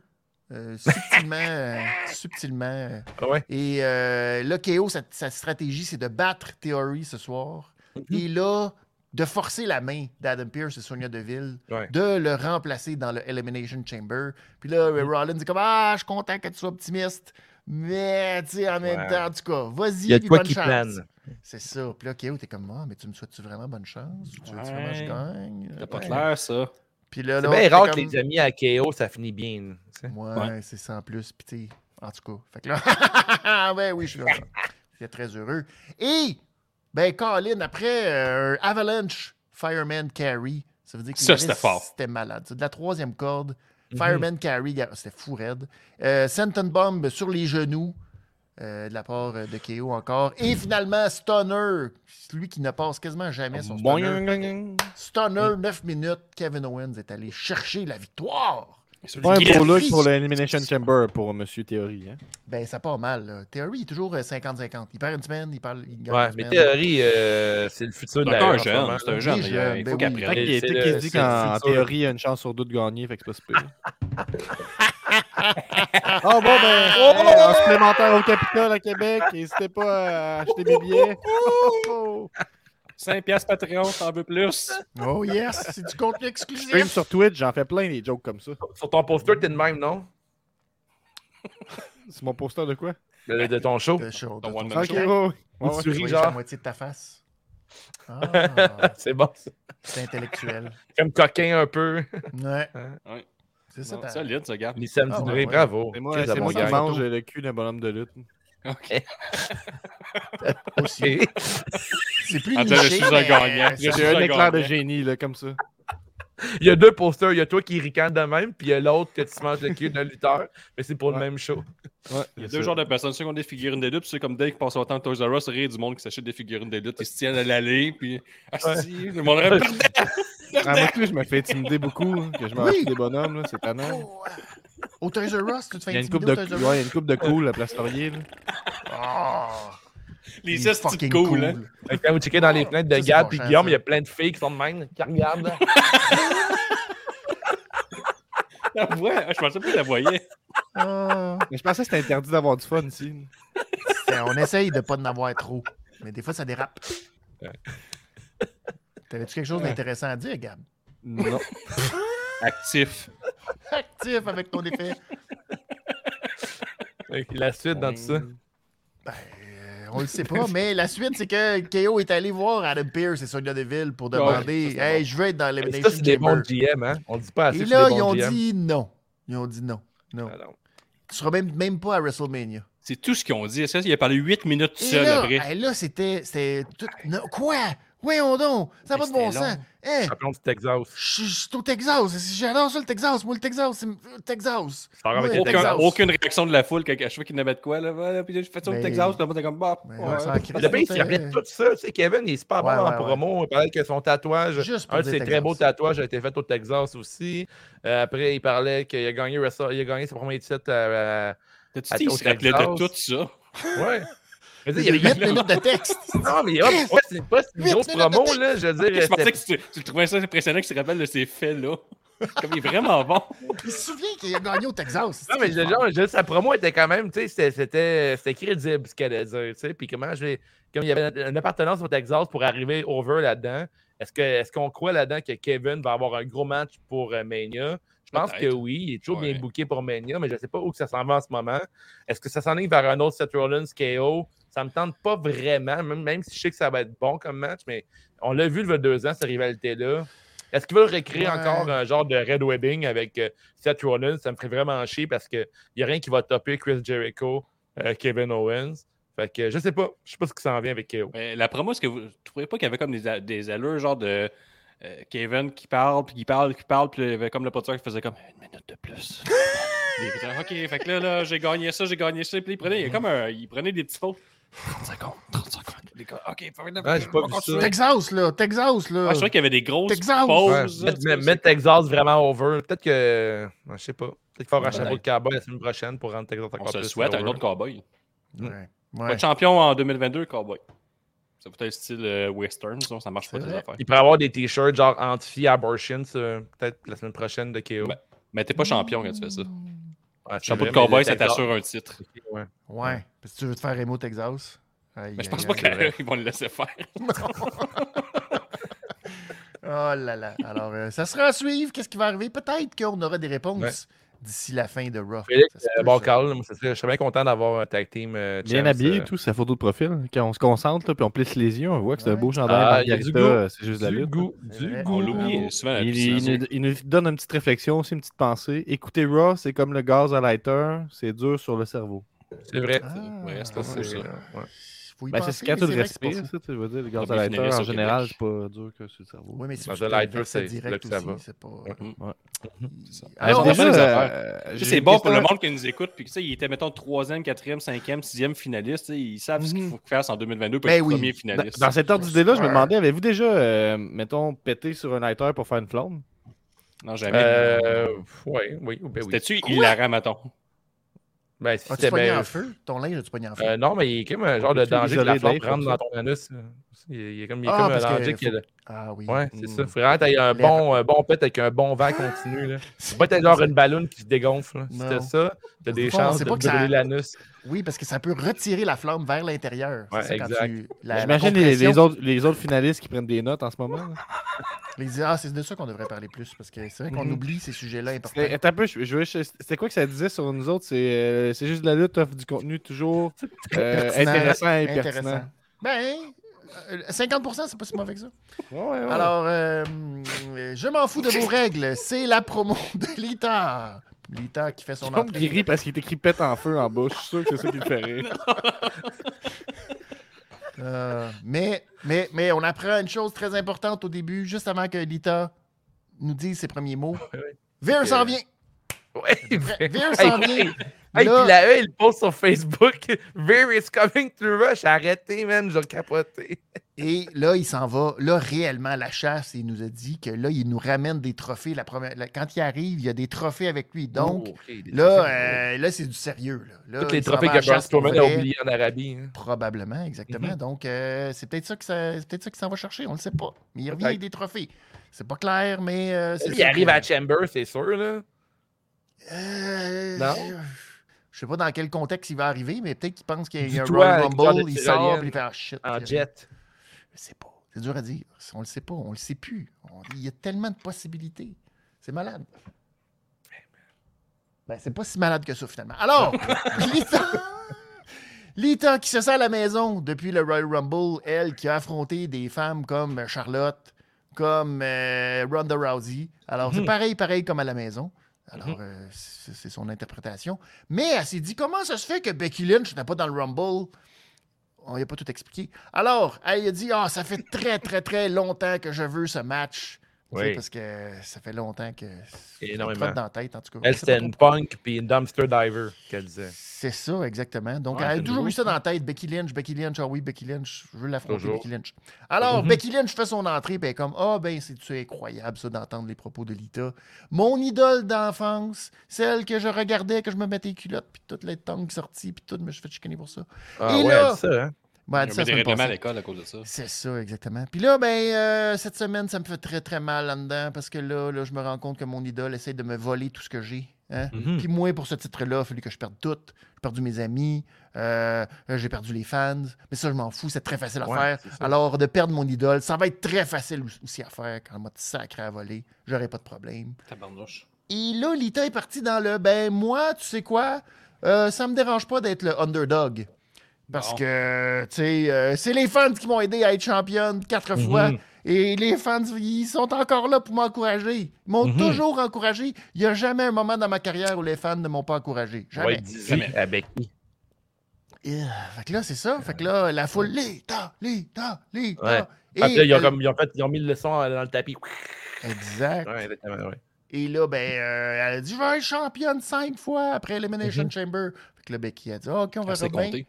A: euh, subtilement. euh, subtilement. euh.
B: Ah ouais?
A: Et euh, là, KO, sa, sa stratégie, c'est de battre Theory ce soir.
B: Mhm.
A: Et là, de forcer la main d'Adam Pierce et Sonia Deville,
B: Ouais.
A: de le remplacer dans le Elimination Chamber. Puis là,
B: Mhm.
A: Ray Rollins dit comme Ah, je suis content que tu sois optimiste. Mais, tu sais, en même
B: Ouais.
A: temps, en tout cas, vas-y,
B: Il y a de
A: puis
B: quoi
A: bonne
B: qui
A: chance.
B: plane.
A: C'est ça. Puis là, KO, t'es comme Ah, mais tu me souhaites-tu vraiment bonne chance Tu veux-tu vraiment que je
D: Ouais.
A: gagne
D: T'as pas
A: Ouais.
D: clair, ça.
A: Puis là,
B: C'est
A: l'autre,
B: bien rare
A: comme-
B: que les amis à KO, ça finit bien. là, tu sais.
A: Ouais, c'est ça en plus. Puis tu sais, en tout cas. Fait que là, ben oui, je suis content. J'étais très heureux. Et, ben, Colin, après euh, un Avalanche Fireman Carry, ça veut dire que
D: Ça, c'était fort. Mhm.
A: C'était malade. C'est de la troisième corde. Fireman Carry, gars, c'était fou raide. Euh, Senton Bomb sur les genoux. euh, de la part euh, de KO encore. Et finalement, Stunner, celui qui ne passe quasiment jamais son
C: Boing,
A: Stunner.
C: boing, boing.
A: Stunner,
D: Mhm.
A: 9 minutes. Kevin Owens est allé chercher la victoire.
C: Pas un
D: Griff.
C: beau look pour l'Elimination Chamber pour Monsieur Théorie. Hein?
A: Ben, ça part mal. Là. Theory est toujours euh, 50-50. Il perd une semaine, il, parle, il gagne
B: Ouais,
A: une
B: mais
A: semaine.
B: Théorie, euh, c'est le futur de
D: C'est
B: la
D: encore un
B: lutte en ce moment,
D: jeune, c'est
B: là.
D: un jeune.
A: Oui,
D: mais Il
A: ben
D: faut
A: oui.
D: qu'il
C: Fait
D: apprenne.
C: qu'il
B: c'est
C: était
B: le-
C: qui se dit
B: c'est le
C: qu'en en
B: futur.
C: théorie, il y a une chance sur deux de gagner, fait que c'est pas super. Ah bon, ben, hey, en supplémentaire au Capitole à Québec, n'hésitez pas à acheter des billets. Oh, oh.
D: 5 piastres Patreon, t'en veux plus.
B: euh,
A: Oh yes, c'est du contenu
C: Je stream
A: exclusif.
C: sur Twitch, j'en fais plein des jokes comme ça.
B: Sur ton poster, t'es de même, non?
C: C'est mon poster de quoi?
B: De, de ton show.
A: De chaud.
D: Ton
A: de
D: one-man
A: ton-
D: show.
C: Tranquille,
A: Ok.
C: ouais, ouais.
B: Ou
C: Ouais,
B: tu
C: ouais.
A: Tu
B: ris,
A: voyais
B: genre.
A: la moitié de ta face. Ah,
B: C'est bon, ça.
A: c'est intellectuel.
B: Comme coquin un peu.
A: Ouais.
D: Ouais.
A: C'est ça.
D: Non,
A: ta-
D: Solide, ce gars.
B: Ni samedi
A: Ah, ouais,
B: duré,
A: ouais.
B: bravo.
C: C'est moi,
B: Qu'est-ce
C: c'est
B: que
C: moi
B: ça
C: qui
A: gars.
B: mange?
C: mange le cul d'un bonhomme de lutte.
A: Aussi. C'est plus
D: Attends, je
A: niché,
D: suis un
A: mais-
D: gagnant. Je suis
C: J'ai un
D: un
C: éclair de
D: gardien.
C: génie, là, comme ça.
B: Il y a deux posters. Il y a toi qui ricane de même, puis il y a l'autre que tu manges le cul d'un lutteur. Mais c'est pour le
C: Ouais.
B: même show.
C: Ouais,
D: Il y a deux genres de personnes, ceux qui ont des figurines des luttes, puis ceux comme Dave qui passent autant de Toys R Us, rire du monde qui s'achète des figurines des luttes, ils se tiennent à l'allée, puis ah, Asti, le monde répète
C: Ah, moi, plus, je me fais intimider beaucoup, hein, que je m'en
A: Oui.
C: fous des bonhommes, là, c'est tannant.
A: Oh, ah. Au Toys R Us, tu te fais
C: Il y a une coupe
A: intimider au Toys
C: de cou,
A: R Us?
C: ouais, il y a une coupe de cool à Place Laurier, là.
A: Ah,
D: les
A: il est
D: gestes
A: fucking
D: cool, hein.
A: cool.
B: Fait que Quand vous checkez dans les fenêtres de
A: Ça, c'est
B: Gab
A: bon
B: puis
A: sens,
B: Guillaume,
A: ça.
B: il y a plein de filles qui sont de même, qui regardent. là.
D: La voix, ah, je pensais pas que je la voyais.
A: Ah.
C: Mais je pensais que c'était interdit d'avoir du fun ici.
A: Ben, on essaye de pas en avoir trop. Mais des fois, ça dérape. T'avais-tu quelque chose d'intéressant à dire, Gab?
C: Non.
D: Actif.
A: Actif avec ton effet.
B: Fait que La suite dans tout ça.
A: Ben, euh, on le sait pas, mais la suite, c'est que KO est allé voir Adam Pierce et Sonia Deville pour demander
D: ça, c'est
A: Hey, je veux être dans
B: Et
A: l'Elimination
B: ça, c'est des bons
A: Chamber.
B: GM, hein? On le dit pas assez.
A: Et
B: c'est
A: là,
B: des
A: ils
B: bons
A: ont
B: GM.
A: dit non. Ils ont dit non. Non.
B: Ah non.
A: Tu seras même, même pas à WrestleMania.
D: C'est tout ce qu'ils ont dit. Ça, il a parlé 8 minutes tout
A: Et
D: seul
A: là,
D: après.
A: hey, là c'était. c'était tout... non, Quoi? Voyons donc! Ça n'a
D: Mais
A: pas de bon
D: c'était
A: sens!
D: long.
A: Hein?
B: Champion du Texas.
A: Je je suis au Texas. J'adore ça, le Texas. Moi, le Texas, c'est le Texas.
B: Ça part avec
A: Ouais,
B: le Texas.
D: Aucun-
A: Texas.
D: aucune réaction de la foule quand- à chaque fois qu'il n'avait de quoi. Là, voilà, puis là, je fais ça au
A: Mais-
D: Texas, le monde était comme bah.
A: Mais
D: ouais.
A: on s'en crisse,
B: Le pays,
A: c'est-
B: il remet tout ça. Tu sais, Kevin, il est super
A: Ouais,
B: bon en
A: ouais, ouais.
B: promo. Il parlait que son tatouage,
A: Juste pour
B: un de
A: dire
B: ses
A: Texas.
B: Ah, très beaux tatouages a été fait au Texas aussi. Euh, après, il parlait qu'il a gagné, Wrestle- il a gagné ses premiers titres à. à-
D: T'as-tu dit
B: Au
D: qu'il se rappelait de
B: Texas.
D: tout ça?
B: euh, Ouais. Je veux
A: Il
B: dire,
A: y
B: il y
A: a
B: avait
A: 8 minutes de texte.
B: Non, mais hop, ouais, c'est pas c'est une
A: Huit
B: grosse
A: minutes de
B: promo, là. Je veux dire,
D: Je pensais
B: c'était-
D: que tu, tu trouvais ça impressionnant qu'il se rappelle de ces faits-là. Comme il est vraiment bon.
A: Il se souvient qu'il a gagné au Texas.
B: Non, mais je- genre, je- sa promo était quand même, tu sais, c'était- c'était c'était crédible ce qu'elle allait dire, tu sais. Puis comment je vais. Comme il y avait une appartenance au Texas pour arriver over là-dedans, est-ce que- est-ce qu'on croit là-dedans que Kevin va avoir un gros match pour euh, Mania? Je pense que
D: Peut-être.
B: oui, il est toujours
D: Ouais.
B: bien booké pour Mania, mais je ne sais pas où que ça s'en va en ce moment. Est-ce que ça s'enligne vers un autre Seth Rollins KO? Ça me tente pas vraiment, même, même si je sais que ça va être bon comme match, mais on l'a vu il y a deux ans, cette rivalité-là. Est-ce qu'ils veulent recréer
A: Ouais.
B: encore un genre de Red Wedding avec euh, Seth Rollins? Ça me ferait vraiment chier parce qu'il n'y a rien qui va topper Chris Jericho, euh, Kevin Owens. Fait que euh, je sais pas. Je sais pas ce qui s'en vient avec KO.
D: Mais la promo, est-ce que vous trouvez pas qu'il y avait comme des, a- des allures genre de euh, Kevin qui parle, puis qui parle, qui parle, puis il y avait comme le producteur qui faisait comme une minute de plus. Il était comme, ok, fait que là, là j'ai gagné ça, j'ai gagné ça, puis il prenait, il y a comme un- il prenait des petits pauses. 30 Mm-hmm. secondes, 30 secondes. Les gars, ok, faut venir-
B: Ouais, j'ai pas
D: on
B: vu
D: continue.
B: ça.
A: Texas, là. Texas, là.
D: Ouais, Ah, je trouvais qu'il y avait des grosses
A: Texas.
D: pauses. là,
B: Mettre
D: tu sais, c'est-
B: mettre Texas vraiment over. Peut-être que. Je sais pas. Peut-être qu'il faut avoir un chapeau de
D: Peut-être.
B: cowboy la semaine prochaine pour rendre Texas encore
D: on se
B: plus
D: le souhaite un
B: over.
D: autre cowboy.
A: Ouais.
D: Pas
A: Ouais.
D: de champion en 2022, cowboy. Ça peut être style euh, western, sinon ça marche pas
A: C'est
D: tes
A: vrai.
D: affaires.
B: Il pourrait avoir des t-shirts genre anti-abortion, ça, peut-être la semaine prochaine de KO.
D: Ben, Mais t'es pas champion quand tu fais ça.
B: Ouais, c'est
D: Chapeau de
B: vrai, mais
D: cowboy,
B: le
D: ça
B: Texas-
D: t'assure un titre.
B: Ouais.
A: Ouais. Parce que tu veux te faire émo au Texas. Aïe,
D: Mais je
A: aïe,
D: pense
A: aïe,
D: pas
A: c'est vrai.
D: qu'ils vont le laisser faire.
A: Oh là là. Alors, euh, ça sera à suivre. Qu'est-ce qui va arriver? Peut-être qu'on aura des réponses
B: Ouais.
A: d'ici la fin de Raw.
B: Félix,
A: Ça se
B: Euh,
A: peut,
B: bon,
A: ça.
B: Carl, moi, c'est ça, je suis bien content d'avoir un tag team. euh,
C: Bien
B: champs,
C: habillé et
B: euh,
C: tout, sa photo de profil. hein. Quand on se concentre, là, puis on plisse les yeux, on voit que c'est un beau chandail.
B: Ah, il y a du
C: Margarita,
B: goût.
C: euh, c'est juste la
B: Du
C: lutte.
B: goût,
A: C'est
B: du
A: vrai.
B: goût.
D: On
A: Bravo.
D: l'oublie souvent. la
C: Il,
D: petite
C: il
D: saison.
C: nous, il nous donne une petite réflexion aussi, une petite pensée. Écoutez Raw, c'est comme le gaz à lighter, c'est dur sur le cerveau.
B: C'est vrai.
A: Ah,
D: Ouais, c'est pas
A: ouais.
D: ça.
A: Faut y
C: Ben, c'est
A: penser,
C: ce qu'il y a
A: mais
C: tout
A: c'est
C: le
A: vrai que c'est pas
C: respect,
A: fou.
C: ça, tu veux dire. Le gaz
D: Comme
C: à
D: les
C: lighter,
D: finalistes
C: en
D: au
C: général,
D: Québec.
C: c'est pas dur que sur le cerveau.
A: Oui, mais si
B: Dans
A: tu
B: un
A: te
B: lighter,
A: verses
B: c'est-
A: direct
B: c'est là que ça
A: aussi,
B: va.
A: c'est pas... Ah,
D: ça.
A: Alors,
D: Ouais, c'est
A: on-
D: déjà-
C: euh,
D: Tu sais,
C: j'ai
D: C'est
C: une
D: bon pour le
C: question-
D: monde qui nous écoute. Puis, tu sais, il était, mettons, 3e, 4e, 5e, 6e finaliste. tu sais, Ils savent ce qu'il faut qu'ils fassent en 2022 pour
A: Ben
D: être
A: oui.
D: premier
C: Dans,
D: finaliste.
C: dans cet ordre d'idée-là, je me
A: Ouais.
C: demandais, avez-vous déjà, euh, mettons, pété sur un lighter pour faire une flamme?
D: Non,
A: Ah,
D: jamais.
B: Euh, ouais, oui, ben oui.
D: C'était-tu hilarant, mettons?
B: Ben, si
A: As-tu
B: c'était
A: pogné
B: bien-
A: en feu? Ton linge, as-tu pogné en feu?
B: Euh, non, mais il y a comme un genre de
C: peut-tu
B: danger que la
C: l'isoler,
B: flamme
C: Dave,
B: rentre
C: comme
B: dans
C: ça?
B: ton anus. euh, pense. Il, il est comme, il est
A: Ah,
B: comme
A: parce
B: un
A: que
B: Langic, il a-
A: Ah oui.
B: Ouais, c'est
A: Mm.
B: ça. Faut vraiment que t'aies un
A: Les-
B: bon, un bon pet avec un bon vent continu. Là. Faut pas être genre une ballonne qui se dégonfle. là. Si
A: Non.
B: t'as ça, t'as des
A: Faut-
B: chances
A: c'est
B: de
A: pas que ça-
B: brûler l'anus.
A: Oui, parce que ça peut retirer la flamme vers l'intérieur.
B: Ouais,
A: C'est ça, quand
B: exact.
A: tu- la- la
C: J'imagine les, les
A: compression.
C: autres, les autres finalistes qui prennent des notes en ce moment. là.
A: Les- Ah, c'est de ça qu'on devrait parler plus, parce que c'est vrai qu'on
C: Mhm.
A: oublie ces sujets-là importants.
C: C'était- attends un peu, je- je veux- je- C'était quoi que ça disait sur nous autres? C'est euh, c'est juste de la lutte, offre du contenu toujours euh,
A: Pertinent,
C: intéressant et
A: Intéressant.
C: pertinent.
A: Ben, euh, 50%, c'est pas si mauvais que ça.
C: Ouais, Ah ouais, ouais.
A: Alors, euh, euh, je m'en fous de vos règles. C'est la promo de Lita. Lita qui fait son
C: Trump qui
A: entrée.
C: rit parce qu'il t'écrit pète en feu en bas. Je suis sûr que c'est ça qui le fait rire.
A: Euh, mais, mais, mais on apprend une chose très importante au début, juste avant que Lita nous dise ses premiers mots.
B: ouais.
A: Veer s'en
B: Euh,
A: vient.
B: Ouais,
A: Veer
B: Hey,
A: s'en vient.
B: Hey,
A: Là-
B: puis la E, il poste sur Facebook. Veer is coming through rush. Arrêtez, man, je vais capoter.
A: Et là, il s'en va. Là, réellement, la chasse, il nous a dit que là, il nous ramène des trophées. La première... la- Quand il arrive, il y a des trophées avec lui. Donc,
B: Oh, ok, des
A: là,
B: trophées.
A: euh, là c'est du sérieux. Là. Là,
B: Toutes les
A: il s'en
B: trophées
A: va à la
B: que Braun
A: chasse pour
B: Strowman a
A: vrai.
B: oubliés en Arabie. hein.
A: Probablement,
B: Mhm.
A: exactement. Donc, euh, c'est peut-être ça que ça- c'est peut-être ça qu'il s'en va chercher. On ne le sait pas. Mais il revient avec des trophées. C'est pas clair, mais euh, c'est.
B: Il
A: ça
B: arrive
A: que-
B: à Chamber, c'est sûr. là.
A: Euh,
B: Non?
A: Je sais pas dans quel contexte il va arriver, mais peut-être qu'il pense qu'il y a- il y a un
B: Dis-toi,
A: Royal
B: avec genre
A: Rumble,
B: de
A: il sort,
B: tyrolienne
A: puis il fait ah, shit.
B: En
A: puis-
B: jet.
A: Je sais pas. C'est dur à dire. On le sait pas. On le sait plus. On- Il y a tellement de possibilités. C'est malade. Ben, c'est pas si malade que ça, finalement. Alors, Lita... Lita qui se sent à la maison depuis le Royal Rumble, elle qui a affronté des femmes comme Charlotte, comme euh, Ronda Rousey. Alors, c'est
B: Mhm.
A: pareil, pareil comme à la maison. Alors,
B: Mhm.
A: euh, c'est c'est son interprétation. Mais elle s'est dit comment ça se fait que Becky Lynch n'est pas dans le Rumble on n'a pas tout expliqué. Alors, elle a dit Ah, ça fait très, très, très longtemps que je veux ce match. Tu sais,
B: Oui.
A: Parce que ça fait longtemps que. ça me
B: Énormément.
A: trotte dans la tête, en tout cas.
B: Elle,
A: Je sais pas
B: c'était une punk puis une dumpster diver qu'elle disait.
A: c'est ça, exactement. Donc,
B: Ouais,
A: elle a
B: c'est
A: toujours
B: drôle,
A: eu ça dans la tête. Becky Lynch, Becky Lynch, ah oui, Becky Lynch, je veux l'affronter,
B: Toujours.
A: Becky Lynch. Alors,
B: Mhm.
A: Becky Lynch fait son entrée, puis elle est comme, ah ben, c'est c'est incroyable ça d'entendre les propos de Lita. Mon idole d'enfance, celle que je regardais, que je me mettais les culottes, puis toutes les tongues qui sorties, puis tout, mais je fais chicaner pour ça.
B: Ah
A: Et
B: ouais,
A: là-
B: elle dit ça, hein?
A: Ben, elle dit
D: Il y
A: ça la
D: a des
A: semaine
D: règlements à
A: passée.
D: l'école à cause de ça.
A: C'est ça, exactement. Puis là, ben, euh, cette semaine, ça me fait très, très mal là-dedans parce que là, là, je me rends compte que mon idole essaie de me voler tout ce que j'ai. hein.
B: Mhm.
A: Puis moi, pour ce titre-là, il a fallu que je perde tout. J'ai perdu mes amis, euh, euh, j'ai perdu les fans. Mais ça, je m'en fous, c'est très facile à
B: Ouais,
A: faire.
B: c'est ça.
A: Alors, de perdre mon idole, ça va être très facile ou- aussi à faire quand mode sacré à voler. J'aurai pas de problème.
D: Tabarnouche.
A: Et là, Lita est partie dans le ben moi, tu sais quoi, euh, ça me dérange pas d'être le underdog. Parce
D: Bon.
A: que, tu sais, euh, c'est les fans qui m'ont aidé à être championne quatre
B: Mhm.
A: fois. Et les fans, ils sont encore là pour m'encourager. Ils m'ont
B: Mhm.
A: toujours encouragé. Il n'y a jamais un moment dans ma carrière où les fans ne m'ont pas encouragé. Jamais.
B: Ouais, dis-y
D: Jamais.
B: à Becky.
A: Et, euh, fait que là, c'est ça. Fait que là, la foule, Lita, Lita, Lita.
B: Ouais.
A: Et
B: Ah, puis là, ils ont,
A: elle-
B: comme, ils ont fait, ils ont mis le son dans le tapis.
A: Exact.
B: Ouais, exactement, ouais.
A: Et là, ben, euh, elle a dit Je vais être championne cinq fois après Elimination
B: Mhm.
A: Chamber. Fait que là, Becky a dit Ok, on
D: On
A: verra
D: s'est
A: bien.
D: compté.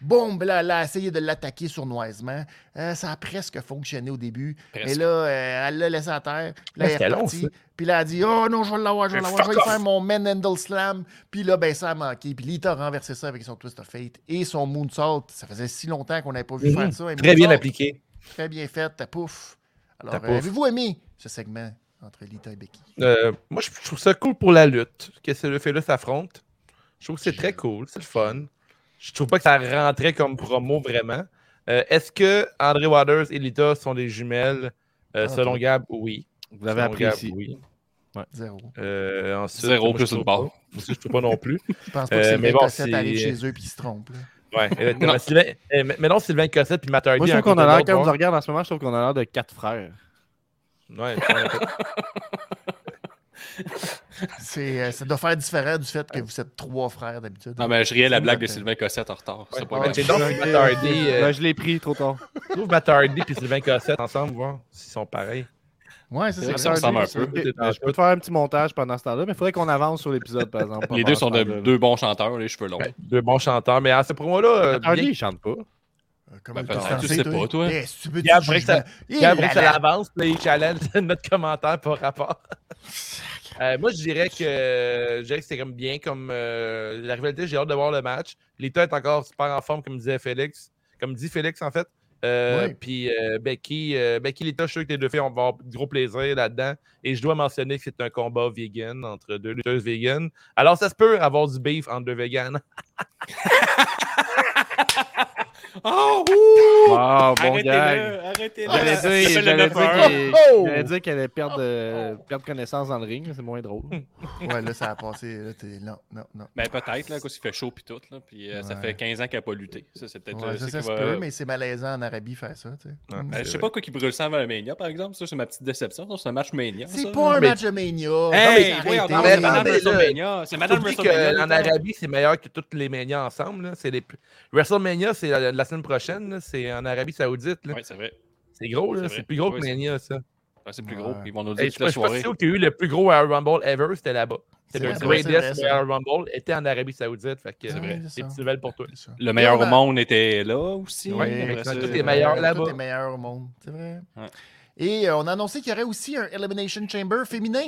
A: Boum, ben là, elle a essayé de l'attaquer sournoisement. Euh, ça a presque fonctionné au début. Mais
D: Presque.
A: là, euh, elle l'a laissé à terre. Puis Là, elle
B: Ouais,
A: est
B: c'était long,
A: repartie.
B: ça.
A: Puis là, elle a dit Oh non, je vais l'avoir, je vais
D: Mais
A: l'avoir. Je vais
D: fuck
A: lui faire
D: off.
A: mon Man Handle Slam. Puis là, ben, ça a manqué. Puis Lita a renversé ça avec son Twist of Fate et son Moonsault. Ça faisait si longtemps qu'on n'avait pas vu
B: Mhm.
A: faire ça. un
B: Très bien
A: moonsault.
B: appliqué.
A: Très bien fait, ta pouf. Alors,
B: Ta
A: euh,
B: pouf.
A: avez-vous aimé ce segment entre Lita et Becky
B: Euh, moi, je trouve ça cool pour la lutte, que ce fait là s'affronte. Je trouve que c'est très cool, c'est le fun. Je trouve pas que ça rentrait comme promo vraiment. Euh, Est-ce que André Waters et Lita sont des jumelles Euh,
A: Ah,
B: Selon
A: toi.
B: Gab, oui.
C: Vous l'avez
B: Selon Gab,
C: apprécié.
B: oui.
A: Zéro.
B: Euh, ensuite,
D: Zéro
B: moi, je
D: plus une
B: trouve
D: barre.
B: pas. Moi aussi, Je trouve pas non plus.
A: Je pense pas que
B: Euh,
A: Sylvain
B: mais bon,
A: Cossette
B: c'est-
A: arrive chez eux puis ils se trompent. là.
B: Ouais, exactement.
D: Non.
B: Sylvain, euh, mais mais non, Sylvain Cossette puis Matt Hardy.
C: Moi, je
B: un
C: trouve qu'on
B: contre
C: a l'air,
B: l'autre,
C: quand on
B: bon.
C: regarde en ce moment, je trouve qu'on a l'air de quatre frères.
B: Ouais, ouais,
A: C'est, euh, ça doit faire différent du fait que vous êtes trois frères d'habitude.
D: Non, mais je riais la blague de
A: Sylvain.
D: Sylvain Cossette en retard. C'est pas
B: ouais,
D: grave.
B: j'ai donc
C: Ouais,
B: Matt Hardy. euh,
C: Ben, je l'ai pris trop tard.
B: trouve Matt Hardy puis Sylvain Cossette ensemble, voir s'ils sont pareils.
A: Ouais, c'est
D: C'est vrai que
A: ça.
D: ça ressemble un peu.
C: Ok, ben, je
A: euh,
C: peux te faire un petit montage pendant ce temps-là, mais il faudrait qu'on avance sur l'épisode, par exemple.
D: Les deux sont de- deux bons chanteurs, les cheveux longs.
B: Ouais, deux bons chanteurs, mais à ce promo-là, euh,
C: Hardy,
B: bien-
C: il chante pas.
A: Euh, comment
D: Ben,
A: t'as
D: peut-être,
A: pensé,
D: tu sais pas, toi.
A: Eh, si tu veux, tu
B: Gab, vrai que
A: juges
B: ça-
A: pas. Eh,
B: Gab, Rick,
A: là,
B: ça
A: là.
B: l'avance, puis il challenge notre commentaire par rapport. Euh, moi, je dirais que, euh, je dirais que c'est comme bien comme euh, la rivalité. J'ai hâte de voir le match. Lita est encore super en forme, comme disait Félix. Comme dit Félix, en fait. Euh,
A: Ouais.
B: Puis euh, Becky, euh, Becky Lita, je suis sûr que les deux filles vont avoir gros plaisir là-dedans. Et je dois mentionner que c'est un combat vegan entre deux lutteuses vegan. Alors, ça se peut avoir du beef entre deux vegans. Ah,
D: Oh, ouh!
C: Wow, Ah, bon
D: Arrêtez-le,
C: gag.
D: Arrêtez-le!
C: J'allais
D: Ça
C: dire-
D: s'appelle le
C: j'allais dire
D: 9-1.
C: qu'il-
A: Oh!
C: j'allais dire qu'elle allait perdre, euh, perdre connaissance dans le ring, mais c'est moins drôle.
A: Ouais, là, ça a passé. Là, t'es- Non, non, non.
D: Ben peut-être, là, parce qu'il fait chaud puis tout, là, puis euh, ça
A: Ouais.
D: fait 15 ans qu'elle n'a pas lutté. Ça, c'est peut-être...
A: Ouais,
D: euh,
A: ça,
D: c'est
A: ça
D: qui
A: se
D: va-
A: peut, mais c'est malaisant en Arabie faire ça. tu sais.
B: Ouais.
A: Mm.
D: Euh, je sais pas quoi qui brûle le sang avant la Mania, par exemple. Ça, c'est ma petite déception. Ça, C'est un match Mania. ça.
A: C'est pas un
B: Mais-
A: match de Mania.
D: Hey,
A: Non, mais
D: oui, on
A: arrêtez.
D: parle de
B: Mais
D: Madame
B: attendez, là.
D: WrestleMania. C'est Madame
B: Oublie
D: WrestleMania.
B: que euh, en Arabie, c'est meilleur que toutes les Mania ensemble. là. C'est les... plus- WrestleMania, c'est la, la semaine prochaine. là. C'est en Arabie Saoudite. là.
D: Oui, c'est vrai.
B: C'est gros, là.
D: c'est
B: c'est
D: vrai.
B: plus gros
D: Ouais,
B: que
D: c'est-
B: Mania, ça.
D: Ouais, c'est plus gros.
A: Ouais.
D: Ils vont nous
B: Hey, je
D: dire toute
B: suis pas-
D: la
B: je suis pas
D: soirée.
B: sûr qu'il y a eu le plus gros Royal Rumble ever, c'était là-bas.
A: C'est
B: C'est le
A: vrai, c'est vrai, c'est vrai,
B: greatest
A: c'est
B: Royal Rumble était en Arabie Saoudite. Fait que
A: C'est vrai, c'est
B: c'est
A: ça.
B: une petite nouvelle pour toi.
A: C'est ça.
D: Le meilleur
A: Ouais,
D: au monde était là aussi.
A: Oui,
B: Ouais,
D: Après
B: exact.
D: ça,
B: Tout
A: c'est
B: est
A: vrai.
B: meilleur
A: Tout
B: là-bas.
A: est meilleur au monde, c'est vrai.
D: Ouais.
A: Et euh, on a annoncé qu'il y aurait aussi un Elimination Chamber féminin.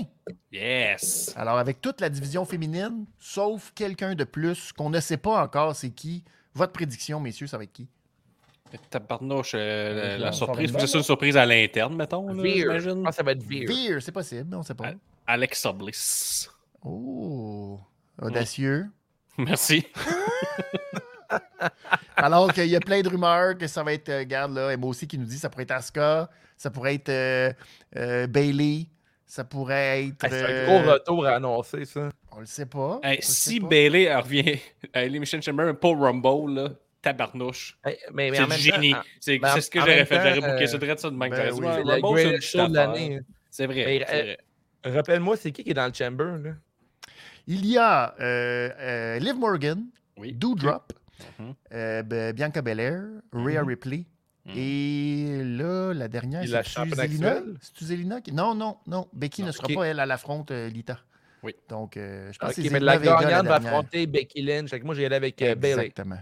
D: Yes!
A: Alors, avec toute la division féminine, sauf quelqu'un de plus qu'on ne sait pas encore c'est qui. Votre prédiction, messieurs, ça va être qui?
D: Tabarnouche, euh, la, la
A: Ouais,
D: surprise.
A: formidable.
D: Faut que ce soit une surprise à l'interne, mettons. là,
B: Veer. Je
D: j'imagine.
B: pense que ça va être Veer.
A: Beer, c'est possible, on ne sait pas.
D: Ouais.
B: Ah.
D: Alexa Bliss.
A: Oh, audacieux.
D: Merci.
A: Alors qu'il y a plein de rumeurs que ça va être, euh, regarde là, aussi qui nous dit ça pourrait être Asuka, ça pourrait être euh, Bailey, ça pourrait être.
B: Ah, C'est un
A: euh,
B: gros retour à annoncer, ça.
A: on le sait pas. on
D: Hey,
A: le
D: si
A: sait pas.
D: Bailey revient à Elimination Chamber, mais pas au Rumble, là, tabarnouche.
B: Hey, Mais, mais
D: C'est
B: en
D: du
B: même
D: génie.
B: temps, en-
D: C'est
B: mais en-
D: c'est ce que
B: en
D: j'aurais
B: même
D: fait. J'aurais
B: temps,
D: booké
B: euh,
D: ça direct sur le
A: ben
D: Mike
A: oui, Ouais,
B: c'est le
D: Rumble, c'est une
B: greatest show
D: chute
B: de l'année.
D: C'est vrai.
B: Mais,
D: c'est
B: euh,
D: vrai.
B: Rappelle-moi, c'est qui qui est dans le chamber, là?
A: Il y a euh, euh, Liv Morgan,
D: Oui.
A: Doudrop,
B: Mm-hmm.
D: Mhm.
A: euh, Be- Bianca Belair, Rhea Ripley.
D: Mhm.
A: Et là, la dernière,
B: Et Mm-hmm. la
A: c'est
B: championne
A: Zelina.
B: actuelle?
A: C'est Zelina qui... Non, non, non. Becky
D: Non,
A: ne sera
D: ok.
A: pas elle à l'affronte euh, Lita.
D: Oui.
A: Donc, euh, je pense
B: Ok,
A: que c'est
B: mais la
A: Zelina Vega,
B: gagnante va
A: dernière.
B: affronter Becky Lynch. Fait que moi, j'ai allé avec euh, Bailey.
A: Exactement.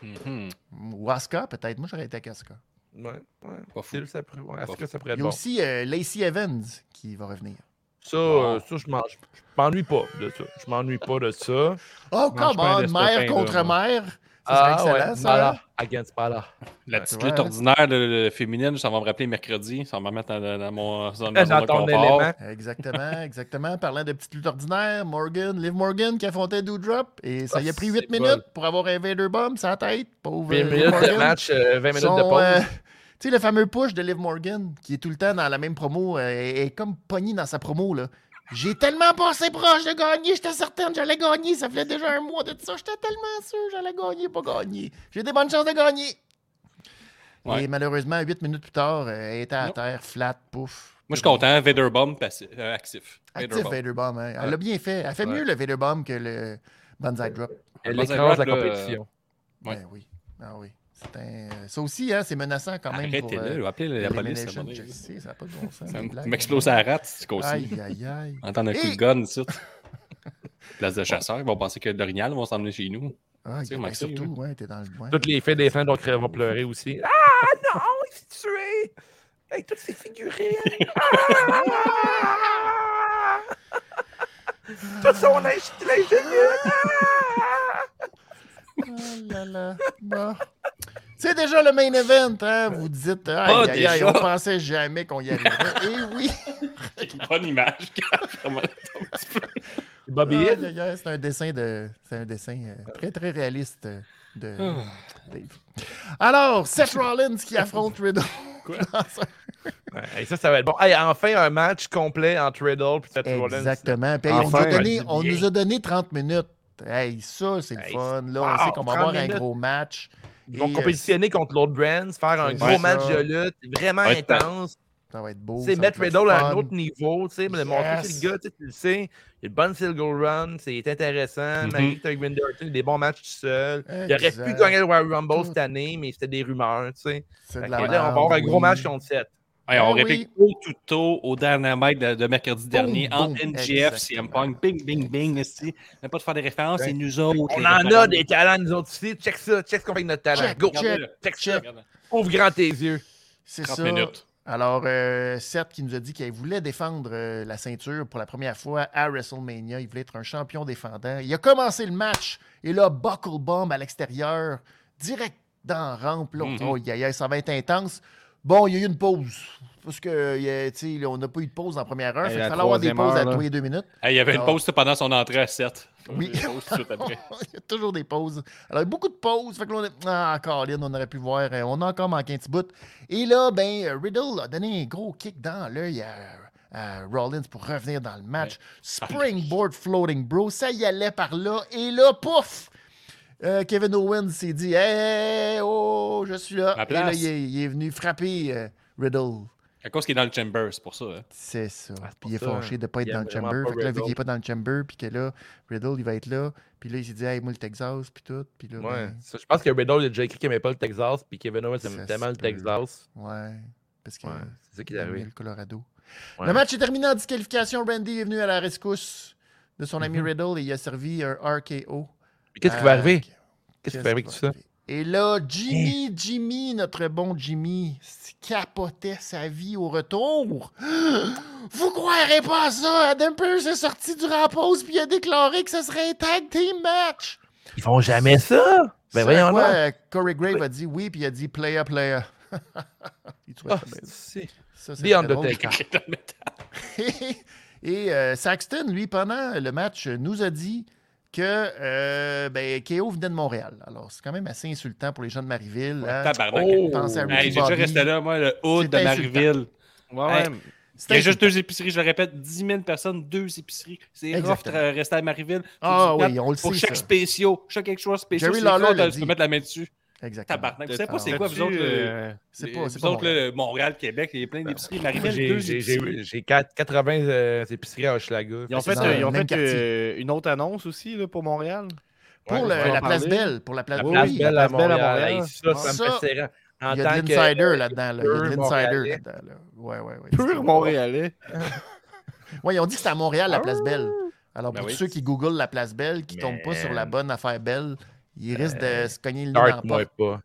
D: Mhm.
A: Ou Asuka, peut-être. Moi, j'aurais été avec Asuka.
B: Ouais, ouais.
D: Pas fou.
B: C'est- ça pourrait- ouais, Est-ce
D: Pas
B: que ça pourrait
A: Il
B: être
A: y a
B: bon?
A: aussi euh, Lacey Evans qui va revenir.
B: Ça, euh, ça, je m'en- je m'ennuie pas de ça. Je m'ennuie pas de ça.
A: Oh,
B: je mange
A: come
B: pas un
A: on! Mère
B: destin,
A: contre
B: là,
A: mère! Ça serait excellent,
B: Ah, ouais,
A: ça!
B: Bala,
A: là.
B: against Bala.
D: La
A: Ouais,
D: petite
A: c'est vrai,
D: lutte
A: hein.
D: ordinaire de, de- féminine, ça va me rappeler mercredi. Ça va me mettre dans, dans- dans mon dans ma zone
B: Dans
D: de
B: ton
D: confort.
B: élément.
A: Exactement, exactement. Parlant de petites luttes ordinaires, Morgan, Liv Morgan qui affrontait Doudrop et ça y a
B: Ah,
A: pris 8
B: c'est
A: minutes pour avoir un Vader Bomb sur la tête. Pauvre
B: 20
A: Liv
B: minutes de
A: Morgan.
B: match, euh, 20 minutes
A: Son,
B: de pause.
A: euh, tu sais, le fameux push de Liv Morgan qui est tout le temps dans la même promo, euh, est, est comme pogné dans sa promo. là. J'ai tellement passé proche de gagner, j'étais certaine, j'allais gagner. Ça faisait déjà un mois de ça, j'étais tellement sûr, j'allais gagner, pas gagner. J'ai des bonnes chances de gagner.
D: Ouais.
A: Et malheureusement, 8 minutes plus tard, euh, elle était à
D: Non.
A: terre, flat, pouf.
D: Moi, je suis content. Vader Bomb passif, euh, actif. Vader
A: Active
D: Bomb.
A: Vader Bomb. hein. Elle
D: Ouais.
A: l'a bien fait. Elle fait
D: Ouais.
A: mieux le Vader Bomb que le Banzai Drop.
B: Elle
D: Banzai
B: écrase la
D: Rock, là,
B: compétition.
D: Ouais.
A: Ben oui. Ah oui. C'est un- Ça aussi, hein, c'est menaçant quand même. pour, euh,
D: Arrêtez-le. Appelez la police. à un
A: Elimination,
D: moment
A: Je
D: donné.
A: sais, ça n'a pas de bon sens. les
D: Ça m-
A: blagues.
D: m'explose à la rate, c'est qu'on
A: Aïe,
D: suit.
A: aïe, aïe.
D: Entendre un coup
A: Et-
D: de gun, ici. Place de chasseur, ils vont penser que l'orignal vont s'emmener chez nous.
A: Ah,
D: Tu sais,
A: ben
D: Maxime,
A: surtout, ouais, t'es dans le coin.
B: Toutes les filles des fans vont cre- vont pleurer aussi. Ah non, il s'est tué! Avec toutes ses figurines! Ah! Tout son linge, linge de nuit! Ah!
A: Oh là là. Bon. C'est déjà le main event, hein? Vous dites, aïe,
D: Ah,
A: aïe, aïe,
D: déjà.
A: on pensait jamais qu'on y arriverait. Et oui!
D: Bonne image. Comment-
B: Bobby
A: Ah, Aïe,
B: Hill?
A: aïe, aïe, C'est un dessin de. C'est un dessin euh, très, très réaliste euh, de Dave. Alors, Seth Rollins qui affronte Riddle.
B: Ouais, et ça, ça va être bon. Hey, enfin, un match complet entre Riddle et Seth Rollins.
A: Exactement. Puis, hey, on,
C: Enfin.
A: nous a donné,
B: Ouais,
A: on
B: bien.
A: nous a donné 30 minutes. Hey, ça, c'est le
B: Hey,
A: fun. Là, on
B: wow,
A: sait qu'on va
B: 30
A: avoir un
B: minutes.
A: gros match.
B: Ils vont
A: Et, euh,
B: compétitionner contre l'autre brands, faire un
A: c'est
B: gros
A: ça.
B: match de lutte vraiment
D: Ouais, t'as-
B: intense.
A: euh, Ça va être beau.
B: C'est
A: ça
B: mettre
A: va être
B: Riddle à un
A: fun.
B: autre niveau, tu sais, mais le montrer
A: Yes.
B: c'est le gars, tu sais, tu le sais. Il y a une bonne single run, c'est intéressant.
D: Mhm.
B: Maggie Tugman Durton, des bons matchs tout seul. Il aurait pu
A: Mm-hmm. Exact.
B: gagner le Royal Rumble
A: Tout.
B: cette année, mais c'était des rumeurs, tu sais.
A: C'est
B: Fait
A: de
B: que
A: la
B: là, on
A: merde,
B: va avoir un gros
A: oui.
B: match contre Seth.
D: Hey, on
A: Ah oui.
D: réplique au tout tôt au Dynamite de, de mercredi dernier
A: boum,
D: entre NGF, CM Punk, bing, bing, bing, esti. Même pas de faire des références, c'est nous autres.
B: On
D: les
B: en a
D: références.
B: des talents, nous autres aussi. Check ça, check ce qu'on fait avec notre talent.
A: Check,
B: Go,
A: check,
B: check,
A: check.
B: check. Ouvre grand tes yeux.
A: C'est
D: 30
A: ça.
D: minutes.
A: Alors, euh, Seth qui nous a dit qu'il voulait défendre euh, la ceinture pour la première fois à WrestleMania. Il voulait être un champion défendant. Il a commencé le match et là, buckle bomb à l'extérieur, direct dans la rampe. Là, on
C: Mm-hmm.
A: dit,
D: Mhm.
A: oh, aïe, aïe, ça va être intense. Bon, il y a eu une pause. Parce que, euh, tu sais, là, on n'a pas eu de pause dans la première heure.
C: Et
A: fait
C: la
A: qu'il fallait avoir des
C: troisième
A: pauses
C: heure,
A: à
C: là.
A: tous les deux minutes.
D: Hey, il y avait une
A: Ah.
D: pause pendant son entrée à 7.
A: Oui.
D: Une pause tout de suite après.
A: il y a toujours des pauses. Alors, beaucoup de pauses. Fait que là, on est... Ah, Caroline, on aurait pu voir. euh, On a encore manqué un petit bout. Et là, ben, euh, Riddle a donné un gros kick dans l'œil à, à Rollins pour revenir dans le match. Springboard floating bro, ça y allait par là. Et là, pouf! Euh, Kevin Owens s'est dit Hey, oh, je suis là.
D: Ma
A: Et là,
D: place.
A: il est, il est venu frapper euh, Riddle.
D: À cause qu'il est dans le chamber, c'est pour ça. hein.
A: C'est ça. Puis il est
B: Ah, pour ça. hein.
A: fâché de ne pas être
B: Il
A: dans
B: aime
A: le
B: vraiment
A: chamber.
B: pas
A: Fait que là, vu
B: Riddle.
A: qu'il n'est pas dans le chamber, puis que là, Riddle, il va être là. Puis là, il s'est dit, hey, moi, le Texas, puis tout. Puis là,
B: Ouais.
A: ben,
B: Ça, je pense que Riddle a déjà écrit qu'il aimait pas le Texas, puis Kevin Owens
A: Ça
B: aime
A: se
B: tellement le
A: peut. Ben
B: Texas.
A: ouais. Parce que
B: Ouais, c'est ça qui
A: il
B: est
A: aimait
B: arrivé.
A: le Colorado.
B: Ouais.
A: Le match est terminé en disqualification. Randy est venu à la rescousse de son
B: Mhm.
A: ami Riddle et il a servi un RKO.
B: Puis Qu'est-ce qui va
A: Euh,
B: arriver?
A: qu'est-ce
B: Qu'est-ce qui va arriver avec tout ça?
A: arriver? Et là, Jimmy, Jimmy, notre bon Jimmy, s- capotait sa vie au retour. Vous croirez pas à ça? Adam Pearce est sorti du pause puis il a déclaré que ce serait un tag team match.
B: Ils font jamais ça! Ben
A: C'est
B: voyons
A: à quoi,
B: là!
A: euh, Corey Grave a dit oui, puis il a dit player, player. il trouvait
B: Ah,
A: ça bien.
B: si.
A: Ça, c'est
B: The
A: très drôle.
B: Undertaker.
A: Et euh, Saxton, lui, pendant le match, nous a dit que euh, ben, KO venait de Montréal. Alors, c'est quand même assez insultant pour les gens de Marieville. hein.
D: Tabarnak.
B: Oh!
A: Pense à
D: Hey,
A: Ricky
D: j'ai déjà
A: Bobby.
D: resté là, moi, le haut de
A: C'est
D: Marieville.
C: Ouais, ouais.
D: Hey.
C: mais-
D: Il y a
A: C'était
D: juste deux épiceries, je le répète, 10 000 personnes, deux épiceries. C'est rough de
A: Exactement.
D: rester à Marieville.
A: Ah
D: Faut que tu
A: oui, on le
D: Pour
A: sait.
D: chaque
A: ça.
D: spécial, chaque quelque chose spécial,
A: Jerry
D: c'est
A: Lawler
D: fort
A: l'a
D: de se
A: dit.
D: mettre la main dessus.
A: Exactement.
D: Tabarnak. Vous savez pas
A: Ah,
D: c'est quoi,
C: T'as-tu,
D: vous autres, le-
C: euh,
A: C'est
D: les-
A: pas, c'est
D: vous
A: pas
D: autres,
A: Montréal.
D: là, Montréal, Québec, il y a plein d'épiceries. Marieville,
B: J'ai-
D: deux
B: j'ai-
D: épiceries.
B: J'ai j'ai quatre- 80 euh, épiceries à Hochelaga.
C: Ils ont
A: c'est
C: fait,
A: dans
C: euh,
A: le
C: ils ont
A: même
C: fait euh, une autre annonce aussi là, pour Montréal.
A: Pour
C: Ouais,
A: le-
C: on va
A: la
C: en
A: place
C: parler.
A: belle, pour la place,
B: La
A: oui,
B: place
A: oui,
B: belle à
C: place belle à
B: Montréal.
C: Montréal.
B: Hey, ça, ça,
A: Ça,
B: me fait serrant. En
A: Il y a
B: tant
A: de
B: que-
A: l'insider là-dedans. là. Il y a
B: pur
A: de l'insider
B: Montréalais.
A: là-dedans. là. Ouais, ouais, ouais.
C: Pur Montréalais.
A: Oui, ils ont dit que c'était à Montréal, la place belle. Alors,
D: Ben
A: pour
D: oui.
A: tous ceux qui googlent la place belle, qui ne tombent pas sur la
B: Man.
A: bonne affaire belle,
D: Euh,
A: ils risquent de se cogner le nez dans la
B: Start-moi
A: porte
B: pas.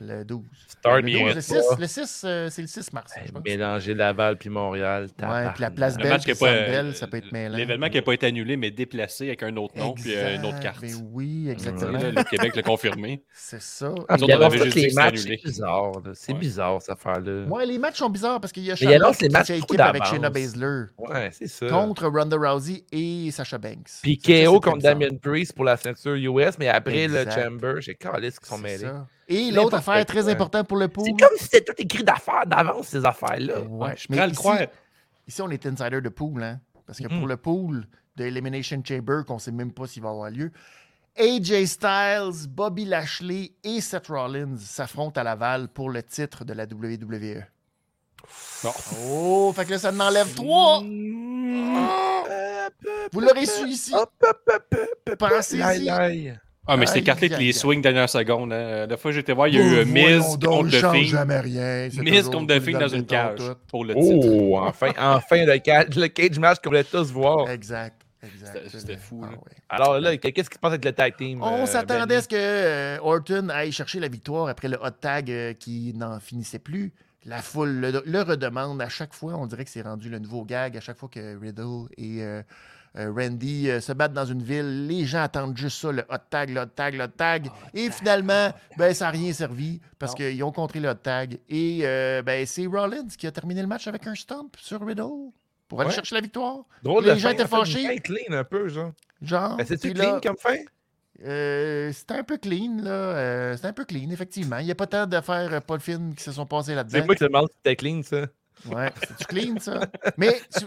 A: le 12.
B: Start-moi
A: Le,
B: pas.
A: 6, le 6, euh, c'est le 6 mars, je pense.
B: Mélanger Laval puis Montréal.
A: Ouais, puis la place
D: Le
A: belle,
D: match qui
A: puis
D: a
A: le
D: pas,
A: Centre Bell,
D: euh,
A: ça peut être mêlant.
D: L'événement qui n'a pas été annulé, mais déplacé avec un autre nom puis euh, une autre
A: Exact,
D: carte.
A: ben oui, exactement.
D: Là, le Québec l'a confirmé.
A: C'est ça.
D: Nous autres,
B: il
D: on
B: annonce
D: avait
B: tous
D: juste dit
B: les
D: que
B: matchs,
D: c'était
B: c'est bizarre. là. C'est
D: Ouais.
B: bizarre, cette affaire-là.
A: Ouais, les matchs sont bizarres parce qu'il y a
B: Mais il
A: Charlotte
B: annonce les
A: qui
B: matchs
A: fait
B: trop
A: équipe avec
B: d'avance.
A: Shayna Baszler
B: Ouais, c'est ça.
A: contre Ronda Rousey et Sasha Banks.
B: Puis
A: Ça, ça, c'est
B: KO contre
A: bizarre.
B: Damien Priest pour la ceinture US, mais après
A: Exact.
B: le Chamber, j'ai calé ce qu'ils sont
A: C'est
B: mêlés.
A: ça. Et
B: N'importe
A: l'autre affaire très
B: quoi.
A: importante pour le pool.
B: C'est comme si c'était tout écrit d'affaires d'avance, ces affaires-là.
A: Ouais,
D: Je
A: mais
D: prends à le
A: ici-
D: croire.
A: Ici, on est insider de pool, hein? Parce que
D: Mhm.
A: pour le pool de Elimination Chamber, qu'on ne sait même pas s'il va avoir lieu, AJ Styles, Bobby Lashley et Seth Rollins s'affrontent à Laval pour le titre de la WWE.
D: Non.
A: Oh, fait que là, ça en enlève trois! Oh!
B: Euh,
A: Vous l'aurez su ici!
B: Aïe,
A: Pensez-y!
B: aïe.
D: Ah, mais
A: Aïe,
D: c'est écarté avec
A: aïe,
D: les
A: aïe.
D: swings dernière seconde. hein. La fois que j'étais voir, il y a eu euh,
A: Oh,
D: Miz contre The
A: change
D: Fiend.
A: jamais rien. c'est
D: Miz
A: toujours
D: contre The
A: plus
D: Fiend
A: la
D: dans
A: même
D: une cage
A: tantôt.
D: pour le titre.
B: Oh, enfin, enfin le, ca- le cage match qu'on voulait tous
A: Euh,
B: voir.
A: Exact, exact.
D: Oh.
A: Ah
D: C'était- c'était fou, là.
A: ouais.
B: Alors là, qu'est-ce qui se passe avec le tag team?
A: On
B: euh,
A: s'attendait
B: Benny?
A: à ce que euh, Orton aille chercher la victoire après le hot tag euh, qui n'en finissait plus. La foule le, le redemande à chaque fois. On dirait que c'est rendu le nouveau gag. À chaque fois que Riddle et euh, euh, Randy euh, se battent dans une ville, les gens attendent juste ça, le hot tag, le hot tag, le hot tag.
B: Ah,
A: et finalement, ben, ça n'a rien servi parce
D: Non.
A: qu'ils ont contré le hot tag. Et euh, ben, c'est Rollins qui a terminé le match avec un stomp sur Riddle pour aller
B: Ouais.
A: chercher la victoire.
B: Drôle
A: les
B: de
A: gens
B: fin,
A: étaient
B: en fait,
A: fâchés.
B: une fin clean un peu, genre.
A: Genre,
B: Ben, C'est-tu
A: puis
B: clean
A: là-
B: comme fin?
A: euh, c'était un peu clean, là. Euh, c'était un peu clean, effectivement. Il n'y a pas tant d'affaires euh, pas fines qui se sont passées
B: C'est
A: là-dedans.
B: moi qui te demande si c'était clean, ça.
A: Ouais, c'est clean, ça. Mais si,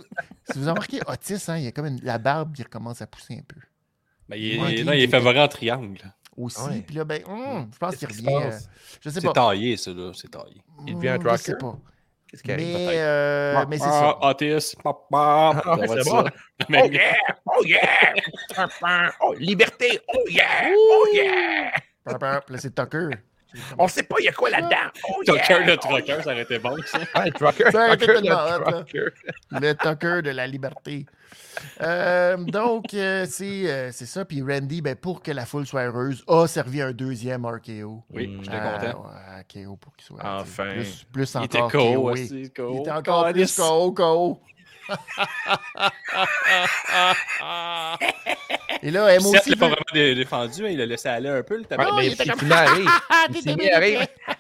A: si vous en remarquez, Otis, hein, il y a comme une- la barbe qui recommence à pousser un peu.
D: Ben, il, est-
A: Ouais,
D: il est-
A: ok,
D: non, il est
A: ok.
D: favori en triangle.
A: Aussi.
B: Ouais.
A: Puis là, ben, hum, je pense qu'il
B: Qu'est-ce qui se
A: revient. euh,
B: passe?
A: je sais
D: C'est
A: pas.
D: taillé, ça, là. C'est taillé.
B: Il devient un
A: Hum, Je sais
B: tracker?
A: pas.
B: Qu'est-ce qui arrive?
A: Mais,
D: peut-être.
A: euh, mais c'est
D: Ah,
A: ça.
D: Otis. pop, pop.
B: Ah,
D: Ça va
B: c'est
D: être
B: bon.
D: ça.
B: Oh
D: Mais-
B: yeah! Oh yeah! Oh, liberté! Oh yeah! Oh yeah!
A: Pam, pam. Là, c'est Tucker.
B: On sait pas il y a quoi là-dedans! Oh yeah!
D: Tucker le trucker, ça aurait été bon, ça.
B: Ouais,
A: Ça,
B: trucker, trucker,
A: c'était
B: le
A: tellement hot, là.
B: trucker.
A: Le Tucker de la liberté. Euh, donc, euh, c'est euh, c'est ça. Puis Randy, ben, pour que la foule soit heureuse, a servi un deuxième RKO.
D: Oui, j'étais
A: Ah,
D: content.
A: ouais, KO pour qu'il soit.
B: Enfin.
A: tu sais, Plus, plus
D: Il était
A: encore. KO,
D: KO
A: oui.
D: aussi.
A: Il
D: KO.
A: était encore plus KO, KO. Et là, MOC.
D: Certes, il l'a pas
A: veut-
D: vraiment dé- défendu, hein, il a laissé aller un peu le tabac.
A: Ouais, mais
B: mais
A: il était
B: c'est
A: comme-
B: fini à rire.
A: Ah,
B: Il
A: t'es
B: s'est mis
A: démêlé.
B: à rire.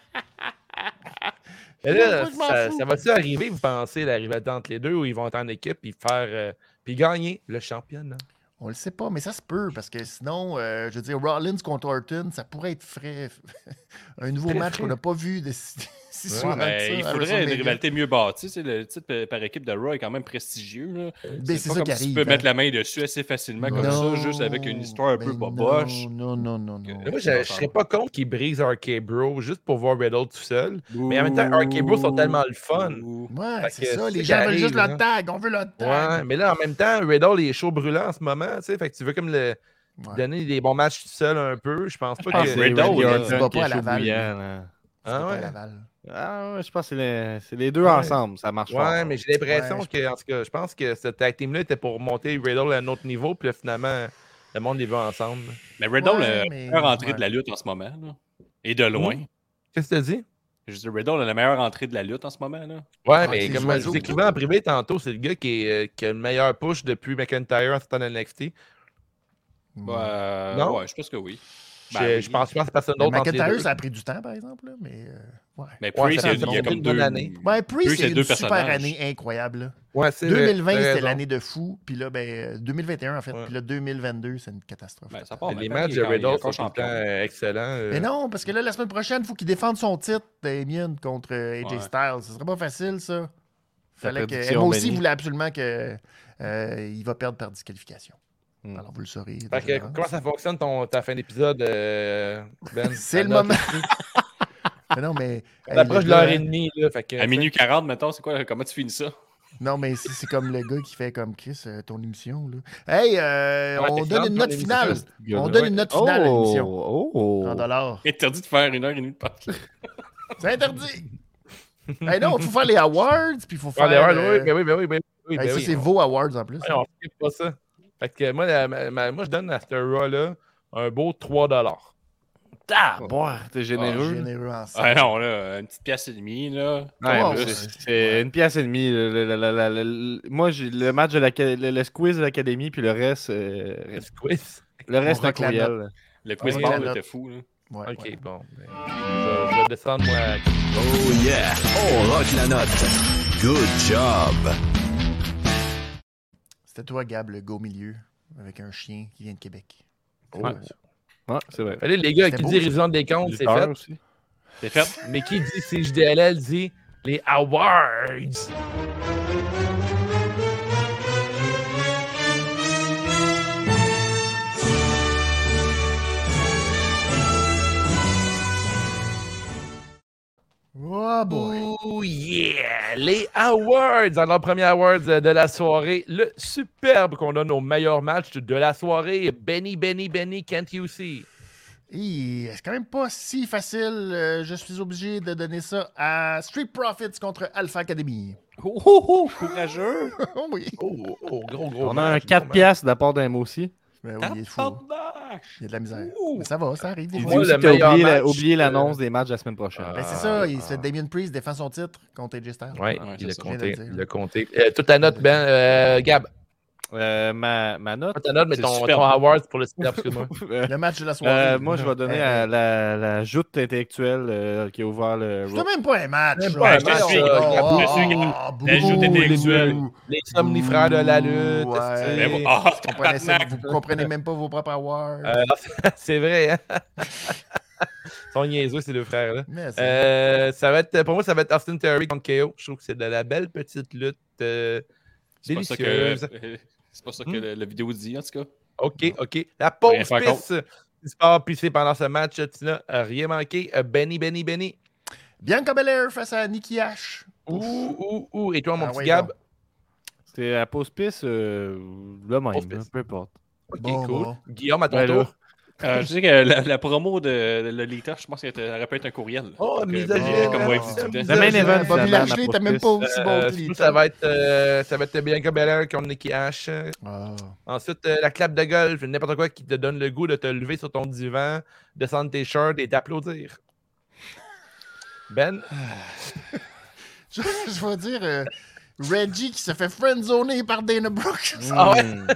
B: Mais là,
A: Moi, je m'en
B: ça,
A: fous.
B: ça va-tu arriver, vous pensez, la rivalité entre les deux, ou ils vont être en équipe et faire euh, puis gagner le championnat?
A: On le sait pas, mais ça se peut, parce que sinon, euh, je veux dire, Rollins contre Orton, ça pourrait être frais. un nouveau
B: Très
A: match
B: frais.
A: qu'on n'a pas vu de si, si
B: Ouais,
A: souvent.
D: Ben,
A: que ça, hein,
D: il
A: à
D: faudrait une
A: WrestleMania.
D: rivalité mieux bâtie. tu sais, Le titre euh, par équipe de Raw est quand même prestigieux. là.
A: Ben, c'est
D: pas
A: ça
D: comme
A: qui
D: si
A: arrive.
D: Tu peux
A: hein.
D: mettre la main dessus assez facilement comme
A: Non,
D: ça, juste avec une histoire un peu
A: ben
D: boboche.
A: Non, non, non, non. non.
D: Que-
B: Moi, je, je serais pas contre qu'ils brisent RK Bro juste pour voir Riddle tout seul. Mais en même temps, RK Bro sont tellement le fun.
D: Ouh.
A: Ouais,
B: Fait
A: c'est
B: que
A: ça,
B: c'est
A: les
B: ça
A: gens
B: qui
A: veulent juste
B: arrive,
A: le
B: hein.
A: tag, on veut le
B: Ouais,
A: tag.
B: mais là, en même temps, Riddle, il est chaud brûlant en ce moment, tu sais. Fait que tu veux comme le
A: Ouais.
B: donner des bons matchs tout seul un peu. Je pense pas
C: Ah,
B: que.
C: c'est Riddle,
D: Riddle,
C: là,
D: il
A: va pas
C: qui est
A: à Laval.
C: chaud bouillant, là.
A: C'est pas
B: Ah ouais.
A: Laval.
C: Ah ouais, je pense que c'est les, c'est les deux
B: Ouais.
C: ensemble, ça marche fort.
B: Ouais, mais j'ai l'impression
A: Ouais,
B: que, en tout cas, je pense que cette tag team-là était pour monter Riddle à un autre niveau, puis là, finalement, le monde les veut ensemble.
D: Mais Riddle euh,
A: Ouais,
D: a la
A: mais-
D: meilleure entrée
A: ouais.
D: de la lutte en ce moment. là. Et de loin.
B: Qu'est-ce que tu dis?
D: Je dis, Riddle a la meilleure entrée de la lutte en ce moment. Là.
B: Ouais,
A: Ah,
B: mais
A: c'est joué
B: comme je
A: à
B: vous
A: jour.
B: écrivais en privé tantôt, c'est le gars qui, est, euh, qui a le meilleur push depuis McIntyre en sortant de NXT.
A: Mm-hmm.
D: Euh,
B: Non?
D: Ouais, je pense que oui.
B: je,
D: Ben
B: je
D: oui.
B: pense je pense que personne
A: Mais
B: d'autre entre les
A: McIntyre,
B: deux.
A: ça a pris du temps, par exemple, là, mais... euh, Ouais.
D: Mais
B: Ouais,
D: Priest,
B: ça
D: il y a-
B: fait
D: il y a
B: une
D: comme
B: bonne
D: deux.
B: année.
A: Ouais, Priest,
D: Priest,
A: c'est
D: c'est
A: une
D: deux
A: super
D: personnages.
A: année incroyable. là.
B: Ouais, c'est vrai,
A: 2020,
B: t'as
A: c'était
B: raison.
A: l'année de fou. Puis là, ben, euh, 2021, en fait.
B: Ouais.
A: Puis là, 2022, c'est une catastrophe.
D: Ben, ça
A: totale.
D: part
B: Les
D: maintenant,
B: matchs
D: il est
B: de
D: quand- il est
B: Riddle
D: encore
B: sont tout le temps
D: champion.
B: euh, excellents. euh.
A: Mais non, parce que là, la semaine prochaine, il faut qu'il défende son titre, Damien, contre euh, AJ
D: Ouais.
A: Styles. Ce serait pas facile, ça. Fallait que...
C: prédiction,
A: Moi aussi,
C: Benny.
A: voulait absolument que euh, il va perdre par disqualification.
C: Hmm.
A: Alors, vous le saurez.
B: Fait que,
A: d'avance.
B: comment ça fonctionne ton, ta fin d'épisode, euh, Ben?
A: C'est le
B: Anna,
A: moment. Mais non, mais...
B: On
A: hey,
B: approche
A: le
B: de l'heure
A: gars,
B: et demie, là. Fait que, Ah,
D: À minuit 40, maintenant, c'est quoi, comment tu finis ça?
A: Non, mais c'est c'est comme le gars qui fait comme Chris, euh, ton émission. Là. Hey, euh,
B: Ouais,
A: on
B: t'es
A: donne
B: fier de
A: une
B: ton
A: note finale.
B: émission,
A: On donne une note finale à l'émission.
C: Oh, oh.
A: 100 dollars.
D: Interdit de faire une heure et demie de podcast.
A: C'est interdit. hey, non, il faut faire les awards, puis il faut
B: Ah,
A: faire.
B: l'erreur,
A: euh,
B: oui, ben oui, ben oui, ben oui,
A: hey,
B: ben
A: ça,
B: oui.
A: c'est vos awards en plus.
B: Ouais, Ah, on skip pas ça. Fait que moi, la- ma- ma- moi, je donne à ce Raw-là un beau 3$.
C: Ah, bon, t'es
A: généreux.
C: généreux.
A: généreux ensemble.
D: Ah non, là, une petite pièce et demie, là.
C: Ouais,
A: Oh,
C: mais
A: ouais.
C: c'est- c'est une pièce et demie. le- le- le- le- le- le- moi, j'ai le match de la, le, le squeeze de l'académie, puis le reste, euh,
B: Le quiz.
C: le reste
A: On
C: en
A: rock la
C: courriel.
D: Le quiz
A: Ouais,
D: bar,
A: la
D: là,
A: note.
D: t'es fou, là.
A: Ouais,
B: Ok,
A: ouais.
B: bon. ben, je, je vais descendre, moi. à-
F: Oh yeah, on rock la note. Good job.
A: C'était toi, Gab, le go milieu, avec un chien qui vient de Québec.
B: Oh.
C: Ouais. Ouais, c'est vrai.
B: Allez, les gars,
A: C'était
B: qui
A: beau,
B: dit
A: ça.
B: révision des comptes, c'est
C: Lutteur
B: fait.
C: aussi.
D: C'est fait.
B: Mais qui dit CJDLL dit les awards.
A: Oh boy.
B: Oh yeah! Les awards! Alors, premier awards euh, de la soirée, le superbe qu'on donne au meilleur match de la soirée, Benny, Benny, Benny, can't you see?
A: Hi, C'est quand même pas si facile. euh, je suis obligé de donner ça à Street Profits contre Alpha Academy.
D: Oh, oh, oh, courageux.
A: oh oui.
B: Oh, oh, gros, gros.
C: On a un 4 piastres d'apport d'un mot aussi.
A: Ben oui, il est fou.
D: Tabarnak.
A: Il y a de la misère.
D: Ouh.
A: Mais ça va, ça arrive. des
B: Il
C: Il
A: fois.
B: Moi,
C: dit aussi
B: le
C: que
B: meilleur
C: t'as oublié la-
B: match,
C: oublié
B: euh,
C: l'annonce des matchs de la semaine prochaine.
B: Ah.
A: Ben, c'est ça, il, c'est Damien Priest défend son titre contre AJ Styles.
B: Ouais,
D: Ouais,
B: il a
D: c'est ça.
A: Je viens
B: compté.
A: de le dire.
B: Il a compté. Euh, toute ta note, Ben, euh, Gab,
C: Euh, ma, ma note.
B: toute ta note, mais
D: C'est
B: ton,
D: superbe.
B: ton awards pour le superbe, excuse-moi.
C: euh,
A: Le match de la soirée.
C: euh, moi, je vais donner
A: Euh,
C: à la, la joute intellectuelle euh, qui a ouvert le.
A: C'est même pas un match.
B: Même
A: là.
B: pas un
A: Je
B: match,
A: suis-
B: euh,
A: oh,
D: je suis-
A: oh, bouh,
D: la joute intellectuelle.
A: bouh.
B: Les somnifères de la lutte.
A: Ouais.
B: c'est-
D: Mais bon, ah,
A: Vous comprenez ça,
D: tabarnak.
A: Vous comprenez même pas vos propres awards.
B: Euh, c'est vrai, hein? Ils sont niaiseux, ces deux frères-là.
A: Mais c'est-
B: Euh, ça va être, pour moi, ça va être Austin Theory contre KO. Je trouve que c'est de la belle petite lutte euh,
D: C'est pas ça que,
B: délicieuse.
D: euh, c'est pas ça que
B: Hmm.
D: le- la vidéo dit, en tout cas.
B: OK, OK. La pause
D: Rien faire
B: pisse du sport pissé pendant ce match. Tina, euh, rien manqué. Euh, Benny, Benny, Benny.
A: Bianca Belair face à Nikki H.
B: Ouh, ouh, ouh. Et toi, mon
A: Ah
B: petit
A: ouais,
B: Gab?
A: non.
C: C'était la pause piste, euh, le même,
B: Pause
C: là,
B: piste.
C: peu importe.
B: OK,
A: Bon,
B: cool.
A: bon.
B: Guillaume, à ton
C: Ouais, là.
B: tour.
D: Euh, je sais que la, la promo de, de Lolita, je pense qu'elle était- elle aurait pu être un courriel.
B: Oh,
D: Donc, euh,
B: misogyne,
D: mais Comme moi,
A: euh,
D: il dit tout le temps.
A: Misogyne,
C: main event, finalement,
A: Bobby Lashley,
C: la
A: t'as même pas
C: prof-
A: aussi bon
B: Euh,
A: que
B: surtout,
A: les
B: ça va être, euh, ça va être Bianca Belair contre Nikki Ash.
A: Ah.
B: Ensuite, euh, la clap de golf, n'importe quoi qui te donne le goût de te lever sur ton divan, descendre tes shirts et d'applaudir. Ben,
A: Je, je vais dire euh, Reggie qui se fait friendzoner par Dana Brooke.
B: Ah ouais?
C: Hmm.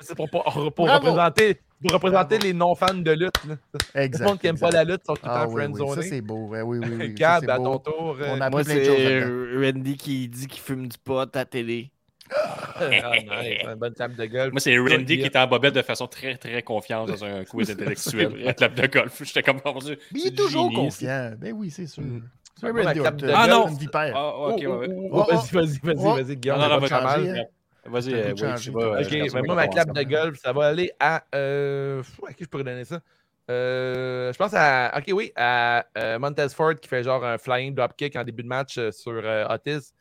B: c'est pour, pour, pour
A: Bravo.
B: représenter, pour représenter les non-fans de lutte. là. Tout le
A: Exact.
B: monde qui n'aime pas
A: exact.
B: la lutte sont tout le
A: Ah
B: temps
A: oui, oui, ça
B: friendzonés.
A: c'est beau. Ouais, oui, oui, oui. ça,
B: Gab,
A: c'est
B: à
A: beau.
B: ton tour. euh,
A: On a
E: Moi,
A: appris plein de choses
E: c'est
A: là-dedans.
E: euh, Randy qui dit qu'il fume du pot à la télé.
B: ah, nice, une bonne table de gueule.
D: Moi, c'est Randy qui
B: Guillaume.
D: était en bobette de façon très, très confiante dans un quiz intellectuel à la table de golf. J'étais comme, mon Dieu,
A: Mais il
D: c'est
A: est
D: du
A: toujours
D: génie,
A: confiant. Ben oui, c'est sûr.
B: Mm.
A: C'est
B: Ouais,
A: Randy
B: la cape
A: Orton.
B: de
D: Ah, gueule. non.
A: Une vipère.
D: Ah,
B: Oh,
D: ok, ouais,
B: oh,
D: ouais.
B: oh,
A: Oh,
B: oh,
A: oh.
B: Vas-y, vas-y, vas-y,
A: Oh.
B: vas-y,
D: Non,
B: Guillaume. ça
D: non, non,
B: va
D: va
A: votre
B: te faire mal.
A: changer, hein.
D: Vas-y,
A: T'as le
D: euh,
A: goût de
D: oui,
A: changer,
D: je sais
A: t'as
D: pas.
A: le
D: euh,
A: goût de
B: Ok,
D: je
A: changer.
B: ben
D: vais
B: moi, ma
D: commencer
B: clap de
D: par-
B: golf, ça va aller à. euh, fou, à qui je pourrais donner ça? Euh, je pense à. Ok, oui, à euh, Montez Ford qui fait genre un flying dropkick en début de match euh, sur euh, Otis.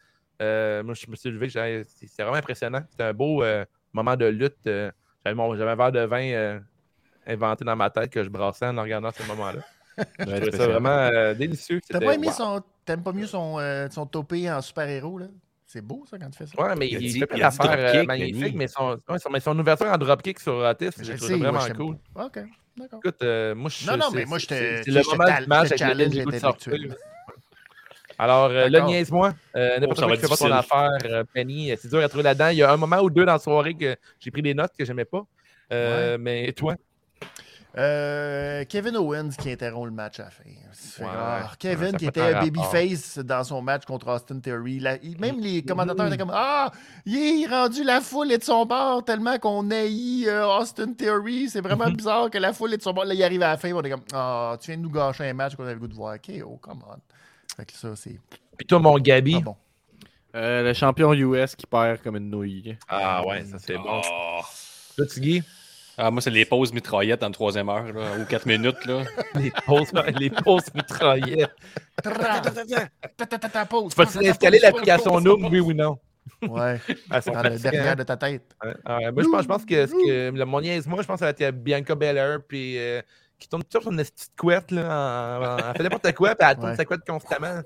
B: Euh, moi, je me suis levé, j'ai- c'était vraiment impressionnant. C'était un beau euh, moment de lutte. euh, J'avais mon- j'avais un verre de vin euh, inventé dans ma tête que je brassais en le regardant ce moment-là. Je trouvais ça vraiment euh, délicieux.
A: T'as
B: C'était-
A: pas aimé
B: wow.
A: son. T'aimes pas mieux son, euh, son topé en super-héros, là? C'est beau, ça, quand tu fais ça.
B: Ouais, mais
D: Il a
B: il,
D: dit-
B: fait plein
D: il a dit
B: d'affaires euh,
D: dropkick,
B: magnifiques,
D: Benny.
B: mais son, ouais, son- mais son ouverture en dropkick sur Otis,
A: Je
B: j'ai
A: le
B: trouvé
A: sais,
B: vraiment
A: moi, j'aime
B: cool.
A: OK, d'accord.
B: Écoute, euh, moi, je
A: Non, non,
B: c'est-
A: mais moi, je te-
B: C'est c'est
A: tu
B: le
A: sais, je
B: moment
A: te
B: du match
A: ta-
B: avec
A: je
B: le
A: challenge
B: j'ai goût de
A: intellectuel.
B: sortir. Alors, euh, là,
A: D'accord.
B: niaise-moi. Euh,
D: Oh,
B: N'importe
D: ça
B: quoi
D: va
B: qui fait pas
D: être
B: ton affaire, euh, Penny. euh, C'est dur à trouver là-dedans. Il y a un moment ou deux dans la soirée que j'ai pris des notes que j'aimais pas. Euh, Mais toi,
A: Euh, Kevin Owens qui interrompt le match à la fin. C'est-
B: Ouais.
A: ah,
B: Ça
A: Kevin qui
B: fait
A: était
B: un rapport.
A: babyface dans son match contre Austin Theory. La- il- même les commentateurs étaient comme Ah, il est rendu la foule est de son bord tellement qu'on haït euh, Austin Theory. C'est vraiment
B: Mhm.
A: bizarre que la foule est de son bord. Là, il arrive à la fin. On est comme Ah, tu viens de nous gâcher un match qu'on avait le goût de voir. OK, oh, come on. Fait que ça, c'est
B: puis toi, mon Gabi.
A: pas Ah bon.
C: Euh, le champion US qui perd comme une nouille.
B: Ah ouais, ça c'est bon.
D: Oh.
B: Toi, tu Guy,
D: Ah, moi, c'est les pauses mitraillettes dans la troisième heure, là, ou quatre minutes, là.
B: les pauses, les pauses mitraillettes.
A: Tra- ta- ta- ta- ta- pause.
B: Tu vas-tu
A: Ta- ta- ta-
B: installer
A: pause,
B: l'application
A: pause,
B: Noom,
A: pause.
B: oui ou non? Ah,
A: Ouais,
B: Elles sont
A: dans le
B: fatigantes.
A: derrière de ta tête.
B: Ouais, Ah ouais, moi, je pense, je pense que, ce que le mon niaise, moi, je pense que ça va être euh, Bianca Belair puis, euh, qui tourne toujours sur une petite couette. Là, en- en- elle fait n'importe quoi, puis elle tourne
A: Ouais.
B: sa couette constamment.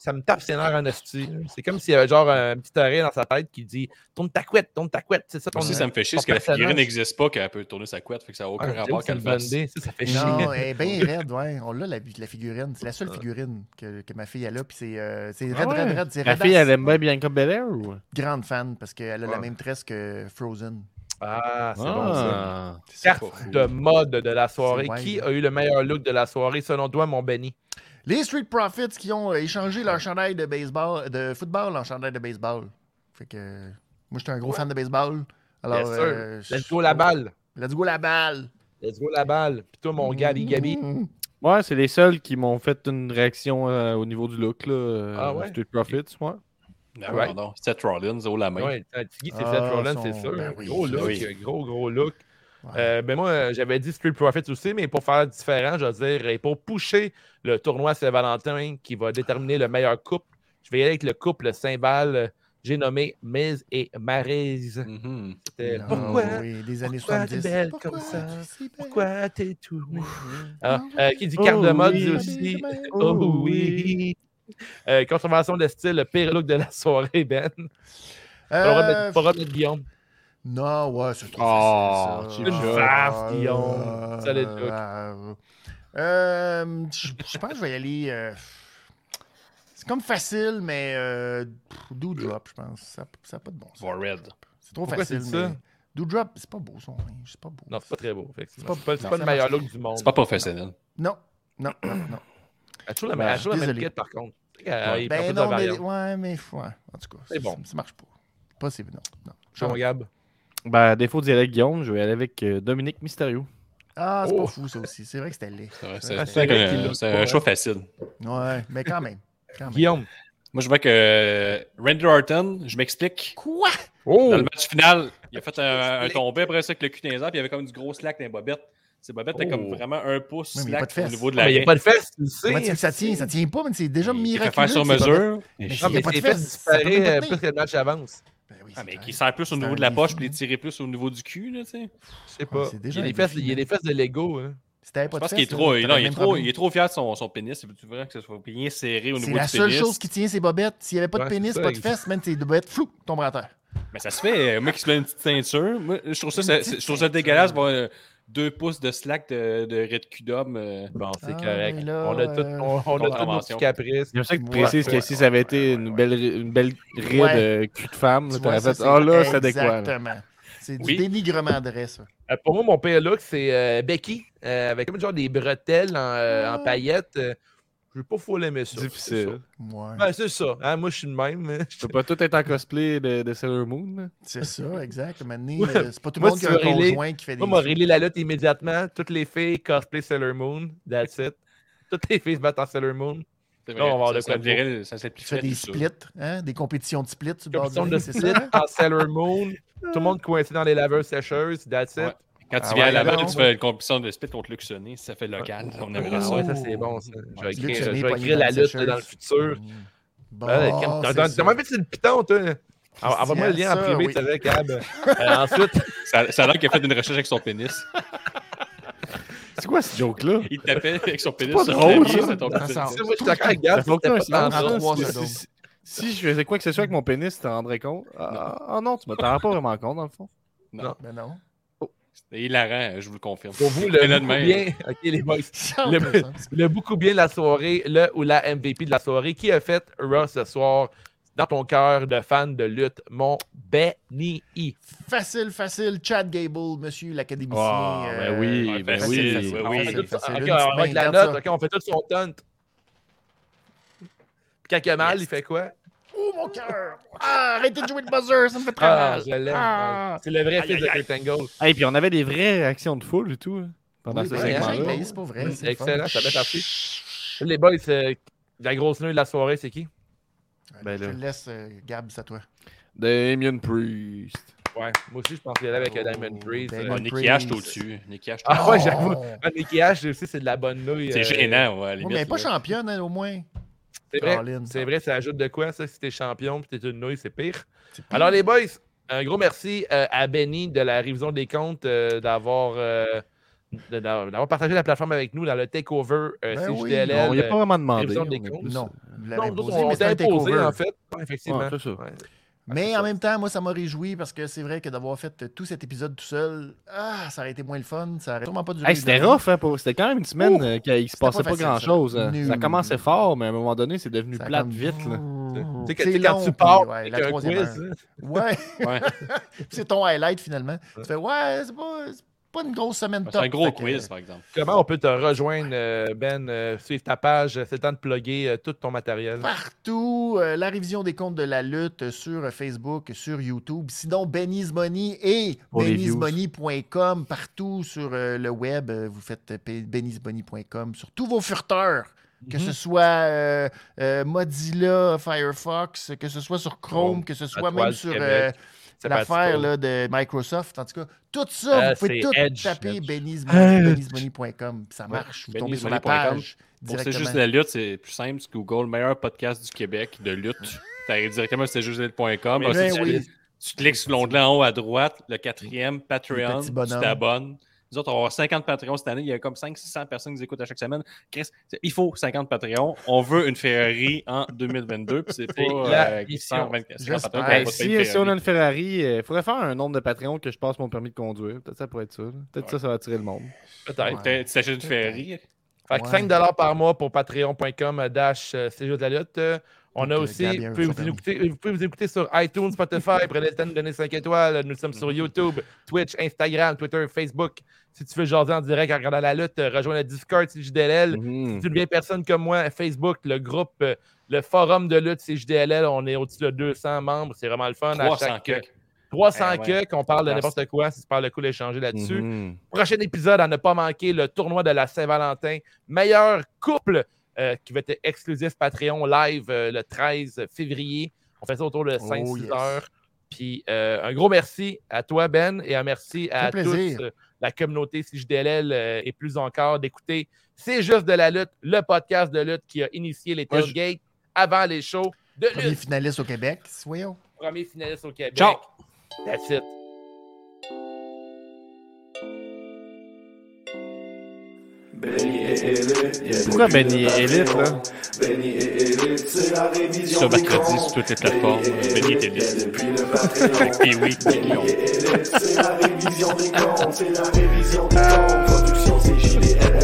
B: Ça me tape ses nerfs en hostie. là. C'est comme s'il y avait genre un petit oreille dans sa tête qui dit Tourne ta couette, tourne ta couette. C'est ça ton.
D: Moi aussi, ça me fait chier parce
B: ton
D: que la figurine
B: personnage.
D: n'existe pas, qu'elle peut tourner sa couette, fait que ça n'a aucun
B: Ouais, j'avoue
D: rapport
B: que Ah, c'est
D: qu'elle
B: une
D: fasse.
B: bonne idée, ça, ça fait chier.
A: Non, elle est bien raide, ouais. On l'a, la, la figurine. C'est la seule figurine que, que ma fille elle a. Puis c'est euh, c'est raide,
C: Ah ouais.
A: raide, raide. C'est
C: Ma
A: raide.
C: fille, elle aime bien Bianca Belair ou?
A: grande fan parce qu'elle a
B: Ouais.
A: la même tresse que Frozen.
B: Ah, c'est bon ça.
C: Ah.
B: Carte de mode de la soirée.
A: C'est
B: Qui
A: wild.
B: a eu le meilleur look de la soirée, selon toi, mon Benny
A: Les Street Profits qui ont euh, échangé leur chandail de baseball, de football en chandail de baseball. Fait que moi, j'étais un gros fan de baseball. Alors,
B: Bien sûr.
A: euh, je-
B: Let's go la balle.
A: Let's go la balle.
B: Let's go la balle. Puis toi, mon Gabi, Gabi.
A: Mm.
C: Ouais, c'est les seuls qui m'ont fait une réaction euh, au niveau du look, là. euh,
B: Ah ouais?
C: Street Profits, ouais.
D: Non,
B: Ouais.
D: non, non. Ah, Seth Rollins, haut la main.
B: Ouais, t'as- Tiggy, c'est
A: Ah,
B: Seth Rollins,
A: son-
B: c'est sûr.
A: ben oui,
B: gros
A: ça,
B: look,
D: oui.
B: gros, gros look.
A: Ouais.
B: Euh, ben moi, euh, j'avais dit Street Profits aussi, mais pour faire différent, je veux dire, et pour pousser le tournoi Saint-Valentin qui va déterminer le meilleur couple, je vais y aller avec le couple Saint-Val. euh, J'ai nommé Miz et Maryse.
D: Mhm.
A: Ah,
B: Euh, Pourquoi?
A: oui, des années
B: Pourquoi t'es
A: 70.
B: belle
A: Pourquoi
B: comme ça?
A: t'es si belle?
B: Pourquoi t'es tout mou? Ah,
A: Ah,
B: euh, qui dit carte
C: Oh
B: de mode
C: oui.
B: dit aussi. Oh oui. Euh, conservation de style, le pire look de la soirée, Ben. Pas le droit de
A: Euh,
B: mettre- pas le droit de mettre Guillaume.
A: Non, ouais, c'est trop
C: Ah,
A: facile,
C: cheap
A: ça.
C: shot. Une
B: farce, Guillaume.
A: euh,
B: Solid look.
A: euh, euh, je je pense que je vais y aller. euh, c'est comme facile, mais euh, pff, Doudrop, je pense. Ça n'a pas de bon sens.
D: Warred.
A: C'est trop
B: Pourquoi
A: facile.
B: c'est ça?
A: mais Doudrop, c'est pas beau, son ring. C'est pas beau.
B: Non, c'est pas très beau. Fait que C'est
A: C'est
B: pas,
A: pas-
B: c'est pas,
A: non,
B: le
A: ça
B: meilleur
A: marche
B: look du monde.
D: C'est pas professionnel.
A: Non, non, non, non.
B: Elle a toujours la,
A: Ouais,
B: elle a toujours la même
A: désolé.
B: quête, par contre. Elle- elle prend
A: ben
B: plus de
A: non, mais.
B: variantes.
A: Ouais, mais. Ouais, en tout cas,
B: C'est
A: ça-
B: bon.
A: ça, ça marche pas. Possible, non. non.
B: Jean Gab.
C: Ben, à défaut d'y aller avec Guillaume, je vais y aller avec euh, Dominique Mysterio.
A: Ah, c'est
B: Oh.
A: pas fou, ça aussi. C'est vrai que c'était laid.
D: C'est vrai,
A: Ouais,
D: C'est
A: c'est
B: vrai
D: c'est
B: qu'il l'a
D: un- c'est
B: pas,
D: un
B: hein.
D: choix facile.
A: Ouais, mais quand même. Quand même.
B: Guillaume.
D: Moi, je vois que euh, Randy Orton, je m'explique.
A: Quoi?
B: Oh!
D: Dans le match final, il a fait un, un
B: Explique.
D: tombé après ça avec le cul dans les airs, puis il y avait comme du gros slack dans les bobettes. Ces bobettes étaient comme
B: Oh.
D: vraiment un pouce
A: Oui, mais il y a pas de
D: slack au
A: fesses.
D: niveau de
B: Ah,
D: la
B: mais il n'y a
D: raie.
B: pas de fesses, tu le sais.
A: Comment tu veux que ça tient? Ça tient pas, mais c'est déjà
D: Il
A: miraculeux.
D: fait faire sur
A: c'est pas-
D: mesure.
A: Mais
B: Non,
A: Il y
B: mais
A: a pas de
B: ses
A: fesses,
B: fesses
A: ça donne
B: disparaissent
A: pas
B: euh,
A: de
B: plus
A: peine.
B: que le match avance.
A: Ben oui,
D: Ah,
A: c'est
D: mais qui
A: clair.
D: sert plus au
A: C'est
D: niveau
A: un
D: de la poche,
A: défi.
D: puis les tirer plus au niveau du cul, là, tu sais.
B: Je sais pas.
A: Ah, c'est
B: Il y
A: déjà
B: a
A: un
B: les fesses-
A: défi,
B: il y a
A: hein.
B: les fesses de Lego. hein.
A: Si t'avais
D: Je
A: pas de
D: pense qu'il est
A: fesses,
D: trop,
A: là,
D: non,
A: t'aurais
D: il est
A: même
D: trop,
A: problème.
D: il est trop fier de son, son pénis. C'est tu vois que ce soit bien serré au
A: C'est
D: niveau
A: la
D: du
A: seule
D: pénis.
A: chose qui tient ses bobettes. S'il n'y avait pas de
B: Ouais,
A: pénis,
B: c'est
A: pas
B: ça,
A: de fesses, même tes bobettes flou tombent à terre.
D: Mais ça se fait. euh, Moi qui se mets une petite ceinture, moi, je trouve ça,
A: Une
D: ça-
A: petite
D: je trouve ça
A: ceinture.
D: dégueulasse. voir, euh, deux pouces de slack de, de red cul d'homme. euh,
B: Bon, c'est
A: Ah,
B: correct.
A: mais là,
B: On a tout
A: euh,
B: on- on a tous nos petits
D: contravention.
B: caprices.
C: J'aime ça que tu
A: Ouais,
C: précises
A: ouais,
C: que si ça avait été une belle, une belle raie
A: Ouais.
C: de cul de femme,
A: Tu
C: là,
A: vois,
C: t'aurais
A: ça,
B: Ah,
C: fait Ah là, c'est adéquat. là.
A: Exactement. C'est du
B: Oui.
A: dénigrement de reste.
B: Euh, pour moi, mon pire look, c'est euh, Becky, euh, avec comme genre des bretelles en, euh,
A: Ah.
B: en paillettes. Euh, je vais pas full aimer ça.
C: Difficile.
A: Ouais.
B: C'est ça. Ben, c'est ça. Hein, moi, je suis le même.
C: Tu peux pas tout être en cosplay de, de Sailor Moon. là.
A: C'est ça, exact. Maintenant,
B: Ouais.
A: euh, c'est pas tout le
B: Moi,
A: monde
B: si
A: qui a un
B: tu veux régler-
A: conjoint qui fait des.
B: Moi, m'a réglé la lutte immédiatement. Toutes les filles cosplay Sailor Moon. That's it. Toutes les filles se battent en Sailor Moon.
D: C'est
B: Non, on va avoir de
D: ça, ça
B: quoi de beau.
D: virait- ça
A: Tu
D: s'appliquerait
A: fais des
D: tout ça.
A: splits, hein? des compétitions de splits sur le bord
B: Compétition
A: du
B: de
A: ring, c'est
B: split
A: ça?
B: en Sailor Moon. Tout le monde coincé dans les laveurs sécheuses. That's it.
D: Ouais. Quand tu
B: Ah
D: viens
B: ouais,
D: à la
B: là,
D: balle,
B: on-
D: tu fais une compétition de split contre Luxonné, ça fait local. On aimerait
B: Ah
D: ça.
B: ouais, ça c'est bon. Ça. Je vais
A: Lutte,
B: écrire,
A: c'est
B: je
A: né,
B: vais
A: poigné
B: écrire
A: dans
B: la
A: la
B: lutte là, dans le
A: sécheuse.
B: futur.
A: Mm. Bon,
B: Ouais, Cam,
A: Oh, c'est
B: T'as
A: ça.
B: t'as même fait une piton, toi. Ah, Envoie-moi le lien en
A: ça,
B: privé,
A: oui.
B: tu savais, Cab. Euh, ensuite,
D: Ça, ça a l'air qu'il a fait une recherche avec son pénis.
C: C'est quoi ce joke-là?
D: Il tapait avec son pénis
C: pas
D: sur
C: drôle,
D: le clavier,
C: ça.
D: ça tombe
A: Ça
D: sur-
A: sent-
B: tu sais, moi, je suis d'accord avec Gab.
C: Ça flotte un
B: c'était pas
C: silence.
B: tant ça.
A: en trois
C: Si-
A: secondes.
C: si- Si je faisais quoi que ce soit avec mon pénis, tu t'en rendrais compte? Ah ah non, tu m'en t'en rends pas vraiment compte, dans le fond.
A: Ben non.
D: C'était hilarant, je vous le confirme.
B: Pour vous,
D: Et là,
B: le
D: de
B: beaucoup
D: même.
B: bien, ok, les boys,
A: Ça,
B: Le-
A: on fait ça.
B: le beaucoup bien de la soirée, le ou la MVP de la soirée, qui a fait Raw ce soir dans ton cœur de fan de lutte, mon Benny. E?
A: Facile, facile. Chad Gable, monsieur l'académicien.
C: Ah, ben oui,
D: ouais,
C: ben
D: facile,
C: oui.
D: facile.
A: ben
D: oui.
B: Ok,
A: euh, facile, facile. Une
B: on
A: petite main,
B: va avec la
A: regarde
B: note,
A: ça.
B: ok, on fait tout son taunt. Puis Quand il a mal, il fait quoi?
A: Oh, mon cœur! Ah, arrêtez de jouer le buzzer, ça me fait très
B: Ah,
A: mal.
B: je l'aime.
A: Ah.
B: C'est le vrai
E: Aïe,
B: fils de
E: aïe,
B: Kurt Angle.
C: Ah, Et puis on avait des vraies réactions de foule et tout, hein, pendant
A: Oui,
C: ce
A: ben,
C: segment-là.
A: arrête, ben, c'est pas vrai. c'est le fun.
B: Excellent, ça va être parti. Les boys, euh, la grosse nuit de la soirée, c'est qui?
C: Ben
A: Je
C: là.
A: te laisse, euh, Gab, c'est à toi.
C: Damien Priest.
B: Ouais, moi aussi, je pense qu'il y allait avec euh, Diamond
A: Oh,
B: Priest.
A: Diamond
D: Ah,
B: Euh,
D: Nicky
A: Priest.
D: H, t'es au-dessus. Nicky H, t'es
B: Ah
D: au-dessus.
B: ouais, j'avoue.
A: Oh.
B: Ah, Nicky H, aussi, c'est de la bonne nouille.
D: C'est
B: euh,
D: gênant, ouais, à la limite.
A: Ouais, mais elle est pas
D: là.
A: championne, elle, au moins.
B: C'est vrai,
A: Caroline.
B: c'est vrai, ça ajoute de quoi, ça, si t'es champion puis t'es une nouille, c'est pire.
A: C'est pire.
B: Alors, les boys, un gros merci euh, à Benny de la révision des comptes, euh, d'avoir euh, de- d'avoir d'avoir partagé la plateforme avec nous dans le takeover euh,
A: Ben oui.
B: CJDLL.
C: on n'y a pas vraiment demandé.
B: révision des
C: on est
B: comptes.
C: plus-
A: Non, vous l'avez
B: Non, nous autres,
A: imposé,
B: on
A: mais c'est
B: s'est
A: un
B: imposé,
A: takeover.
B: en fait. Ouais, effectivement.
C: Ouais, c'est ça.
B: Ouais.
A: Mais
B: c'est
A: en
B: ça.
A: même temps, moi, ça m'a réjoui parce que c'est vrai que d'avoir fait euh, tout cet épisode tout seul, ah, ça aurait été moins le fun. Ça aurait sûrement pas duré.
C: Hey, c'était
A: une heure.
C: rough, hein, pour- c'était quand même une semaine euh, qu'il se
A: C'était pas
C: passait pas,
A: facile, ça.
C: grand-chose. hein. Ça.
A: Nul.
C: commençait fort, mais à un moment donné, c'est devenu
A: Ça a
C: plate
A: comme-
C: vite. Là.
B: Tu sais,
A: C'est
B: que- tu sais, quand
A: long,
B: tu
A: puis,
B: pars
A: ouais,
B: avec
A: la
B: un
A: troisième
B: quiz,
A: heure.
B: hein,
A: Ouais,
D: Ouais.
A: c'est ton highlight finalement. Tu
B: Ouais.
A: fais, ouais, c'est pas, c'est pas une grosse semaine top.
D: C'est un gros
A: Fait que, euh,
D: quiz, par exemple.
B: comment on peut te rejoindre, euh, Ben, euh, suivre ta page, euh, c'est le temps de plugger euh, tout ton matériel.
A: partout. euh, la révision des comptes de la lutte sur euh, Facebook, sur YouTube. Sinon, Benny's Money et
C: Pour les views.
A: benny'smoney.com partout sur euh, le web. euh, Vous faites euh, pe- benny'smoney.com sur tous vos furteurs. Que
B: Mhm.
A: ce soit euh, euh, Mozilla, Firefox, que ce soit sur Chrome,
B: Chrome,
A: que ce
B: La
A: soit
B: toile
A: même
B: du
A: sur
B: Québec,
A: euh,
B: c'est
A: l'affaire
B: parti.
A: là, de Microsoft. En tout cas, tout ça,
B: Euh,
A: vous pouvez
B: c'est
A: tout
B: Edge,
A: taper
B: Edge.
A: Benny's Money,
C: Edge.
A: benny'smoney.com. Puis Ça
D: Ouais,
A: marche. vous tombez sur la
D: benny'smoney.com.
A: page
D: Pour C'est
A: directement.
D: juste la lutte, c'est plus simple. Tu Google meilleur podcast du Québec de lutte. T'arrives directement sur justlalutte.com.
A: Mais
D: Ensuite,
A: ben
D: tu-
A: oui.
D: Tu cliques sur l'onglet en haut à droite, le quatrième, Patreon,
A: Les petits
D: tu
A: bonhommes.
D: t'abonnes. Nous autres, on va avoir 50 Patreons cette année. Il y a comme 500-600 personnes qui nous écoutent à chaque semaine. Chris, c'est- il faut 50 Patreons. On veut une Ferrari en 2022. Puis c'est pas
B: la
D: euh,
B: mission.
D: 124 50
A: J'espère.
D: Patreons qu'on va
C: Hey,
D: pas te
C: si, euh,
D: payer une
C: si on a
D: Ferrari.
C: une Ferrari, il faudrait faire un nombre de Patreon que je passe mon permis de conduire. Peut-être ça pourrait être ça. là. Peut-être ça, ça va attirer le monde.
B: Peut-être.
A: Ouais.
D: T'as- Tu t'achètes une Ferrari.
B: Fait que
A: Ouais.
B: 5 par mois pour patreon.com dash euh, c'est juste de la lutte. Euh, On
A: Donc,
B: a
A: euh,
B: aussi,
A: Gab, il y a un
B: vous pouvez
A: son
B: vous,
A: permis.
B: écouter, euh, vous pouvez vous écouter sur iTunes, Spotify, prenez le temps de nous donner 5 étoiles. Nous sommes sur YouTube, Twitch, Instagram, Twitter, Facebook. Si tu veux jaser en direct en regardant la lutte, euh, rejoins le Discord, c'est JDLL. Si tu deviens personne comme moi, Facebook, le groupe, euh, le forum de lutte, c'est JDLL. On est au-dessus de 200 membres, c'est vraiment le fun. À
D: 300
B: chaque- euh,
D: cucks.
B: 300
D: Eh ouais.
B: que, qu'on parle de
D: Merci.
B: n'importe quoi, c'est par le coup d'échanger là-dessus.
C: Mhm.
B: Prochain épisode, à ne pas manquer le tournoi de la Saint-Valentin. Meilleur couple euh, qui va être exclusif Patreon live euh, le 13 février. On fait ça autour de 5-6
A: Oh, yes.
B: heures. Puis euh, un gros merci à toi, Ben, et un merci à
A: fait plaisir.
B: tous, euh, la communauté CJDLL euh, et plus encore d'écouter C'est juste de la lutte, le podcast de lutte qui a initié les
C: Moi, je-
B: tailgates avant les shows de
A: Premier
B: lutte.
A: finaliste au Québec, soyons.
B: Premier finaliste au Québec.
D: Ciao!
B: That's it.
C: Pourquoi Benny est élite, là?
D: Ce mercredi, sur toutes les plateformes, Benny est élite. Et oui, Guillaume.
G: C'est la révision des comptes, c'est la révision des comptes. Production, c'est JDL.